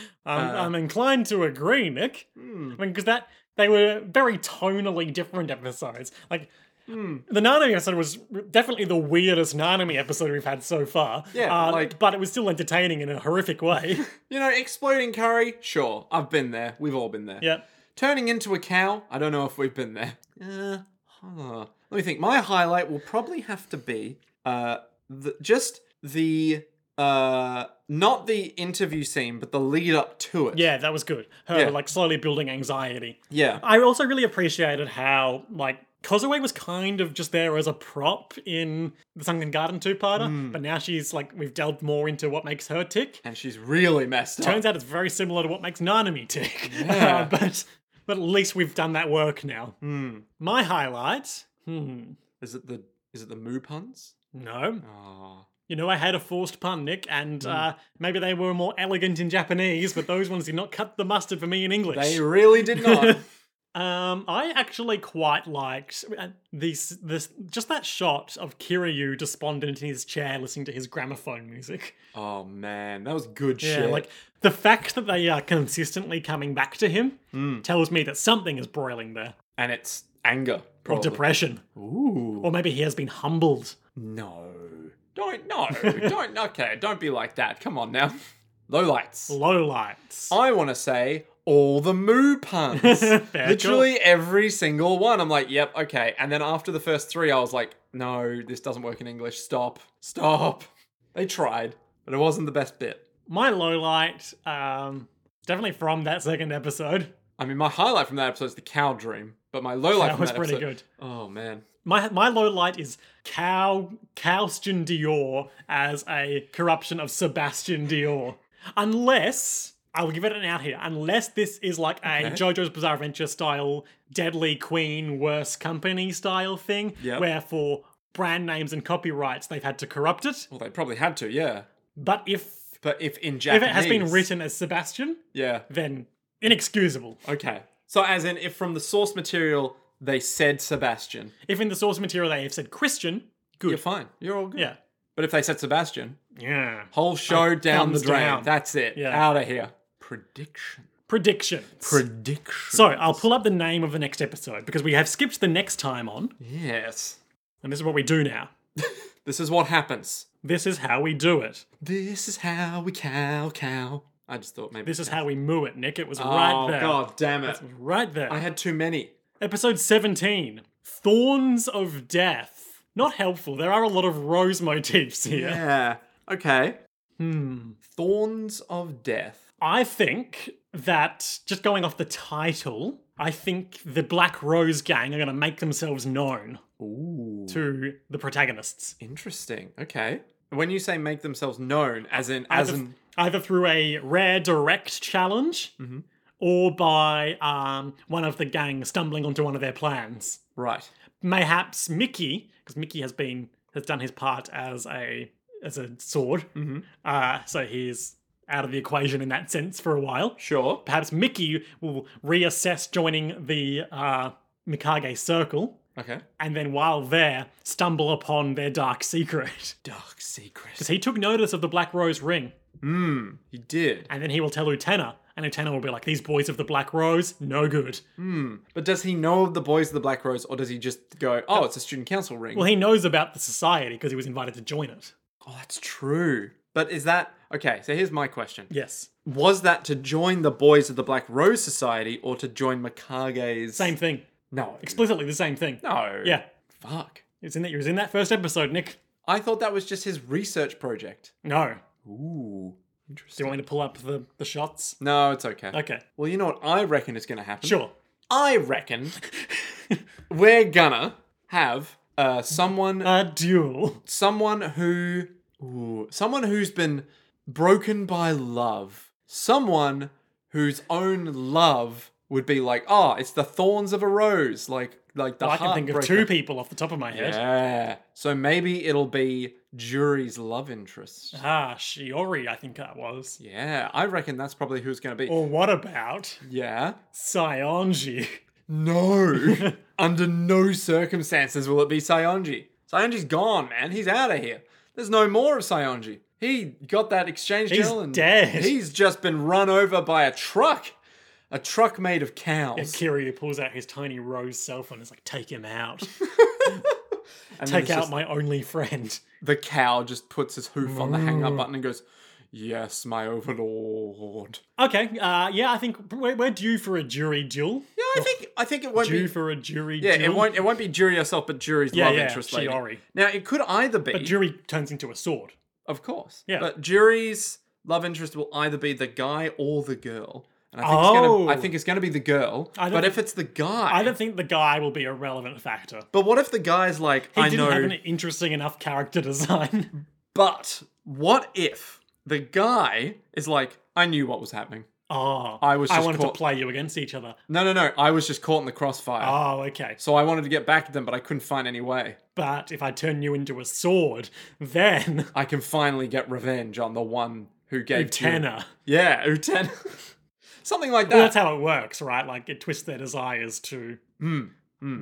[SPEAKER 1] [LAUGHS] I'm, I'm inclined to agree, Nick.
[SPEAKER 2] Uh. Hmm.
[SPEAKER 1] I mean, because that they were very tonally different episodes. Like
[SPEAKER 2] Hmm.
[SPEAKER 1] the Nanami episode was definitely the weirdest Nanami episode we've had so far.
[SPEAKER 2] Yeah,
[SPEAKER 1] Uh,
[SPEAKER 2] like-
[SPEAKER 1] but it was still entertaining in a horrific
[SPEAKER 2] [LAUGHS]
[SPEAKER 1] way.
[SPEAKER 2] You know, exploding curry. Sure, I've been there. We've all been there.
[SPEAKER 1] yep.
[SPEAKER 2] Turning into a cow. I don't know if we've been there. Uh, huh. Let me think. My highlight will probably have to be uh, the, just the uh, not the interview scene, but the lead up to it.
[SPEAKER 1] Yeah, that was good. Her
[SPEAKER 2] Yeah.
[SPEAKER 1] like slowly building anxiety.
[SPEAKER 2] Yeah.
[SPEAKER 1] I also really appreciated how like Kozue was kind of just there as a prop in the Sunken Garden two-parter,
[SPEAKER 2] Hmm.
[SPEAKER 1] but now she's like we've delved more into what makes her tick.
[SPEAKER 2] And she's really messed up.
[SPEAKER 1] Turns out it's very similar to what makes Nanami tick. [LAUGHS]
[SPEAKER 2] Yeah.
[SPEAKER 1] Uh, but but at least we've done that work now.
[SPEAKER 2] Hmm.
[SPEAKER 1] My highlight. Hmm.
[SPEAKER 2] Is it the is it the moo puns?
[SPEAKER 1] No.
[SPEAKER 2] Oh.
[SPEAKER 1] You know, I had a forced pun, Nick, and
[SPEAKER 2] Hmm.
[SPEAKER 1] uh, maybe they were more elegant in Japanese, but those ones did not cut the mustard for me in English.
[SPEAKER 2] They really
[SPEAKER 1] [LAUGHS]
[SPEAKER 2] did not.
[SPEAKER 1] Um, I actually quite liked uh, these this just that shot of Kiryu despondent in his chair listening to his gramophone music.
[SPEAKER 2] oh man, that was good
[SPEAKER 1] Yeah,
[SPEAKER 2] [LAUGHS] shit.
[SPEAKER 1] like the fact that they are consistently coming back to him
[SPEAKER 2] Hmm.
[SPEAKER 1] tells me that something is broiling there,
[SPEAKER 2] and it's anger.
[SPEAKER 1] or
[SPEAKER 2] Probably.
[SPEAKER 1] depression,
[SPEAKER 2] Ooh.
[SPEAKER 1] or maybe he has been humbled.
[SPEAKER 2] No.
[SPEAKER 1] [LAUGHS]
[SPEAKER 2] Don't no. don't okay, don't be like that. Come on now. Low lights.
[SPEAKER 1] Low lights.
[SPEAKER 2] I want to say all
[SPEAKER 1] [LAUGHS]
[SPEAKER 2] the moo puns.
[SPEAKER 1] Fair
[SPEAKER 2] Literally every single one. I'm like, yep, okay. And then after the first three, I was like, no, this doesn't work in English. Stop. Stop. [LAUGHS] They tried, but it wasn't the best bit.
[SPEAKER 1] My low light, um, definitely from that second episode.
[SPEAKER 2] I mean, my highlight from that episode is the cow dream, but my low light
[SPEAKER 1] That
[SPEAKER 2] from
[SPEAKER 1] was
[SPEAKER 2] that
[SPEAKER 1] pretty
[SPEAKER 2] episode-
[SPEAKER 1] good.
[SPEAKER 2] Oh man.
[SPEAKER 1] My my low light is Cow Cowstion Dior as a corruption of Sebastian Dior. Unless I will give it an out here. Unless this is like a
[SPEAKER 2] Okay.
[SPEAKER 1] JoJo's Bizarre Adventure style Deadly Queen Worse Company style thing,
[SPEAKER 2] Yep.
[SPEAKER 1] where for brand names and copyrights they've had to corrupt it.
[SPEAKER 2] Well, they probably had to, yeah.
[SPEAKER 1] But if
[SPEAKER 2] But if in
[SPEAKER 1] if
[SPEAKER 2] Japanese,
[SPEAKER 1] it has been written as Sebastian,
[SPEAKER 2] yeah.
[SPEAKER 1] then inexcusable.
[SPEAKER 2] Okay. So as in, if from the source material they said Sebastian,
[SPEAKER 1] If in the source material they have said Christian, good.
[SPEAKER 2] you're fine. You're all good.
[SPEAKER 1] Yeah.
[SPEAKER 2] But if they said Sebastian,
[SPEAKER 1] Yeah.
[SPEAKER 2] whole show down the
[SPEAKER 1] thumbs
[SPEAKER 2] drain.
[SPEAKER 1] down.
[SPEAKER 2] That's it.
[SPEAKER 1] Yeah.
[SPEAKER 2] Out of here. Prediction.
[SPEAKER 1] Prediction.
[SPEAKER 2] Prediction.
[SPEAKER 1] So I'll pull up the name of the next episode because we have skipped the next time on,
[SPEAKER 2] yes.
[SPEAKER 1] and this is what we do now.
[SPEAKER 2] This is what happens.
[SPEAKER 1] This is how we do it.
[SPEAKER 2] This is how we cow cow. I just thought maybe.
[SPEAKER 1] This is how we moo it, Nick. It was
[SPEAKER 2] oh
[SPEAKER 1] right there.
[SPEAKER 2] god damn it!
[SPEAKER 1] Right there.
[SPEAKER 2] I had too many.
[SPEAKER 1] Episode 17 Thorns of Death. Not helpful. There are a lot of rose motifs here.
[SPEAKER 2] Yeah. Okay.
[SPEAKER 1] Hmm.
[SPEAKER 2] Thorns of death.
[SPEAKER 1] I think that just going off the title, I think the Black Rose Gang are going to make themselves known
[SPEAKER 2] Ooh.
[SPEAKER 1] to the protagonists.
[SPEAKER 2] Interesting. Okay. When you say make themselves known, as in as
[SPEAKER 1] either,
[SPEAKER 2] in
[SPEAKER 1] either through a rare direct challenge
[SPEAKER 2] Mhm.
[SPEAKER 1] or by um, one of the gang stumbling onto one of their plans.
[SPEAKER 2] right.
[SPEAKER 1] Mayhaps Mickey, because Mickey has been has done his part as a as a sword,
[SPEAKER 2] Mhm.
[SPEAKER 1] uh, so he's out of the equation in that sense for a while.
[SPEAKER 2] Sure.
[SPEAKER 1] Perhaps Mickey will reassess joining the uh, Mikage Circle,
[SPEAKER 2] Okay.
[SPEAKER 1] and then while there, stumble upon their dark secret.
[SPEAKER 2] Dark secret.
[SPEAKER 1] Because he took notice of the Black Rose ring,
[SPEAKER 2] Hmm. He did.
[SPEAKER 1] and then he will tell Utena, and Utena will be like, These boys of the Black Rose, no good.
[SPEAKER 2] Hmm. But does he know of the boys of the Black Rose, or does he just go, "Oh, it's a student council ring"?
[SPEAKER 1] Well, he knows about the society because he was invited to join it.
[SPEAKER 2] oh, that's true. But is that okay? So here's my question:
[SPEAKER 1] Yes.
[SPEAKER 2] Was that to join the boys of the Black Rose Society, or to join Makage's?
[SPEAKER 1] Same thing.
[SPEAKER 2] No.
[SPEAKER 1] Explicitly the same thing.
[SPEAKER 2] No.
[SPEAKER 1] Yeah.
[SPEAKER 2] Fuck.
[SPEAKER 1] It's in that, it was in that first episode, Nick.
[SPEAKER 2] I thought that was just his research project.
[SPEAKER 1] No.
[SPEAKER 2] Ooh.
[SPEAKER 1] Do you
[SPEAKER 2] Interesting.
[SPEAKER 1] want me to pull up the, the shots?
[SPEAKER 2] No, it's okay.
[SPEAKER 1] Okay.
[SPEAKER 2] Well, you know what I reckon is going to happen?
[SPEAKER 1] Sure.
[SPEAKER 2] I
[SPEAKER 1] [LAUGHS]
[SPEAKER 2] reckon we're gonna have uh, someone
[SPEAKER 1] A duel.
[SPEAKER 2] someone who ooh, someone who's been broken by love someone whose own love would be like oh it's the thorns of a rose like like the
[SPEAKER 1] I can think of
[SPEAKER 2] heartbreaker.
[SPEAKER 1] two people off the top of my head.
[SPEAKER 2] yeah so maybe it'll be jury's love interest
[SPEAKER 1] Ah, Shiori, I think that was.
[SPEAKER 2] yeah i reckon that's probably who's gonna be
[SPEAKER 1] Or what about
[SPEAKER 2] yeah
[SPEAKER 1] Sionji?
[SPEAKER 2] [LAUGHS] no under no circumstances will it be Sionji. Sionji's gone man he's out of here there's no more of Sionji. he got that exchange
[SPEAKER 1] He's
[SPEAKER 2] challenge
[SPEAKER 1] dead.
[SPEAKER 2] He's just been run over by a truck. A truck made of
[SPEAKER 1] And
[SPEAKER 2] cows.
[SPEAKER 1] Kiryu pulls out his tiny rose cell phone and is like, take him
[SPEAKER 2] [LAUGHS]
[SPEAKER 1] out.
[SPEAKER 2] And then
[SPEAKER 1] Take
[SPEAKER 2] it's
[SPEAKER 1] out
[SPEAKER 2] just-
[SPEAKER 1] my only friend.
[SPEAKER 2] the cow just puts his hoof on the hang up button and goes, Yes, my overlord.
[SPEAKER 1] Okay, uh, yeah, I think we're, we're due for a jury duel.
[SPEAKER 2] Yeah, I think I think it won't
[SPEAKER 1] Due
[SPEAKER 2] be
[SPEAKER 1] for a jury
[SPEAKER 2] Yeah,
[SPEAKER 1] duel.
[SPEAKER 2] it won't it won't be jury yourself, but jury's
[SPEAKER 1] Yeah,
[SPEAKER 2] love
[SPEAKER 1] yeah,
[SPEAKER 2] interest lady.
[SPEAKER 1] Shiori.
[SPEAKER 2] Now it could either be
[SPEAKER 1] But jury turns into a sword.
[SPEAKER 2] of course.
[SPEAKER 1] Yeah.
[SPEAKER 2] But jury's love interest will either be the guy or the girl. And I think it's
[SPEAKER 1] Oh.
[SPEAKER 2] gonna I think it's gonna be the girl.
[SPEAKER 1] I
[SPEAKER 2] But
[SPEAKER 1] don't
[SPEAKER 2] if it's the guy
[SPEAKER 1] I don't think the guy will be a relevant factor.
[SPEAKER 2] but what if the guy's like
[SPEAKER 1] He
[SPEAKER 2] I
[SPEAKER 1] didn't
[SPEAKER 2] know
[SPEAKER 1] have an interesting enough character design. [LAUGHS]
[SPEAKER 2] But what if the guy is like, I knew what was happening.
[SPEAKER 1] oh,
[SPEAKER 2] I was
[SPEAKER 1] I
[SPEAKER 2] just
[SPEAKER 1] wanted
[SPEAKER 2] caught-
[SPEAKER 1] to play you against each other.
[SPEAKER 2] No, no, no. I was just caught in the crossfire.
[SPEAKER 1] Oh, okay.
[SPEAKER 2] so I wanted to get back at them, but I couldn't find any way.
[SPEAKER 1] But if I turn you into a sword,
[SPEAKER 2] [LAUGHS]
[SPEAKER 1] then
[SPEAKER 2] I can finally get revenge on the one who gave to you-
[SPEAKER 1] Utena.
[SPEAKER 2] Yeah, Uten. [LAUGHS] Something like
[SPEAKER 1] Well, that's
[SPEAKER 2] that.
[SPEAKER 1] how it works, right? Like it twists their desires to
[SPEAKER 2] Hmm,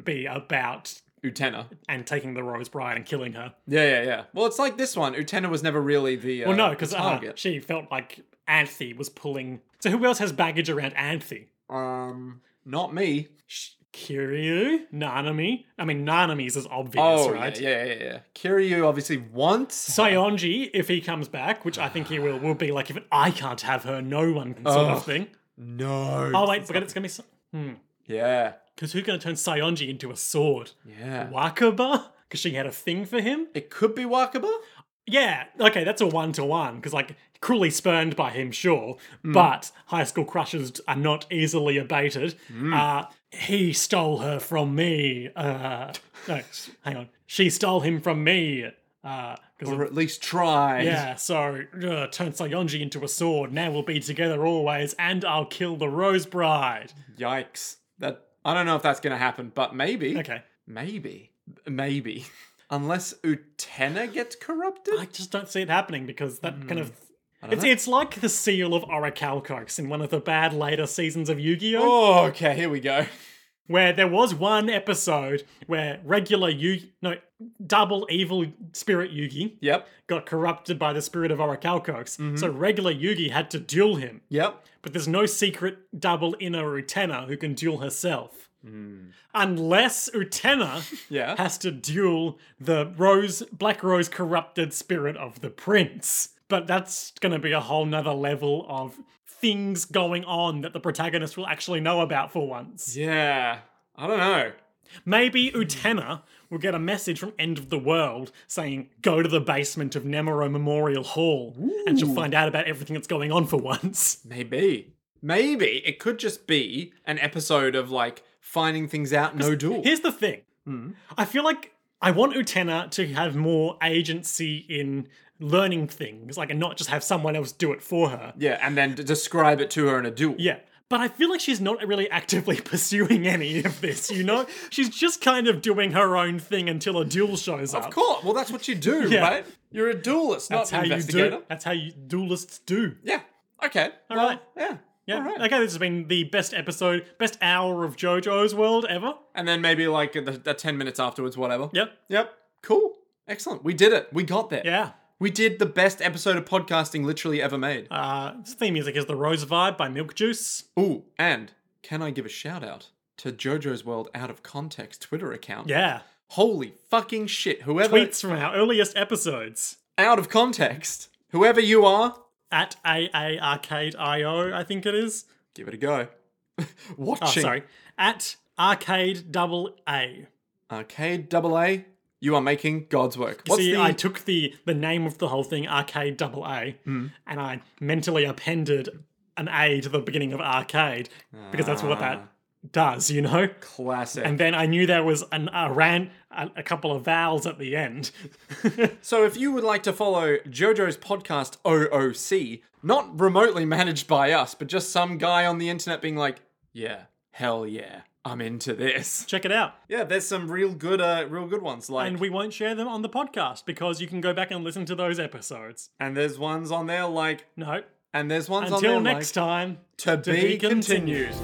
[SPEAKER 1] be about
[SPEAKER 2] Utena.
[SPEAKER 1] and taking the Rose Bride and killing her.
[SPEAKER 2] Yeah, yeah, yeah. Well, it's like this one. Utena was never really the. Uh,
[SPEAKER 1] Well, no, because uh,
[SPEAKER 2] target.
[SPEAKER 1] she felt like Anthe was pulling. So who else has baggage around Anthe?
[SPEAKER 2] Um, not me.
[SPEAKER 1] Sh- Kiryu, Nanami. I mean, Nanami's is obvious,
[SPEAKER 2] Oh,
[SPEAKER 1] right?
[SPEAKER 2] yeah, yeah, yeah, yeah. Kiryu obviously wants.
[SPEAKER 1] Sayonji, if he comes back, which I think he will, will be like, if I can't have her, no one can, sort
[SPEAKER 2] Ugh.
[SPEAKER 1] of thing.
[SPEAKER 2] no.
[SPEAKER 1] Oh wait, but it's gonna be because
[SPEAKER 2] Yeah.
[SPEAKER 1] who's gonna turn Sayonji into a sword?
[SPEAKER 2] Yeah.
[SPEAKER 1] Wakaba, because she had a thing for him.
[SPEAKER 2] It could be Wakaba.
[SPEAKER 1] Yeah, okay, that's a one to one because like cruelly spurned by him, sure, but high school crushes are not easily abated. Uh, he stole her from me. Uh, no, s- hang on, she stole him from me. Uh, 'cause of-
[SPEAKER 2] or at least try.
[SPEAKER 1] yeah, so uh, turn Sayonji into a sword. Now we'll be together always, and I'll kill the Rose Bride.
[SPEAKER 2] Mm. Yikes. That I don't know if that's gonna happen, but maybe.
[SPEAKER 1] Okay,
[SPEAKER 2] Maybe. Maybe. [LAUGHS] Unless Utena gets corrupted.
[SPEAKER 1] I just don't see it happening because that kind of.
[SPEAKER 2] don't
[SPEAKER 1] It's, it's like the seal of Orichalcos in one of the bad later seasons of Yu Gi Oh!
[SPEAKER 2] Oh, okay. Here we go. [LAUGHS]
[SPEAKER 1] where there was one episode where regular Yu no double evil spirit Yugi
[SPEAKER 2] Yep.
[SPEAKER 1] got corrupted by the spirit of Orichalcox. So regular Yugi had to duel him.
[SPEAKER 2] Yep.
[SPEAKER 1] But there's no secret double inner Utena who can duel herself. Unless Utena
[SPEAKER 2] Yeah.
[SPEAKER 1] has to duel the rose black rose corrupted spirit of the prince. But that's gonna be a whole nother level of things going on that the protagonist will actually know about for once.
[SPEAKER 2] yeah. I don't know.
[SPEAKER 1] Maybe Utena will get a message from End of the World saying, go to the basement of Nemuro Memorial Hall, and she'll find out about everything that's going on for once.
[SPEAKER 2] Maybe. Maybe it could just be an episode of like finding things out, no duel.
[SPEAKER 1] [LAUGHS] Here's the thing I feel like I want Utena to have more agency in learning things, like, and not just have someone else do it for her.
[SPEAKER 2] Yeah, and then d- describe it to her in a duel.
[SPEAKER 1] Yeah. But I feel like she's not really actively [LAUGHS] pursuing any of this, you know? she's just kind of doing her own thing until a duel shows up.
[SPEAKER 2] Of course. Well, that's what you
[SPEAKER 1] [LAUGHS]
[SPEAKER 2] do,
[SPEAKER 1] Yeah.
[SPEAKER 2] right? You're a duelist,
[SPEAKER 1] That's
[SPEAKER 2] not
[SPEAKER 1] how
[SPEAKER 2] an
[SPEAKER 1] you
[SPEAKER 2] investigator.
[SPEAKER 1] do. That's how you duelists do.
[SPEAKER 2] Yeah. Okay.
[SPEAKER 1] All
[SPEAKER 2] well,
[SPEAKER 1] right.
[SPEAKER 2] Yeah.
[SPEAKER 1] Yeah.
[SPEAKER 2] All right.
[SPEAKER 1] Okay, this has been the best episode, best hour of JoJo's World ever.
[SPEAKER 2] And then maybe like the, the 10 minutes afterwards, whatever.
[SPEAKER 1] Yep.
[SPEAKER 2] Yep. Cool. Excellent. We did it. We got there.
[SPEAKER 1] Yeah.
[SPEAKER 2] We did the best episode of podcasting literally ever made.
[SPEAKER 1] Uh, this theme music is The Rose Vibe by Milk Juice.
[SPEAKER 2] Ooh, and can I give a shout out to JoJo's World Out of Context Twitter account?
[SPEAKER 1] Yeah.
[SPEAKER 2] Holy fucking shit. Whoever
[SPEAKER 1] Tweets from our earliest episodes.
[SPEAKER 2] out of context, whoever you are,
[SPEAKER 1] At AA Arcade IO, I think it is.
[SPEAKER 2] give it a go. [LAUGHS]
[SPEAKER 1] Oh,
[SPEAKER 2] Watching
[SPEAKER 1] sorry. At Arcade Double A.
[SPEAKER 2] Arcade Double A, you are making God's work.
[SPEAKER 1] You See, I took the the name of the whole thing, Arcade Double A, and I mentally appended an A to the beginning of Arcade because that's what that does, you know.
[SPEAKER 2] classic?
[SPEAKER 1] And then I knew there was an a ran a, a couple of vowels at the end. [LAUGHS]
[SPEAKER 2] So if you would like to follow JoJo's podcast OOC, not remotely managed by us, but just some guy on the internet being like, yeah, hell yeah, I'm into this. [LAUGHS]
[SPEAKER 1] Check it out,
[SPEAKER 2] Yeah, there's some real good, uh, real good ones. Like,
[SPEAKER 1] and we won't share them on the podcast because you can go back and listen to those episodes.
[SPEAKER 2] and there's ones on there like,
[SPEAKER 1] No,
[SPEAKER 2] and there's ones on
[SPEAKER 1] until
[SPEAKER 2] there
[SPEAKER 1] next
[SPEAKER 2] like,
[SPEAKER 1] time.
[SPEAKER 2] to,
[SPEAKER 1] To be continued.